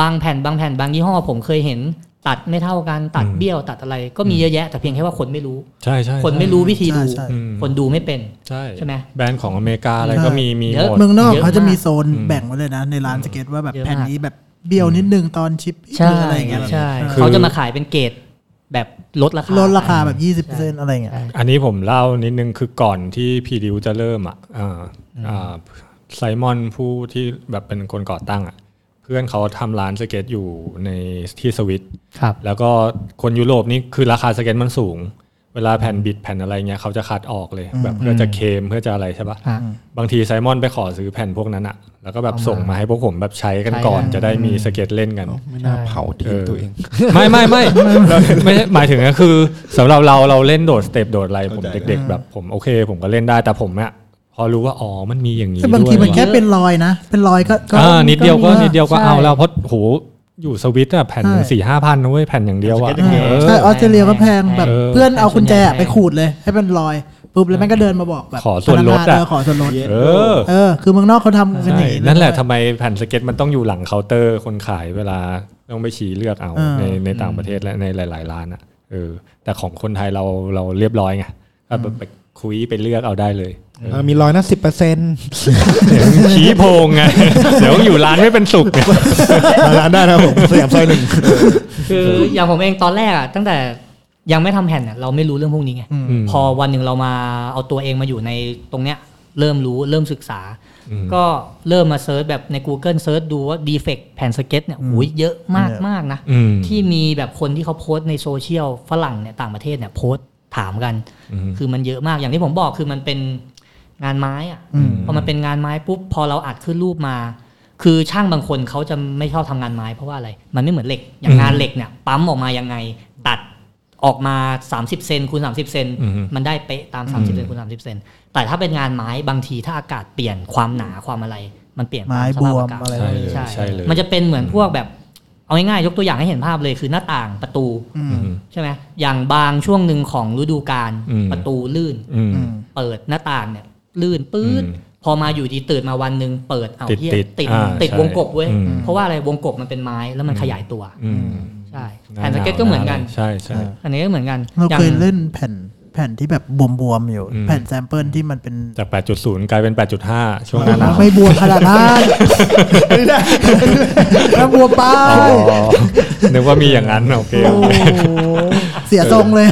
บางแผ่นบางแผ่นบางยี่ห้อ ผมเคยเห็น ตัดไม่เท่ากันตัดเบี้ยวตัดอะไร ก็มีเยอะแยะ แต่เพียงแค่ว่าคนไม่รู้ ใช่ใช่ คนไม่รู้วิธีดู ใช่ใช่ อืม คนดูไม่เป็น ใช่ ใช่ไหม แบรนด์ของอเมริกาอะไรก็มีมี เยหอะมด เมืองนอก เยอะมาก เขาจะมีโซนแบ่งไว้เลยนะ ในร้านสเก็ตว่าแบบ เยอะมาก แผ่นนี้แบบเบี้ยวนิดนึงตอนชิปห ใช่ รืออะไรอย่างเงี้ย ใช่ คือ เขาจะมาขายเป็นเกรดแบบลดราคา ลดราคาแบบ 20%อะไรอย่างเงี้ย อันนี้ผมเล่านิดนึงคือก่อนที่พีดิวจะเริ่มอ่ะอ่าอ่าไซมอนผู้ที่แบบเป็นคนก่อตั้งอ่ะ เพื่อนเขาทำร้านสเก็ตอยู่ในที่สวิต ครับ แล้วก็คนยุโรปนี่คือราคาสเก็ตมันสูง เวลาแผ่นบิดแผ่นอะไรเงี้ยเขาจะคัดออกเลย แบบเพื่อจะเคลมเพื่อจะอะไรใช่ปะ อ่ะ บางทีไซมอนไปขอซื้อแผ่นพวกนั้นอะแล้วก็แบบส่งมาให้พวกผมแบบใช้กันก่อน ใช้กัน จะได้มีสเก็ตเล่นกัน ไม่น่าเผาทีมตัวเอง ไม่ไม่ไม่เราไม่หมายถึงก็คือสำหรับเราเราเล่นโดดสเต็ปโดดอะไรผมเด็ก ๆ แบบผมโอเค ผมก็เล่นได้แต่ผมเนี่ยพอรู้ว่าอ๋อมันมีอย่างนี้ แต่บางทีมัน ด้วย แค่เป็นรอยนะ เป็นรอยก็ก็ อ่านิดเดียวก็นิดเดียวก็ ใช่ เอาแล้วเพราะโหอยู่สวิตอะแผ่นหนึ่ง ใช่ สี่ห้าพันนะเว้ยแผ่นอย่างเดียวอะ สเก็ตอย่างเดียว ใช่ออสเตรเลียก็แพงแบบ เออ เพื่อนเอา แพง กุญแจ ส่วนใหญ่ ไปขูดเลย ให้เป็นรอยปุ๊บแล้วแม่งก็เดินมาบอกแบบ ขอส่วนลด พก อะ งาเขอส่วนลด เออ เออคือเมืองนอกเขาทำกันอย่างนี้ ใช่นั่นแหละทำไมแผ่นสเก็ตมันต้องอยู่หลังเคาน์เตอร์คนขายเวลาต้องไปชี้เลือกเอา อ่า ในในต่างประเทศและในหลาย ๆ ร้านอ่ะเออแต่ของคนไทยเราเราเรียบร้อยไงก็แบบไปคุยไปเลือกเอาได้เลยเออ มีร้อยนะสิบเปอร์เซ็นต์ เดี๋ยวชี้โพง ไง เดี๋ยวอยู่ร้านไม่เป็นสุขไง ร้านได้นะผมสยามซอยหนึ่ง คืออย่างผมเองตอนแรกอะตั้งแต่ยังไม่ทำแผ่นอะเราไม่รู้เรื่องพวกนี้ไง อืม พอวันหนึ่งเรามาเอาตัวเองมาอยู่ในตรงเนี้ย เริ่มรู้เริ่มศึกษา ก็เริ่มมาเซิร์ชแบบใน Google เซิร์ชดูว่าดีเฟกแผ่นสเก็ตเนี่ยโอ้ยเยอะมากมากๆนะ อืม ที่มีแบบคนที่เขาโพสต์ในโซเชียลฝรั่งเนี่ยต่างประเทศเนี่ยโพสต์ถามกัน คือมันเยอะมากอย่างที่ผมบอกคือมันเป็นงานไม้อะพอมันเป็นงานไม้ปุ๊บพอเราอัดขึ้นรูปมา คือช่างบางคนเขาจะไม่ชอบทำงานไม้เพราะว่าอะไร มันไม่เหมือนเหล็กอย่างงานเหล็กเนี่ยปั๊มออกมายังไงตัดออกมา 30เซนคูณ30เซน อืม มันได้เป๊ะตาม 30เซนคูณ30เซนแต่ถ้าเป็นงานไม้บางทีถ้าอากาศเปลี่ยนความหนาความอะไร มันเปลี่ยนตา ไม้ ส บ ภามว พอากาศ อะไร ใช่ พวกนี้เลย ใช่ ใช่เลย มันจะเป็นเหมือนพวกแบบ เอาง่ายๆยกตัวอย่างให้เห็นภาพเลยคือหน้าต่างประตู อื อื ม ม ใช่ไหมอย่างบางช่วงหนึ่งของฤดูกาล อืม ประตูลื่น อืม อืม เปิดหน้าต่างเนี่ย ลื่นปื๊ด อืม พอมาอยู่ดีตื่นมาวันหนึ่งเปิดเอา ติด เหี้ย ติด ติด อ่า ติด ใช่ วงกบเว้ย อืม เพราะว่าอะไรวงกบมันเป็นไม้แล้วมันขยายตัว อืม ใช่แผ่นสเก็ตก็เหมือนกัน ใช่ใช่ อันนี้ก็เหมือนกัน เรา อย่า เค ง ยเล่นแผ่นแผ่นที่แบบบวมๆอยู่ อืม แผ่นแซมเปิลที่มันเป็น จาก 8.0 กลายเป็น 8.5 ช่วงห มั น้าน หนาว ไม่บวมขนาดนั้น แล้วบวมไป อ๋อนึกว่ามีอย่างนั้นโอเคโอ โอ้ เค โหเสียทรงเลย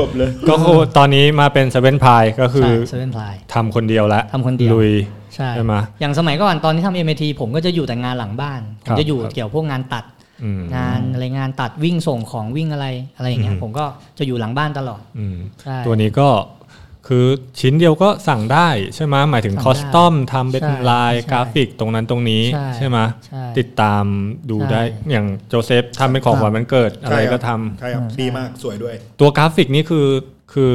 บบเลย ก็คือตอนนี้มาเป็นเซเว่นพายก็คือ ใช่ Seven Ply ทำคนเดียวละ ทำคนเดียว ลุย ใช่ ใช่ไหม อย่างสมัยก่อนตอนที่ทำเอ็มทีผมก็จะอยู่แต่งานหลังบ้านผ ครั ม บ จะอยู่ ครับ เกี่ยวพวกงานตัด อืม งานอะไรงานตัดวิ่งส่งของวิ่งอะไรอะไรอย่างเงี้ย อืม ผมก็จะอยู่หลังบ้านตลอด อืม ใช่ ตัวนี้ก็คือชิ้นเดียวก็สั่งได้ใช่ไหมหมายถึง สั่งได้ คอสตอมทำเป็น ใช่ ลาย ใช่ กราฟิกตรงนั้นตรงนี้ ใช่ ใช่ไหม ใช่ ติดตามดู ใช่ ได้อย่างโจเซฟทำเป็นของขวัญมันเกิดอะไรก็ทำ ใช่ครับดีมากสวยด้วย ตัวกราฟิกนี่คือคือ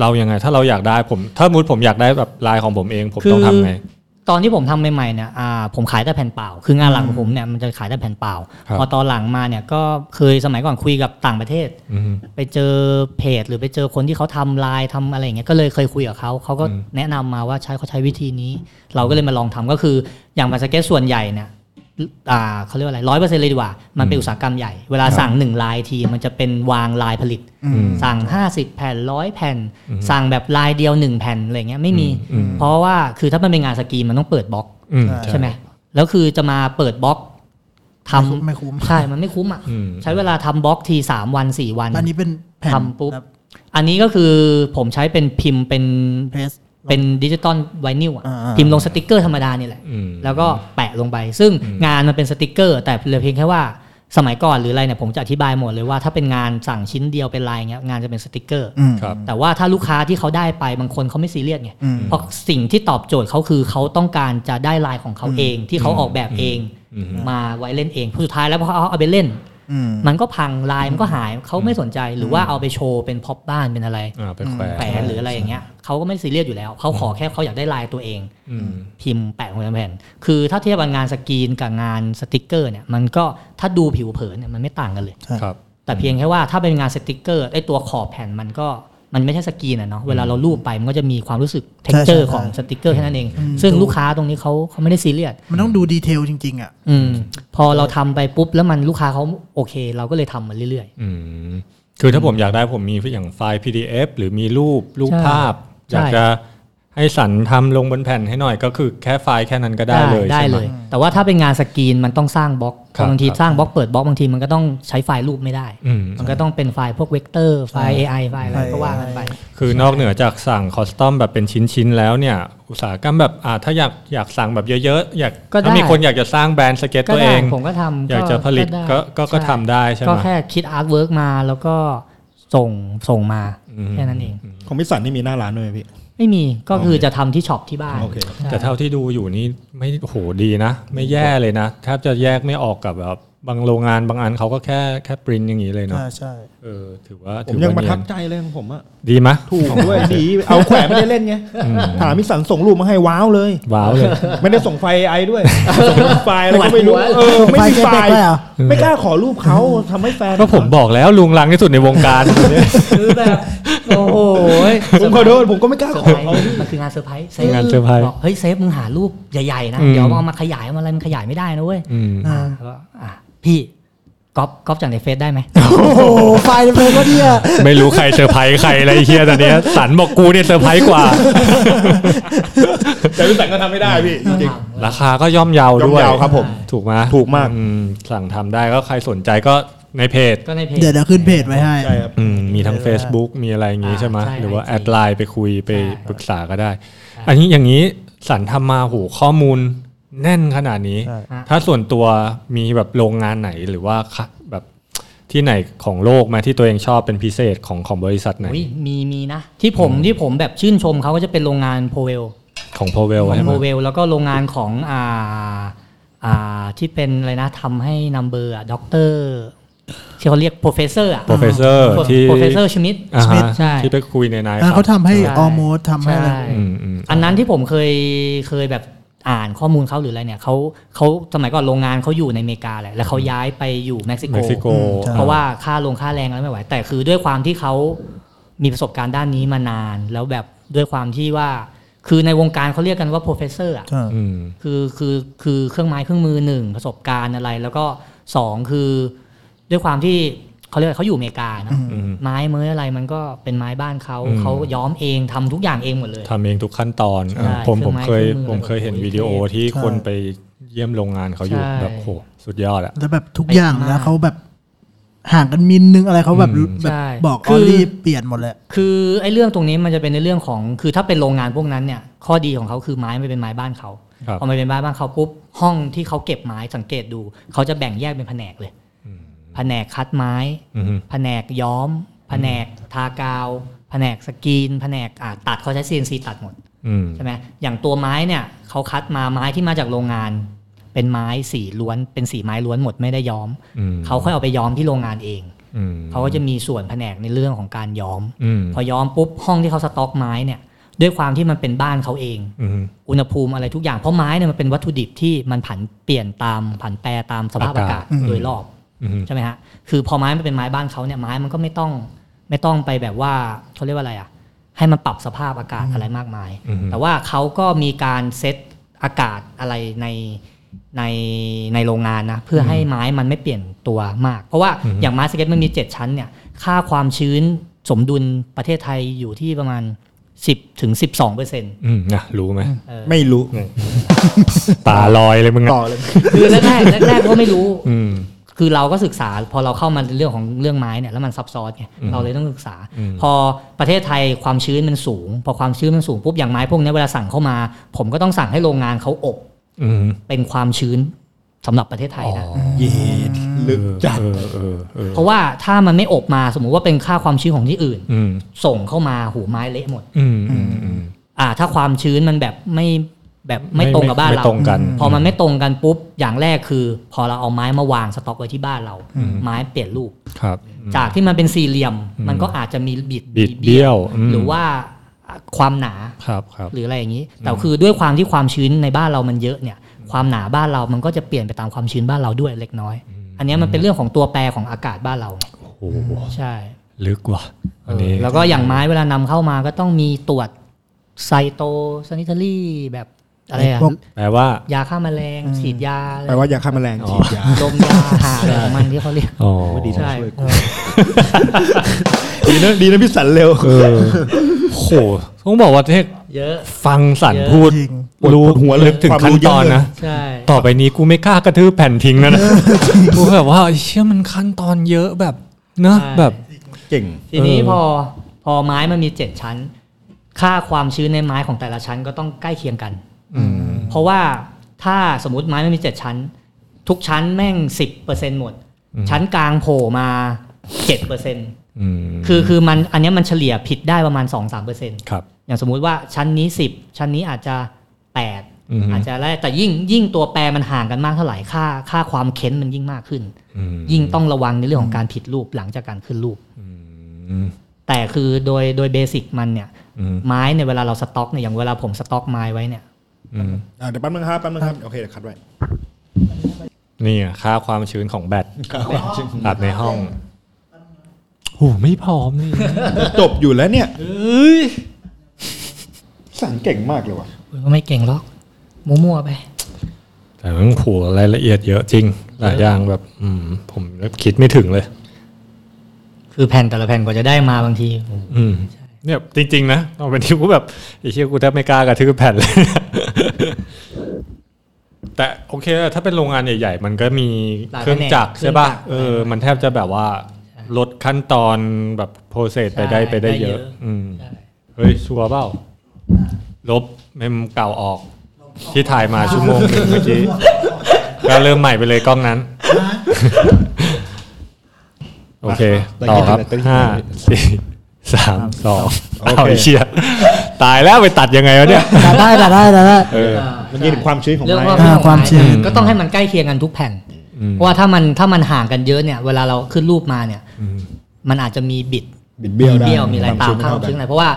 เรายังไง ถ้าเราอยากได้ผม ถ้ามุดผมอยากได้แบบลายของผมเอง ผมต้องทำไง ตอนที่ผมทำใหม่ๆเนี่ยอ่าผมขายแต่แผ่นเปล่า คืองานหลังของผมเนี่ยมันจะขายแต่แผ่นเปล่า ครับ พอตอนหลังมาเนี่ยก็เคยสมัยก่อนคุยกับต่างประเทศ อืม ไปเจอเพจ หรือไปเจอคนที่เขาทำลายทำอะไรอย่างเงี้ยก็เลยเคยคุยกับเขาเขาก็ อืม แนะนำมาว่าใช้เขาใช้วิธีนี้ เราก็เลยมาลองทำก็คืออย่างมาสเก็ตส่วนใหญ่เนี่ยอ่าเขาเรียกว่าอะไรร้อยเปอร์เซ็นต์เลยดีกว่า มันเป็นอุตสาหกรรมใหญ่ เวลาสั่งหนึ่งลายทีมันจะเป็นวางลายผลิต อืม สั่ง 50 แผ่นร้อยแผ่น สั่งแบบลายเดียว 1 แผ่นอะไรเงี้ยไม่มี อืม เพราะว่าคือถ้ามันเป็นงานสกรีนมันต้องเปิดบล็อก อืม ใช่ไหมแล้วคือจะมาเปิดบล็อกทำ ไม่คุ้มไม่คุ้ม ใช่มันไม่คุ้มอ่ะ อืม ใช้เวลาทำบล็อกที 3 วัน 4 วัน อันนี้เป็นแผ่น ทำปุ๊บ ครับ อันนี้ก็คือผมใช้เป็นพิมพ์เป็น เพรส เป็นดิจิตอลไวนิลอ่ะ อ่าๆ พิมพ์ลงสติกเกอร์ธรรมดานี่แหละ อืม แล้วก็แปะลงไป ซึ่งงานมันเป็นสติกเกอร์ แต่เหลือเพียงแค่ว่าสมัยก่อนหรืออะไรเนี่ยผมจะอธิบายหมดเลยว่าถ้าเป็นงานสั่งชิ้นเดียวเป็นลายเงี้ยงานจะเป็นสติกเกอร์ อืม ครับ แต่ว่าถ้าลูกค้าที่เขาได้ไปบางคนเขาไม่ซีเรียสไง อืม เพราะสิ่งที่ตอบโจทย์เขาคือเขาต้องการจะได้ลายของเขาเองที่เขาออกแบบเอง อืม มาไว้เล่นเองสุดท้ายแล้วพอเอาเอาไปเล่น อืม มันก็พังลายมันก็หายเขาไม่สนใจหรือว่าเอาไปโชว์เป็นพ็อปบ้านเป็นอะไร อ่าไปแขว แขวนหรืออะไรอย่างเงี้ยเขาก็ไม่ซีเรียสอยู่แล้วเขาขอแค่เขาอยากได้ลายตัวเอง อืม พิมพ์แปะลงบนแผ่น คือถ้าเทียบกับงานสกรีนกับงานสติกเกอร์เนี่ยมันก็ถ้าดูผิวเผินเนี่ยมันไม่ต่างกันเลย ครับ แต่เพียงแค่ว่าถ้าเป็นงานสติกเกอร์ไอตัวขอบแผ่นมันก็มันไม่ใช่สกรีนอะเนาะเวลาเราลูบไปมันก็จะมีความรู้สึกเท็กเจอร์ของสติกเกอร์แค่นั้นเอง ซึ่งลูกค้าตรงนี้เขาเขาไม่ได้ซีเรียส มันต้องดูดีเทลจริง ๆ อ่ะ อืมพอเราทำไปปุ๊บแล้วมันลูกค้าเขาโอเค เราก็เลยทำมันเรื่อย อืม คือถ้าผมอยากได้ผมมีอย่างไฟล์ PDF หรือมีรูปรูป ใช่ ภาพอใช่ยากจะให้สันทำลงบนแผ่นให้หน่อยก็คือแค่ไฟล์แค่นั้นก็ ๆ ได้เลย ได้ ใช่หม เลย แต่ว่าถ้าเป็นงานสกรีนมันต้องสร้างบล็อก ครับ บางที ครับ สร้างบล็อกเปิดบล็อกบางทีมันก็ต้องใช้ไฟล์รูปไม่ได้ อืม มันก็ต้องเป็นไฟล์พวกเวกเตอร์ไฟล์ AI ไฟล์อะไรก็ว่ากันไป คือนอกเหนือจากสั่งคอสตอมแบบเป็นชิ้นๆแล้วเนี่ย อุตสาหกรรมแบบอ่าถ้าอยากอยากสั่งแบบเยอะๆอยาก ก็ได้ ถ้ามีคนอยากจะสร้างแบรนด์สเก็ต ก็ ตัวเอ ได้ ง ผมก็ทำ อยากจะผลิต ได้ ก็ก็ก็ ใช่ ทำได้ใช่ไห ก็ ม แค่คิดอาร์ตเวิร์กมาแล้วก็ส่งส่งมา อืม แค่นั้นเอง ของพี่สันนี่มีหน้าร้านด้วยไหมพี่ ไม่มีก็คือจะทำที่ช็อปที่บ้าน โอเค ใช่ แต่เท่าที่ดูอยู่นี่ไม่โหดีนะ ไม่แย่เลยนะแทบจะแยกไม่ออกกับแบบบางโรงงานบางอันเขาก็แค่แค่ปริ้นอย่างนี้เลยเนาะ อ่าใช่ เออถือว่า ผ ถื ม อ ยัง ว่า ประ เนีย ทับ น ใจเลยของผมอะ ดีไหมย ถูก ด้วยดีเอาแขวนไม่ได้เล่นไงถามพี่สันส่งรูปมาให้ว้าวเลย ว้าว เลย ไม่ได้ส่งไฟล์ไอด้วยส่งไฟล์แล้วก็ไม่รู้เออไม่มีไฟล์ ไฟล์เก็บไว้เหรอ ไม่กล้าขอรูปเขาทำให้แฟน ก็ผมบอกแล้วลุงลังที่สุดในวง การ คือแบบโอ้โห ผมขอโทษผมก็ไม่กล้า เซอ ข ร์ อ ไพร เขา ส์มันคืองานเซอร์ไพรส์ซฟ งานเซอร์ไพรส์ บอกเฮ้ยเซฟมึงหารูปใหญ่ๆนะ อืม เดี๋ยวเอามาขยายมาอะไรมันขยายไม่ได้นะเว้ย อืม อ่า แล้วก็อ่ะพี่ก๊อปก๊อปจากในเฟซได้ไหม โอ้โหไฟล์เลยก็เนี่ย ไม่รู้ใครเซอร์ไพรส์ใครอะไรเฮียตอนเนี้ยสันบอกกูเนี่ยเซอร์ไพรส์กว่า แต่พี่สันก็ทำไม่ได้พี่ ราคาก็ย่อมเยาด้วย ย่อมเยาครับผม ถูกไหม ถูกมาก อืสั่งทำได้ก็ใครสนใจก็ ในเพจ ก็ในเพจ เดี๋ยวเดี๋ยวขึ้นเพจไว้ให้ ใช่ครับ อืมมีทั้ง Facebook มีอะไรอย่างนี้ อ่า ใช่ไหม ใช่ หรือว่า ใช่ แอดไลน์ไปคุยไป ใช่ ปรึกษาก็ได้ อันนี้อย่างนี้สันทำมาโหข้อมูลแน่นขนาดนี้ ใช่ ถ้าส่วนตัวมีแบบโรงงานไหนหรือว่าค่ะแบบที่ไหนของโลกไหมาที่ตัวเองชอบเป็นพิเศษของของบริษัทไหน อุ๊ยมีมีนะ ที่ผมที่ผมแบบชื่นชมเขาก็จะเป็นโรงงานโพเวล ของพเวล ของ ใช่ไห โม ม เวลแล้วก็โรงงานของอ่าอ่าที่เป็นอะไรนะทำให้นัมเบอร์ด็อกเตอร์ที่เขาเรียก professor อะ โปรเฟสเซอร์ Pro- ที่ professor Schmidt อ่าฮะ Schmidt ใช่ ที่ไปคุยในนาย อ่ะเขาทำให้ ใช่ ออโมดทำให้อะไร ช่ อืมอืม อันนั้นที่ผมเคยเคยแบบอ่านข้อมูลเขาหรืออะไรเนี่ยเขาเขาสมัยก่อนโรงงานเขาอยู่ในอเมริกาแหละแล้วเขาย้ายไปอยู่เม็กซิโก เม็กซิโก เพราะว่าค่าลงค่าแรงแล้วไม่ไหว แต่คือด้วยความที่เขามีประสบการณ์ด้านนี้มานาน แล้วแบบด้วยความที่ว่า คือในวงการเขาเรียกกันว่า professor อะ ใช่ อืม คือคือคือเครื่องไม้เครื่องมือหนึ่งประสบการณ์อะไร แล้วก็สองคือด้วยความที่เขาเรียกว่าเขาอยู่อเมริกานะ อืม ไม้เมื่ออะไรมันก็เป็นไม้บ้านเขา อืม เขาย้อมเองทำทุกอย่างเองหมดเลย ทำเองทุกขั้นตอน ใช่ เออผมผมเคเครื่อย งไม้เครื่องมือ ผมเคยเห็นวิดีโอที่คนไปเยี่ยมโรงงานเขาอยู่ ใช่ แบบโหสุดยอดอะ แล้วแบบทุกอย่าง ไปมาก นะเขาแบบห่างกันมิลนึงอะไรเขาแบบ อืม แบบ ใช่ บอก คื ออ อ ลี่เปลี่ยนหมดเลย คือไอ้เรื่องตรงนี้มันจะเป็นในเรื่องของคือถ้าเป็นโรงงานพวกนั้นเนี่ยข้อดีของเขาคือไม้ไม่เป็นไม้บ้านเขา ครับ พอมันเป็นไม้บ้านเขาปุ๊บห้องที่เขาเก็บไม้สังเกตดูเขาจะแบ่งแยกเป็นแผนกเลยแผนกคัดไม้ อือฮึ แผนกย้อม แผนกทากาว แผนกสกรีน แผนกอ่าตัดเขาใช้ CNC ตัดหมด อืม ใช่ไหมอย่างตัวไม้เนี่ยเขาคัดมาไม้ที่มาจากโรงงาน เป็นไม้สีล้วนเป็นสีไม้ล้วนหมดไม่ได้ย้อม อืม เขาค่อยเอาไปย้อมที่โรงงานเอง อืม เขาก็จะมีส่วนแผนกในเรื่องของการย้อม อืม พอย้อมปุ๊บห้องที่เขาสต็อกไม้เนี่ยด้วยความที่มันเป็นบ้านเขาเอง อืม อุณหภูมิอะไรทุกอย่างเพราะไม้เนี่ยมันเป็นวัตถุดิบที่มันผันเปลี่ยนตามผันแปรตามสภาพอาอาากกา ศ ศ โดยรอบ อืม ใช่ไหมฮะ คือพอไม้มันเป็นไม้บ้านเขาเนี่ยไม้มันก็ไม่ต้องไม่ต้องไปแบบว่าเขาเรียกว่าอะไรอ่ะ ให้มันปรับสภาพอากาศอะไรมากมาย แต่ว่าเขาก็มีการเซตอากาศอะไรในในในโรงงานนะเพื่อให้ไม้มันไม่เปลี่ยนตัวมาก เพราะว่าอย่างไม้สเก็ตมันมี 7 ชั้นเนี่ยค่าความชื้นสมดุลประเทศไทยอยู่ที่ประมาณ 10ถึง12เปอร์เซ็นต์ อืมนะรู้ไหม ไม่รู้ ตาลอยเลยมึง ต่อ อะ เลย คือแรกแรกๆแรกๆก็ไม่รู้ อืม คือเราก็ศึกษาพอเราเข้ามาเรื่องของเรื่องไม้เนี่ยแล้วมันซับซ้อนไงเราเลยต้องศึกษา พอประเทศไทยความชื้นมันสูง พอความชื้นมันสูงปุ๊บอย่างไม้พวกเนี้ยเวลาสั่งเข้ามา ผมก็ต้องสั่งให้โรงงานเขาอบ อืม เป็นความชื้นสำหรับประเทศไทยนะ เย็ดลึกจัด เออเออเออ เพราะว่าถ้ามันไม่อบมาสมมุติว่าเป็นค่าความชื้นของที่อื่น อืม ส่งเข้ามาหูไม้เละหมด อืมอืมอืม อ่าถ้าความชื้นมันแบบไม่แบบไม่ ไม่ ตรงกับบ้าน ไม่ เรา ตรงกัน พอมันไม่ตรงกันปุ๊บอย่างแรกคือ พอเราเอาไม้มาวางสต็อกไว้ที่บ้านเรา อืม ไม้เปลี่ยนรูป ครับ จากที่มันเป็นสี่เหลี่ยม อืม มันก็อาจจะมีบิด บิดเบี้ยวอืม หรือว่าความหนา ครับครับ หรืออะไรอย่างนี้ แต่คือด้วยความที่ความชื้นในบ้านเรามันเยอะเนี่ย ความหนาบ้านเรามันก็จะเปลี่ยนไปตามความชื้นบ้านเราด้วยเล็กน้อย อันเนี้ยมันเป็นเรื่องของตัวแปรของอากาศบ้านเราไง โอ้โห ใช่ ลึกว่ะอันนี้ แล้วก็อย่างไม้เวลานำเข้ามาก็ต้องมีตรวจไซโตซานิทารีแบบอะไรอะ พวก แปลว่า ยาฆ่าแมลงฉีดยาอะไร แปลว่ายาฆ่าแมลงฉีดยา ดมยาหาอะไรของมันที่เขาเรียก อ๋อ ใช่ ดีนะดีนะพี่สันเร็ว เออโหต้องบอกว่าเทค เยอะ ฟังสัน เยอะ พูด จริง รู้ ปวดหัวเลย นึกถึง ความรู้ ขั้นตอน เยอะเลย นะ ใช่ ต่อไปนี้กูไม่กล้ากระทืบแผ่นทิ้งแล้วนะ กูแบบว่าไอ้เชื่อมันขั้นตอนเยอะแบบเนอะ ใช่ แบบ เก่ง ทีนี้ เออ พอพอไม้มันมีเจ็ดชั้น ค่าความชื้นในไม้ของแต่ละชั้นก็ต้องใกล้เคียงกัน เพราะว่าถ้าสมมติไม้มันมีเจ็ดชั้น ทุกชั้นแม่งสิบเปอร์เซ็นหมด ชั้นกลางโผล่มาเจ็ดเปอร์เซ็น อืม คือคือมันอันเนี้ยมันเฉลี่ยผิดได้ประมาณสองสามเปอร์เซ็น ครับ อย่างสมมุติว่าชั้นนี้สิบชั้นนี้อาจจะแปด อือฮึ อาจจะแล้วแต่ยิ่งยิ่งตัวแปรมันห่างกันมากเท่าไหร่ค่าค่าความเค้นมันยิ่งมากขึ้น อืม ยิ่งต้องระวังในเรื่องของการผิดรูปหลังจากการขึ้นรูป อืม แต่คือโดยโดยเบสิกมันเนี่ย อืม ไม้เนี่ยเวลาเราสต็อกเนี่ยอย่างเวลาผมสต็อกไม้ไว้เนี่ย อืม อ่าเดี๋ยวแป๊บนึงครับแป๊บนึงครับ โอเคเดี๋ยวคัดไว้ นี่อะค่าความชื้นของแบตอัดในห้องโอ้ไม่พร้อมเลย จบอยู่แล้วเนี่ยสันเก่งมากเลยว่ะ ก็ไม่เก่งหรอกมั่วๆไป แต่มันโหรายละเอียดเยอะจริง หลายอย่างแบบ อืม ผมคิดไม่ถึงเลย คือแผ่นแต่ละแผ่นกว่าจะได้มาบางทีโอ้โห อืมเนี่ยจริง ๆ นะต อนเป็นที่กูแบบไอ้เชี่ยกูแทบไม่กล้ากระทืบแผ่นเลย แต่โอเคถ้าเป็นโรงงานใหญ่ ๆ มันก็มี หลาย เครื่องจักร แผนก ใช่ป่ะ เครื่องจักร เออมันแทบจะแบบว่าลดขั้นตอนแบบโปรเซสไปได้ ใช่ ไปได้ ได้ เย เย อะ อะ อืมเฮ้ยชัวร์เปล่าลบเมมเก่าออก ที่ถ่ายมาชั่วโมงหนึ่งเมื่อ กี้ก็เริ่มใหม่ไปเลยกล้องนั้น โอเค มา ต่อครับ เราคิดถึงแบตเตอรี่ ห้าสี่ สามสอง โอเค เอาไอ้เชียตายแล้วไปตัดยังไงวะเนี่ย ตัดได้ตัดได้ตัดได้ เออ อ่า มันยืนถึงความชื้นของ เรื่อง ไม้ ว่า อ่าความชื้น ก็ต้องให้มันใกล้เคียงกันทุกแผ่น อืม เพราะว่าถ้ามันถ้ามันห่างกันเยอะเนี่ย เวลาเราขึ้นรูปมาเนี่ย อืม มันอาจจะมีบิด บิดเบี้ยวได้ เบี้ยวมีอะไรตาม คว ข้าง ชื้นไม่เท่ากั ซึ่ น งอะไรเพราะว่า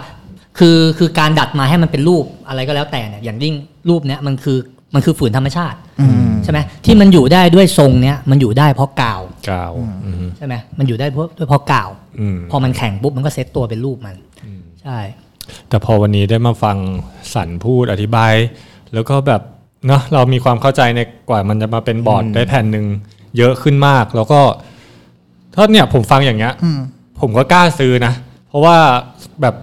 คือคือการดัดมาให้มันเป็นรูปอะไรก็แล้วแต่เนี่ยอย่างยิ่งรูปเนี้ยมันคือมันคือฝืนธรรมชาติใช่ไหมที่มันอยู่ได้ด้วยทรงเนี้ยมันอยู่ได้เพราะกาว กาวอืม ใช่ไหมมันอยู่ได้เพราะด้วยเพราะกาว อืม พอมันแข็งปุ๊บมันก็เซตตัวเป็นรูปมันใช่ แต่พอวันนี้ได้มาฟังสันพูดอธิบาย แล้วก็แบบเนาะเรามีความเข้าใจในกว่ามันจะมาเป็นบอร์ดได้แผ่นหนึ่งเยอะขึ้นมาก แล้วก็ถ้าเนี่ยผมฟังอย่างเงี้ย อืม ผมก็กล้าซื้อนะ เพราะว่าแบบ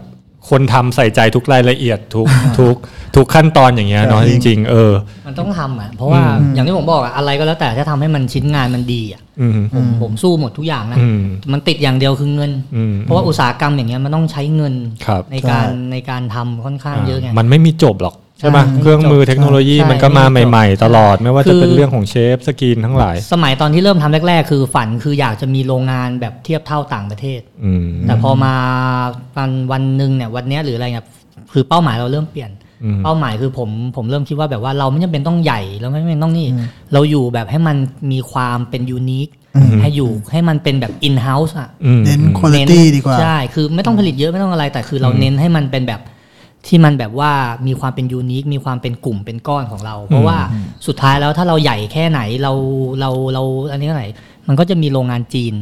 คนทำใส่ใจทุกรายละเอียดทุ กทุกทุกขั้นตอนอย่างเงี้ยเนาะ ใช่ จริง ๆ เออ มันต้องทำอ่ะเพราะว่าอย่างที่ผมบอกอ่ะอะไรก็แล้วแต่ถ้าทำให้มันชิ้นงานมันดีอ่ะ อืม ผมผมสู้หมดทุกอย่างนะ อืม มันติดอย่างเดียวคือเงิน อืม เพราะว่าอุตสาหกรรมอย่างเงี้ยมันต้องใช้เงิน ครับ ในการ ใช่ ในการทำค่อนข้างเยอะไง มันไม่มีจบหรอกใช่ไหม ใช่ เครื่องมือเทคโนโลยี ใช่ มันก็มาใหม่ ๆ ตลอด ไม่ว่า คื จะ อ เป็นเรื่องของเชฟสกรีนทั้งหลาย สมัยตอนที่เริ่มทำแรก ๆ คือฝันคืออยากจะมีโรงงานแบบเทียบเท่าต่างประเทศ อืม แต่พอมาวันวันหนึ่งเนี่ยวันเนี้ยหรืออะไรเนี่ยคือเป้าหมายเราเริ่มเปลี่ยน อืม เป้าหมายคือผมผมเริ่มคิดว่าแบบว่าเราไม่จำเป็นต้องใหญ่เราไม่จำเป็นต้องนี่ เราอยู่แบบให้มันมีความเป็นยูนิคให้อยู่ให้มันเป็นแบบอินเฮ้าส์อะ อืม เน้นคุณภาพดีกว่า ใช่คือไม่ต้องผลิตเยอะไม่ต้องอะไร แต่คือเราเน้นให้มันเป็นแบบที่มันแบบว่ามีความเป็นยูนิคมีความเป็นกลุ่มเป็นก้อนของเรา เพราะว่าสุดท้ายแล้วถ้าเราใหญ่แค่ไหนเราเราเราอันนี้เท่าไหร่มันก็จะมีโรงงานจีน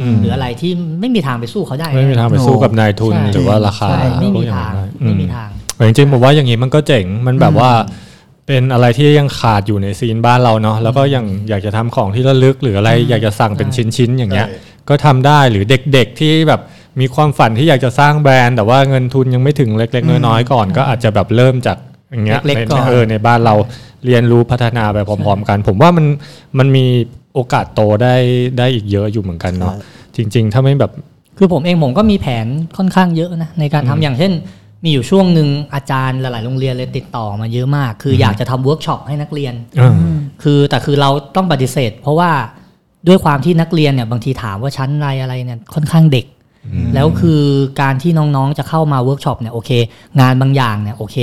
อืม หรืออะไรที่ไม่มีทางไปสู้เขาได้ ไม่มีทางไปสู้กับนายทุน ใช่ หรือว่าราคา ใช่ไม่มี พวกอย่ ทาง นั้นด้ ไม่มี อื ทาง แต่จริงๆผมว่าอย่างนี้มันก็เจ๋งมันแบบว่า เป็นอะไรที่ยังขาดอยู่ในซีนบ้านเราเนาะแล้วก็ยังอยากจะทำของที่ระลึกหรืออะไร อยากจะสั่งเป็นชิ้นๆอย่างเงี้ย ใช่ ก็ทำได้หรือเด็กๆที่แบบมีความฝันที่อยากจะสร้างแบรนด์ แต่ว่าเงินทุนยังไม่ถึงเล็ก ๆ น้อยๆก่อน ก็อาจจะแบบเริ่มจากอย่างเงี้ย เล็ก ใน ๆก่อน เออในบ้านเราเรียนรู้พัฒนาไปพร้อม ๆ กัน ผมว่ามันมันมีโอกาสโตได้ได้อีกเยอะอยู่เหมือนกันเนาะจริง ๆ ถ้าไม่แบบ คือผมเองผมก็มีแผนค่อนข้างเยอะนะในการทำอย่างเช่น มีอยู่ช่วงหนึ่งอาจารย์หลาย ๆ โรงเรียนเลยติดต่อมาเยอะมาก คืออยากจะทำเวิร์กช็อปให้นักเรียน เออ คือแต่คือเราต้องปฏิเสธ เพราะว่าด้วยความที่นักเรียนเนี่ยบางทีถามว่าชั้นอะไรอะไรเนี่ยค่อนข้างเด็ก แล้วคือการที่น้องๆจะเข้ามาเวิร์กช็อปเนี่ยโอเค งานบางอย่างเนี่ยโอเค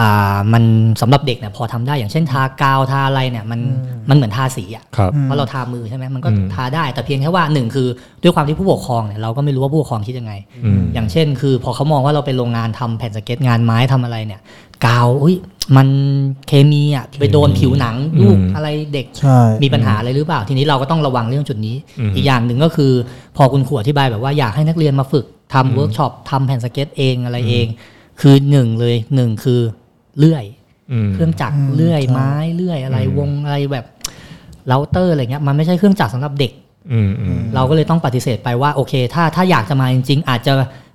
อ่ามันสำหรับเด็กเนี่ยพอทำได้อย่างเช่นทากาวทาอะไรเนี่ยมันมันเหมือนทาสีอะ ครับ เพราะเราทามือใช่ไหมมันก็ อืม ทาได้แต่เพียงแค่ว่าหนึ่งคือด้วยความที่ผู้ปกครองเนี่ยเราก็ไม่รู้ว่าผู้ปกครองคิดยังไง อืม อย่างเช่น คือพอเขามองว่าเราเป็นโรงงานทำแผ่นสเก็ตงานไม้ทำอะไรเนี่ยกาวอุ้ยมันเคมีอ่ะไปโดนผิวหนังลูกอะไรเด็ก ใช่ มีปัญหาอะไรหรือเปล่า ทีนี้เราก็ต้องระวังเรื่องจุดนี้ อืม อีกอย่างหนึ่งก็คือ พอคุณครูอธิบายแบบว่าอยากให้นักเรียนมาฝึกทำเวิร์กช็อปทำแผ่นสเก็ตเองอะไรเอง คือหนึ่งเลยหนึ่งคือเลื่อย อืม เครื่องจักรเลื่อยไม้เลื่อยอะไร อืม วงอะไรแบบเราเตอร์อะไรเงี้ยมันไม่ใช่เครื่องจักรสำหรับเด็ก อืมอืม เราก็เลยต้องปฏิเสธไปว่าโอเค ถ้าถ้าอยากจะมาจริง ๆ อาจจะ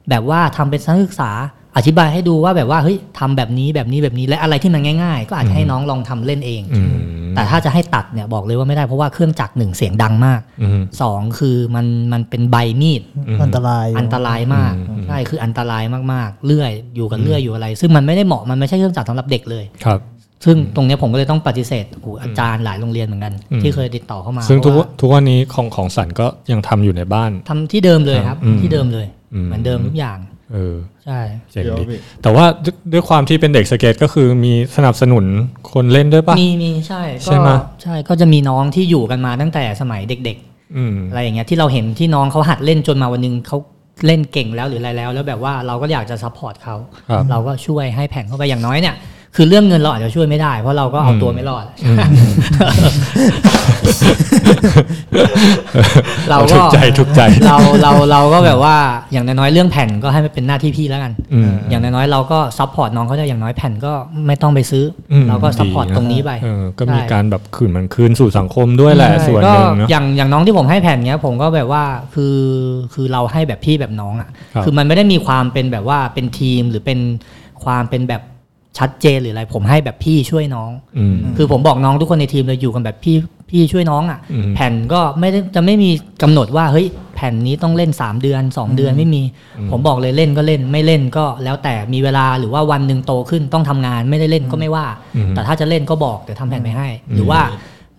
แบบว่าทำเป็นนักศึกษาอธิบายให้ดูว่าแบบว่าเฮ้ยทำแบบนี้แบบนี้แบบนี้และอะไรที่มันง่าย ๆ ก็อาจจะให้น้องลองทำเล่นเอง อืม แต่ถ้าจะให้ตัดเนี่ยบอกเลยว่าไม่ได้เพราะว่าเครื่องจักรหนึ่งเสียงดังมาก อืม สองคือมันมันเป็นใบมีด อันตราย อันตรายมาก ใช่คืออันตรายมากๆเลื่อยอยู่กันเลื่อยอยู่อะไร ซึ่งมันไม่ได้เหมาะมันไม่ใช่เครื่องจักรสำหรับเด็กเลย ครับ ซึ่งตรงเนี้ยผมก็เลยต้องปฏิเสธโอ้โหอาจารย์หลายโรงเรียนเหมือนกัน อืม ที่เคยติดต่อเข้ามา ซึ่งทุก เพราะว่า ทุกวันนี้ของของสันก็ยังทำอยู่ในบ้าน ทำที่เดิมเลยครับ อืม ที่เดิมเลย อืม เหมือนเดิมทุกอย่าง เออ ใช่ เจ๋ง เดี๋ยว ดี พี่ แต่ว่าด้วยด้วยความที่เป็นเด็กสเก็ตก็คือมีสนับสนุนคนเล่นด้วยปะ มีมีใช่ก็ ใช่ไหม ใช่ก็จะมีน้องที่อยู่กันมาตั้งแต่สมัยเด็ก อืม ๆ อะไรอย่างเงี้ยที่เราเห็นที่น้องเขาหัดเล่นจนมาวันหนึงเขาเล่นเก่งแล้วหรืออะไรแล้ว แล้วแบบว่าเราก็อยากจะซัพพอร์ตเขา ครับ เราก็ช่วยให้แผงเข้าไปอย่างน้อยเนี่ย คือเรื่องเงินเราอาจจะช่วยไม่ได้ เพราะเราก็เอาตัวไม่รอด เราก็ ถูกใจถูกใจ เราเราเราก็แบบว่าอย่างน้อยๆเรื่องแผ่นก็ให้มันเป็นหน้าที่พี่แล้วกัน อืม อย่างน้อยๆเราก็ซัพพอร์ตน้องเขาได้อย่างน้อยแผ่นก็ไม่ต้องไปซื้ออ ม เราก็ซัพพอร์ต ดีนะ ตรงนี้ไป เออก็มี ใช่ การแบบคืนมันคืนสู่สังคมด้วยแหละ ใช่ ส่วนหนึ่ง ก็ เนาะ อย่างอย่างน้องที่ผมให้แผ่นเนี้ย ผมก็แบบว่าคือคือเราให้แบบพี่แบบน้องอ่ะ ครับ อมันไม่ได้มีความเป็นแบบว่าเป็นทีมหรือเป็นความเป็นแบบ ชัดเจนหรืออะไร ผมให้แบบพี่ช่วยน้อง อืม คือผมบอกน้องทุกคนในทีมเลยอยู่กันแบบพี่พี่ช่วยน้องอ่ะ อืม แผ่นก็ไม่ได้จะไม่มีกำหนดว่าเฮ้ยแผ่นนี้ต้องเล่น 3 เดือน 2 เดือนไม่มี ผมบอกเลยเล่นก็เล่นไม่เล่นก็แล้วแต่มีเวลาหรือว่าวันหนึ่งโตขึ้นต้องทำงานไม่ได้เล่นก็ไม่ว่า แต่ถ้าจะเล่นก็บอกเดี๋ยวทำแผ่นไปให้ หรือว่า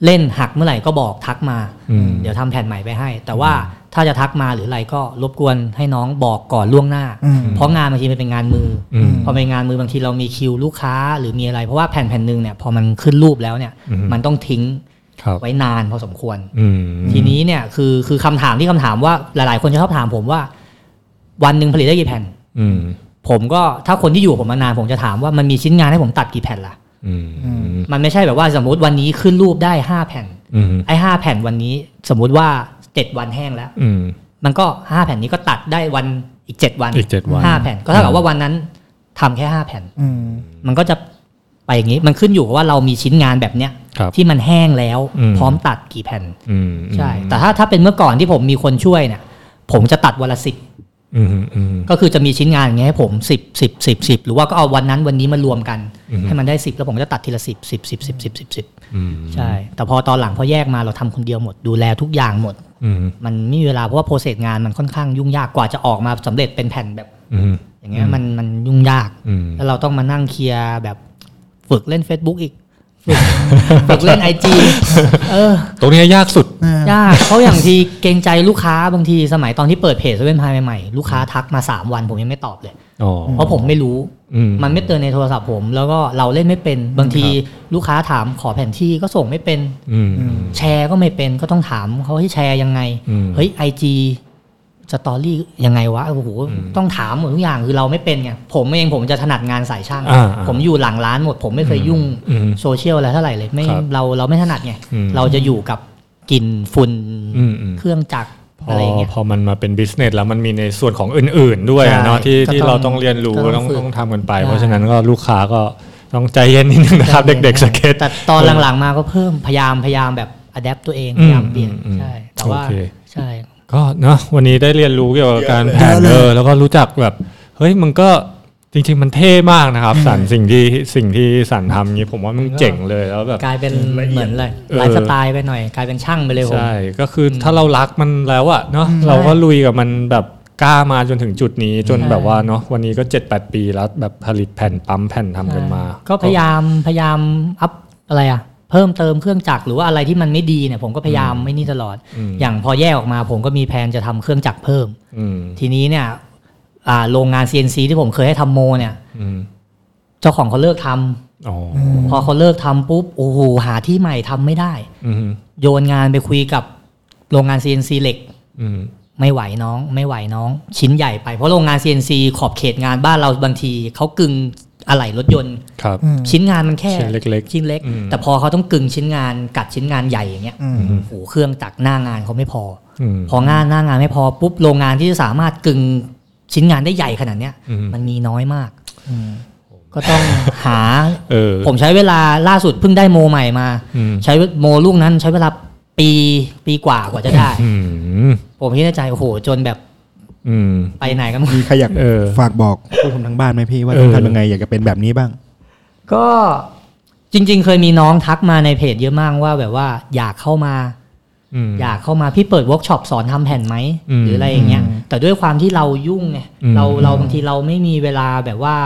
เล่นหักเมื่อไหร่ก็บอกทักมา อืม เดี๋ยวทำแผ่นใหม่ไปให้ แต่ว่าถ้าจะทักมาหรืออะไรก็รบกวนให้น้องบอกก่อนล่วงหน้า อืม เพราะงานบางทีมันเป็นงานมืออ ม พอเป็นงานมือบางทีเรามีคิวลูกค้าหรือมีอะไร เพราะว่าแผ่นแผ่นหนึ่งเนี่ยพอมันขึ้นรูปแล้วเนี่ย อืม มันต้องทิ้ง ครับ ไว้นานพอสมควร อืม ทีนี้เนี่ยคือคือคำถามที่คำถามว่าหลาย ๆ คนจะชอบถามผมว่า วันหนึ่งผลิตได้กี่แผ่น อืม ผมก็ถ้าคนที่อยู่กับผมมานานผมจะถามว่ามันมีชิ้นงานให้ผมตัดกี่แผ่นล่ะ อืม อืม มันไม่ใช่แบบว่าสมมติวันนี้ขึ้นรูปได้ห้าแผ่น อืม ไอ้ห้าแผ่นวันนี้สมมุติว่าเจ็ดวันแห้งแล้ว อืม มันก็ห้าแผ่นนี้ก็ตัดได้วันอีกเจ็ดวัน อีก7วัน ห้าแผ่นก็เท่ากับว่าวันนั้นทำแค่ห้าแผ่น อืม มันก็จะไปอย่างนี้มันขึ้นอยู่กับว่าเรามีชิ้นงานแบบเนี้ย ครับ ที่มันแห้งแล้ว อืม พร้อมตัดกี่แผ่น อืม ใช่ แต่ถ้าถ้าเป็นเมื่อก่อนที่ผมมีคนช่วยเนี่ย ผมจะตัดวันละสิบ อืมอืม ก็คือจะมีชิ้นงานอย่างเงี้ยให้ผมสิบสิบสิบสิบหรือว่าก็เอาวันนั้นวันนี้มารวมกัน อืม ให้มันได้สิบแล้วผมก็จะตัดทีละสิบสิบสิบสิบสิบสิบสิบ อืม ใช่ แต่พอตอนหลังพอแยกมาเราทำคนเดียวหมดดูแลทุกอย่างหมด อืม มันไม่มีเวลาเพราะว่าโปรเซสงานมันค่อนข้างยุ่งยากกว่าจะออกมาสำเร็จเป็นแผ่นแบบ อืม อย่างเงี้ยมันมันยุ่งยาก อืม แล้วเราต้องมานั่งเคลียร์แบบฝึกเล่น Facebook อีก ฝึกฝึกเล่นไอจีเออ ตรงเนี้ยยากสุด อ่าย าก เพราะอย่างทีเกรงใจลูกค้าบางทีสมัยตอนที่เปิดเพจเซเว่นพายใหม่ๆ ลูกค้าทักมา 3 วันผมยังไม่ตอบเลย อ๋อ เพราะผมไม่รู้ อืม มันไม่เตือนในโทรศัพท์ผม แล้วก็เราเล่นไม่เป็นบางทีลูกค้าถามขอแผนที่ก็ส่งไม่เป็น อืม แชร์ก็ไม่เป็นก็ต้องถามเขาให้แชร์ยังไง อืม เฮ้ยไอจีสตอรี่ยังไงวะโอ้โหต้องถามหมดทุกอย่างคือเราไม่เป็นไงผมเองผมจะถนัดงานสายช่าง อ่าอ่า ผมอยู่หลังร้านหมด ผมไม่เคยยุ่ง อืม โซเชียลอะไรเท่าไหร่เลยไม่ ครับ เราเราไม่ถนัดไง อืม เราจะอยู่กับกลิ่นฝุ่น อืมอืม เครื่องจักร พ อะ อ ไรอย่างเงี้ย พอมันมาเป็นบิสเนสแล้วมันมีในส่วนของอื่น ๆ ด้วยอะ ใช่ เนาะที่ ก็ ที่ ต้อง เราต้องเรียนรู้ ก็ต้ ต้อ อง ง ฝึก ต้องทำกันไป เพราะ ใช่ ฉะนั้นก็ลูกค้าก็ต้องใจเย็นนิดนึงนะครับ เด็ก ๆสเก็ต แต่ตอนหลังๆมาก็เพิ่มพยายามพยายามแบบอัดแอปตัวเอง อืมพยายามเปลี่ยน อืม ใช่แต่ว่า โอเค ใช่ ก็เนาะวันนี้ได้เรียนรู้เกี่ยวกับการแผเยนอะเลย เออแล้วก็รู้จักแบบเฮ้ยมันก็จริง ๆ มันเท่มากนะครับ สันสิ่งที่สิ่งที่สันทำนี้ผมว่ามันเจ๋งเลยแล้วแบบ กลายเป็นเหมือนเลย เออ ไลฟ์สไตล์ไปหน่อย กลายเป็นช่างไปเลยผม ใช่ก็คือถ้าเรารักมันแล้วอะเนาะเราก็ลุยกับมันแบบกล้ามาจนถึงจุดนี้จน ใช่ แบบว่าเนาะวันนี้ก็ 7-8 ปีแล้วแบบผลิตแผ่นปั๊มแผ่นทำกันมา ก็พยายามพยายามอัพอะไรอะเพิ่มเติมเครื่องจักรหรือว่าอะไรที่มันไม่ดีเนี่ยผมก็พยายามไม่นี่ตลอด อืม อย่างพอแยกออกมาผมก็มีแผนจะทำเครื่องจักรเพิ่ม อืม ทีนี้เนี่ยอ่าโรงงาน CNC ที่ผมเคยให้ทำโมเนี่ย อืม เจ้าของเขาเลิกทำ อ๋อ พอเขาเลิกทำปุ๊บโอ้โหหาที่ใหม่ทำไม่ได้ อืม โยนงานไปคุยกับโรงงาน CNC เหล็ก อืม ไม่ไหวน้อง ไม่ไหวน้อง ชิ้นใหญ่ไปเพราะโรงงาน CNC ขอบเขตงานบ้านเราบางทีเขากึ่งอะไหล่รถยนต์ ครับ ชิ้นงานมันแค่ ชิ้นเล็กๆ ชิ้นเล็ก อืม แต่พอเขาต้องกึ่งชิ้นงานกัดชิ้นงานใหญ่อย่างเงี้ย อืม โอ้โหเครื่องจักรหน้างานเขาไม่พอ อืม พองานหน้างานไม่พอปุ๊บโรงงานที่จะสามารถกึ่งชิ้นงานได้ใหญ่ขนาดเนี้ย อืม มันมีน้อยมากก็ต้องหา เออ ผมใช้เวลาล่าสุดเพิ่งได้โมใหม่มา อืม ใช้โมลูกนั้นใช้เวลาปีปีกว่ากว่าจะได้ อืม ผมคิดในใจโอ้โหจนแบบ อืม ไปไหนกันหมด มีใครอยาก เออ ฝากบอกผู้ชมทางบ้านไหมพี่ว่า เออ ต้องทำยังไงอยากจะเป็นแบบนี้บ้าง ก็จริง ๆ เคยมีน้องทักมาในเพจเยอะมากว่าแบบว่าอยากเข้ามา อืม อยากเข้ามาพี่เปิดเวิร์กช็อปสอนทำแผ่นไหม อืม หรืออะไรอย่างเงี้ยแต่ด้วยความที่เรายุ่งไง อืม เราเราบางทีเราไม่มีเวลาแบบว่า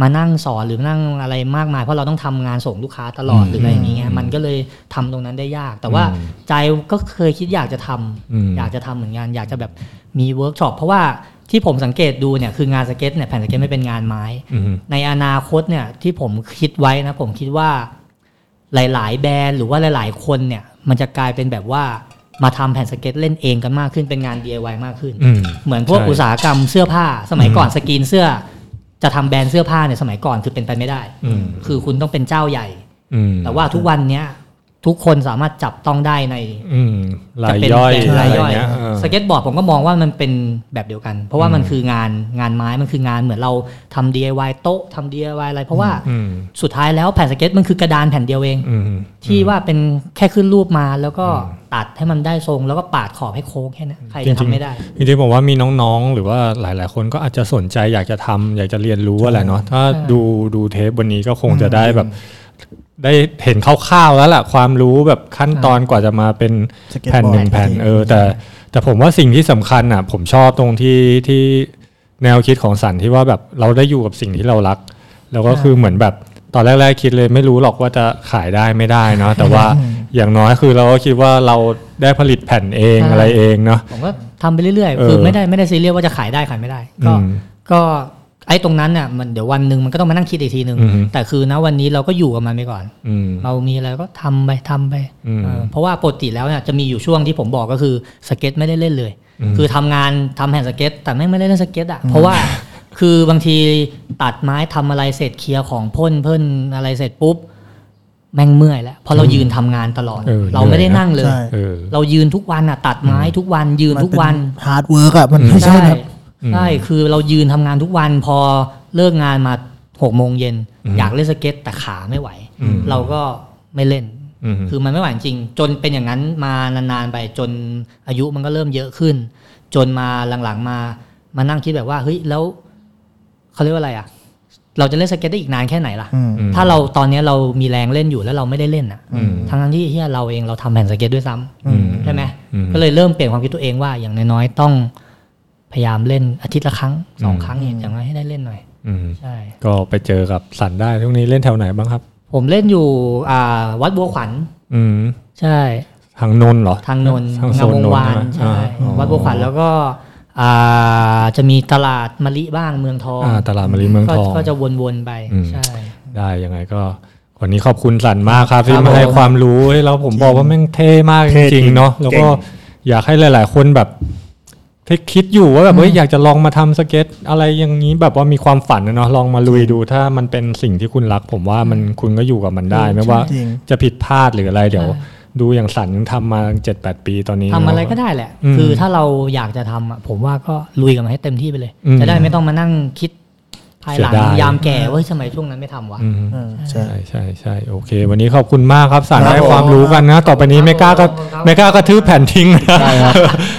มานั่งสอนหรือนั่งอะไรมากมาย เพราะเราต้องทำงานส่งลูกค้าตลอด อืม หรืออะไรอย่างเงี้ยมันก็เลยทำตรงนั้นได้ยาก แต่ว่าใจก็เคยคิดอยากจะทำ อืม อยากจะทำเหมือนกันอยากจะแบบมีเวิร์กช็อปเพราะว่าที่ผมสังเกตดูเนี่ยคืองานสเก็ตเนี่ยแผ่นสเก็ตไม่เป็นงานไม้ อืม ในอนาคตเนี่ยที่ผมคิดไว้นะผมคิดว่าหลาย ๆ แบรนด์หรือว่าหลาย ๆ คนเนี่ยมันจะกลายเป็นแบบว่ามาทำแผ่นสเก็ตเล่นเองกันมากขึ้นเป็นงาน DIY มากขึ้น อืม เหมือนพวก ใช่ อุตสาหกรรมเสื้อผ้า สมัยก่อนสกรีนเสื้อ จะทำแบรนด์เสื้อผ้าเนี่ยสมัยก่อนคือเป็นไปไม่ได้ อืม คือคุณต้องเป็นเจ้าใหญ่ อืม แต่ว่าทุกวันเนี้ยทุกคนสามารถจับต้องได้ใน อืมลา จะ ย เป็น ย่อย แบรนด์รายย่อะยไรเงี้เ สเก็ตบอร์ดผมก็มองว่ามันเป็นแบบเดียวกัน เพราะว่ามันคืองานงานไม้มันคืองานเหมือนเราทำ DIY โต๊ะทำ DIY อะไร เพราะว่า อืม สุดท้ายแล้วแผ่นสเก็ตมันคือกระดานแผ่นเดียวเอง อืม ที่ว่าเป็นแค่ขึ้นรูปมาแล้วก็ ตัดให้มันได้ทรงแล้วก็ปาดขอบให้โค้งแค่นั้นใครจะทำไม่ได้ จริงๆผมว่ามีน้องๆ หรือว่าหลายๆ คนก็อาจจะสนใจอยากจะทำอยากจะเรียนรู้อะไรเนาะถ้าดูดูเทปวันนี้ก็คงจะได้แบบ ได้เห็นคร่าวๆแล้วล่ะความรู้แบบขั้นตอนกว่าจะมาเป็น สเก็ตบแผ่นอร์ดหนึ่งแผ่นเออ แต่แต่ผมว่าสิ่งที่สำคัญอ่ะ ผมชอบตรงที่ที่แนวคิดของสันที่ว่าแบบเราได้อยู่กับสิ่งที่เรารัก แล้วก็คือเหมือนแบบตอนแรกๆคิดเลยไม่รู้หรอกว่าจะขายได้ไม่ได้เนาะแต่ว่าอย่างน้อยคือเราก็คิดว่าเราได้ผลิตแผ่นเอง ใช่ อะไรเองเนาะ ผมก็ทำไปเรื่อย เอ ๆ อ คือไม่ได้ไม่ได้ซีเรียสว่าจะขายได้ขายไม่ได้ ก็ อืม ก็ไอ้ตรงนั้นน่ะมันเดี๋ยววันหนึ่งมันก็ต้องมานั่งคิดอีกทีหนึ่ง อือฮึ แต่คือนะวันนี้เราก็อยู่กับมันไปก่อน อืม เรามีอะไรก็ทำไปทำไป อืม เออเพราะว่าปกติแล้วเนี่ยจะมีอยู่ช่วงที่ผมบอกก็คือสเก็ตไม่ได้เล่นเลย อืม คือทำงานทำแผ่นสเก็ต แต่ไม่งไม่ได้เล่นสเก็ตอ่ะเพราะว่าคือบางทีตัดไม้ทำอะไรเสร็จเคลียร์ของพ่นเพิ่นอะไรเสร็จปุ๊บแม่งเมื่อยแล้วเพราะเรายืนทำงานตลอด เออ เราไม่ได้ เหนื่อยนะ นั่งเลย ใช่ เออ เรายืนทุกวันอ่ะตัดไม้ทุกวันยืนทุกวัน ฮาร์ดเวิร์กอะมันไม่ใช่ ใช่ แบบ ใช่คือเรายืนทำงานทุกวันพอเลิกงานมาหกโมงเย็น อืม อยากเล่นสเก็ตแต่ขาไม่ไหว อืม เราก็ไม่เล่น อืม คือมันไม่ไหวจริง จนเป็นอย่างนั้นมานานๆไปจนอายุมันก็เริ่มเยอะขึ้น จนมาหลังๆมามานั่งคิดแบบว่าเฮ้ยแล้วเขาเรียกว่าอะไรอ่ะ เราจะเล่นสเก็ตได้อีกนานแค่ไหนล่ะ อืม อืม ถ้าเราตอนเนี้ยเรามีแรงเล่นอยู่แล้วเราไม่ได้เล่นอ่ะ อืม ทั้งๆที่เฮียเราเองเราทำแผ่นสเก็ตด้วยซ้ำ อืม ใช่ไหม อืม ก็เลยเริ่มเปลี่ยนความคิดตัวเองว่าอย่างน้อยๆต้องพยายามเล่นอาทิตย์ละครั้งสอง อืม ครั้งอย่างน้อยให้ได้เล่นหน่อย อืม ใช่ ก็ไปเจอกับสันได้ทุกนี้เล่นแถวไหนบ้างครับ ผมเล่นอยู่อ่าวัดบัวขวัญ อืม ใช่ ทางนนท์เหรอ ทางนนท์ ทางโซ งาม นนนวงท์ วาน ใช่ไหม ใช่ อ่า วัดบัวขวัญแล้วก็อ่าจะมีตลาดมะลิบ้างเมืองทอง อ่าตลาดมารีเมือง ก็ ทอง ก็จะวนๆไป อืม ใช่ ได้ยังไงก็วันนี้ขอบคุณสันมากครับที่ ครับ มาให้ ผม ความรู้ให้เราผมบอกว่าแม่งเท่มากจ เท่จริ ริ ง งๆเนาะแล้วก็ เก่ อยากให้หลาย ๆ คนแบบที่คิดอยู่ว่าแบบเฮ้ยอยากจะลองมาทำสเก็ต อะไรอย่างนี้แบบว่ามีความฝันนะเนาะลองมาลุยดูถ้ามันเป็นสิ่งที่คุณรัก ผมว่ามันคุณก็อยู่กับมันได้ ไม่ว่า จริง จะผิดพลาดหรืออะไรเดี๋ยว ดูอย่างสันทำมาเจ็ดแปดปีตอนนี้ ทำอะไร เนา ก็ได้แหละ อืม คือถ้าเราอยากจะทำอะผมว่าก็ลุยกับมันให้เต็มที่ไปเลย อืม จะได้ไม่ต้องมานั่งคิดภายหลัง เสียดาย ยามแก่ว่าทำไมช่วงนั้นไม่ทำวะ อืม อืมใช่ ใช่ใช่ใช่โอเค วันนี้ขอบคุณมากครับสาร ครับ ให้ ผม ความรู้กันนะ ต่อไปนี้ไม่กล้าก็ ครับ ไม่กล้ากระทืบแผ่นทิ้งนะ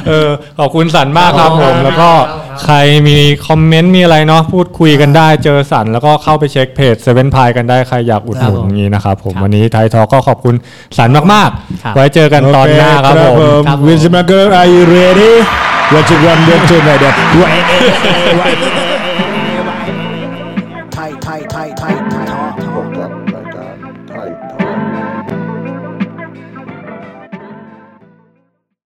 เออขอบคุณสารมากครับผม แล้วก็ ครับ ใครมีคอมเมนต์มีอะไรเนาะพูดคุยกันได้เจอสารแล้วก็เข้าไปเช็คเพจเซเว่นพายกันได้ใครอยากอุดหนุนอย่างนี้นะครับผมวันนี้ไทยทอก็ขอบคุณสารมาก ครับ ๆ ไว้เจอกันตอนหน้าครับผม ครับผม วินสมาร์เกอร์ are you ready what you want to do ไหนเดี๋ยว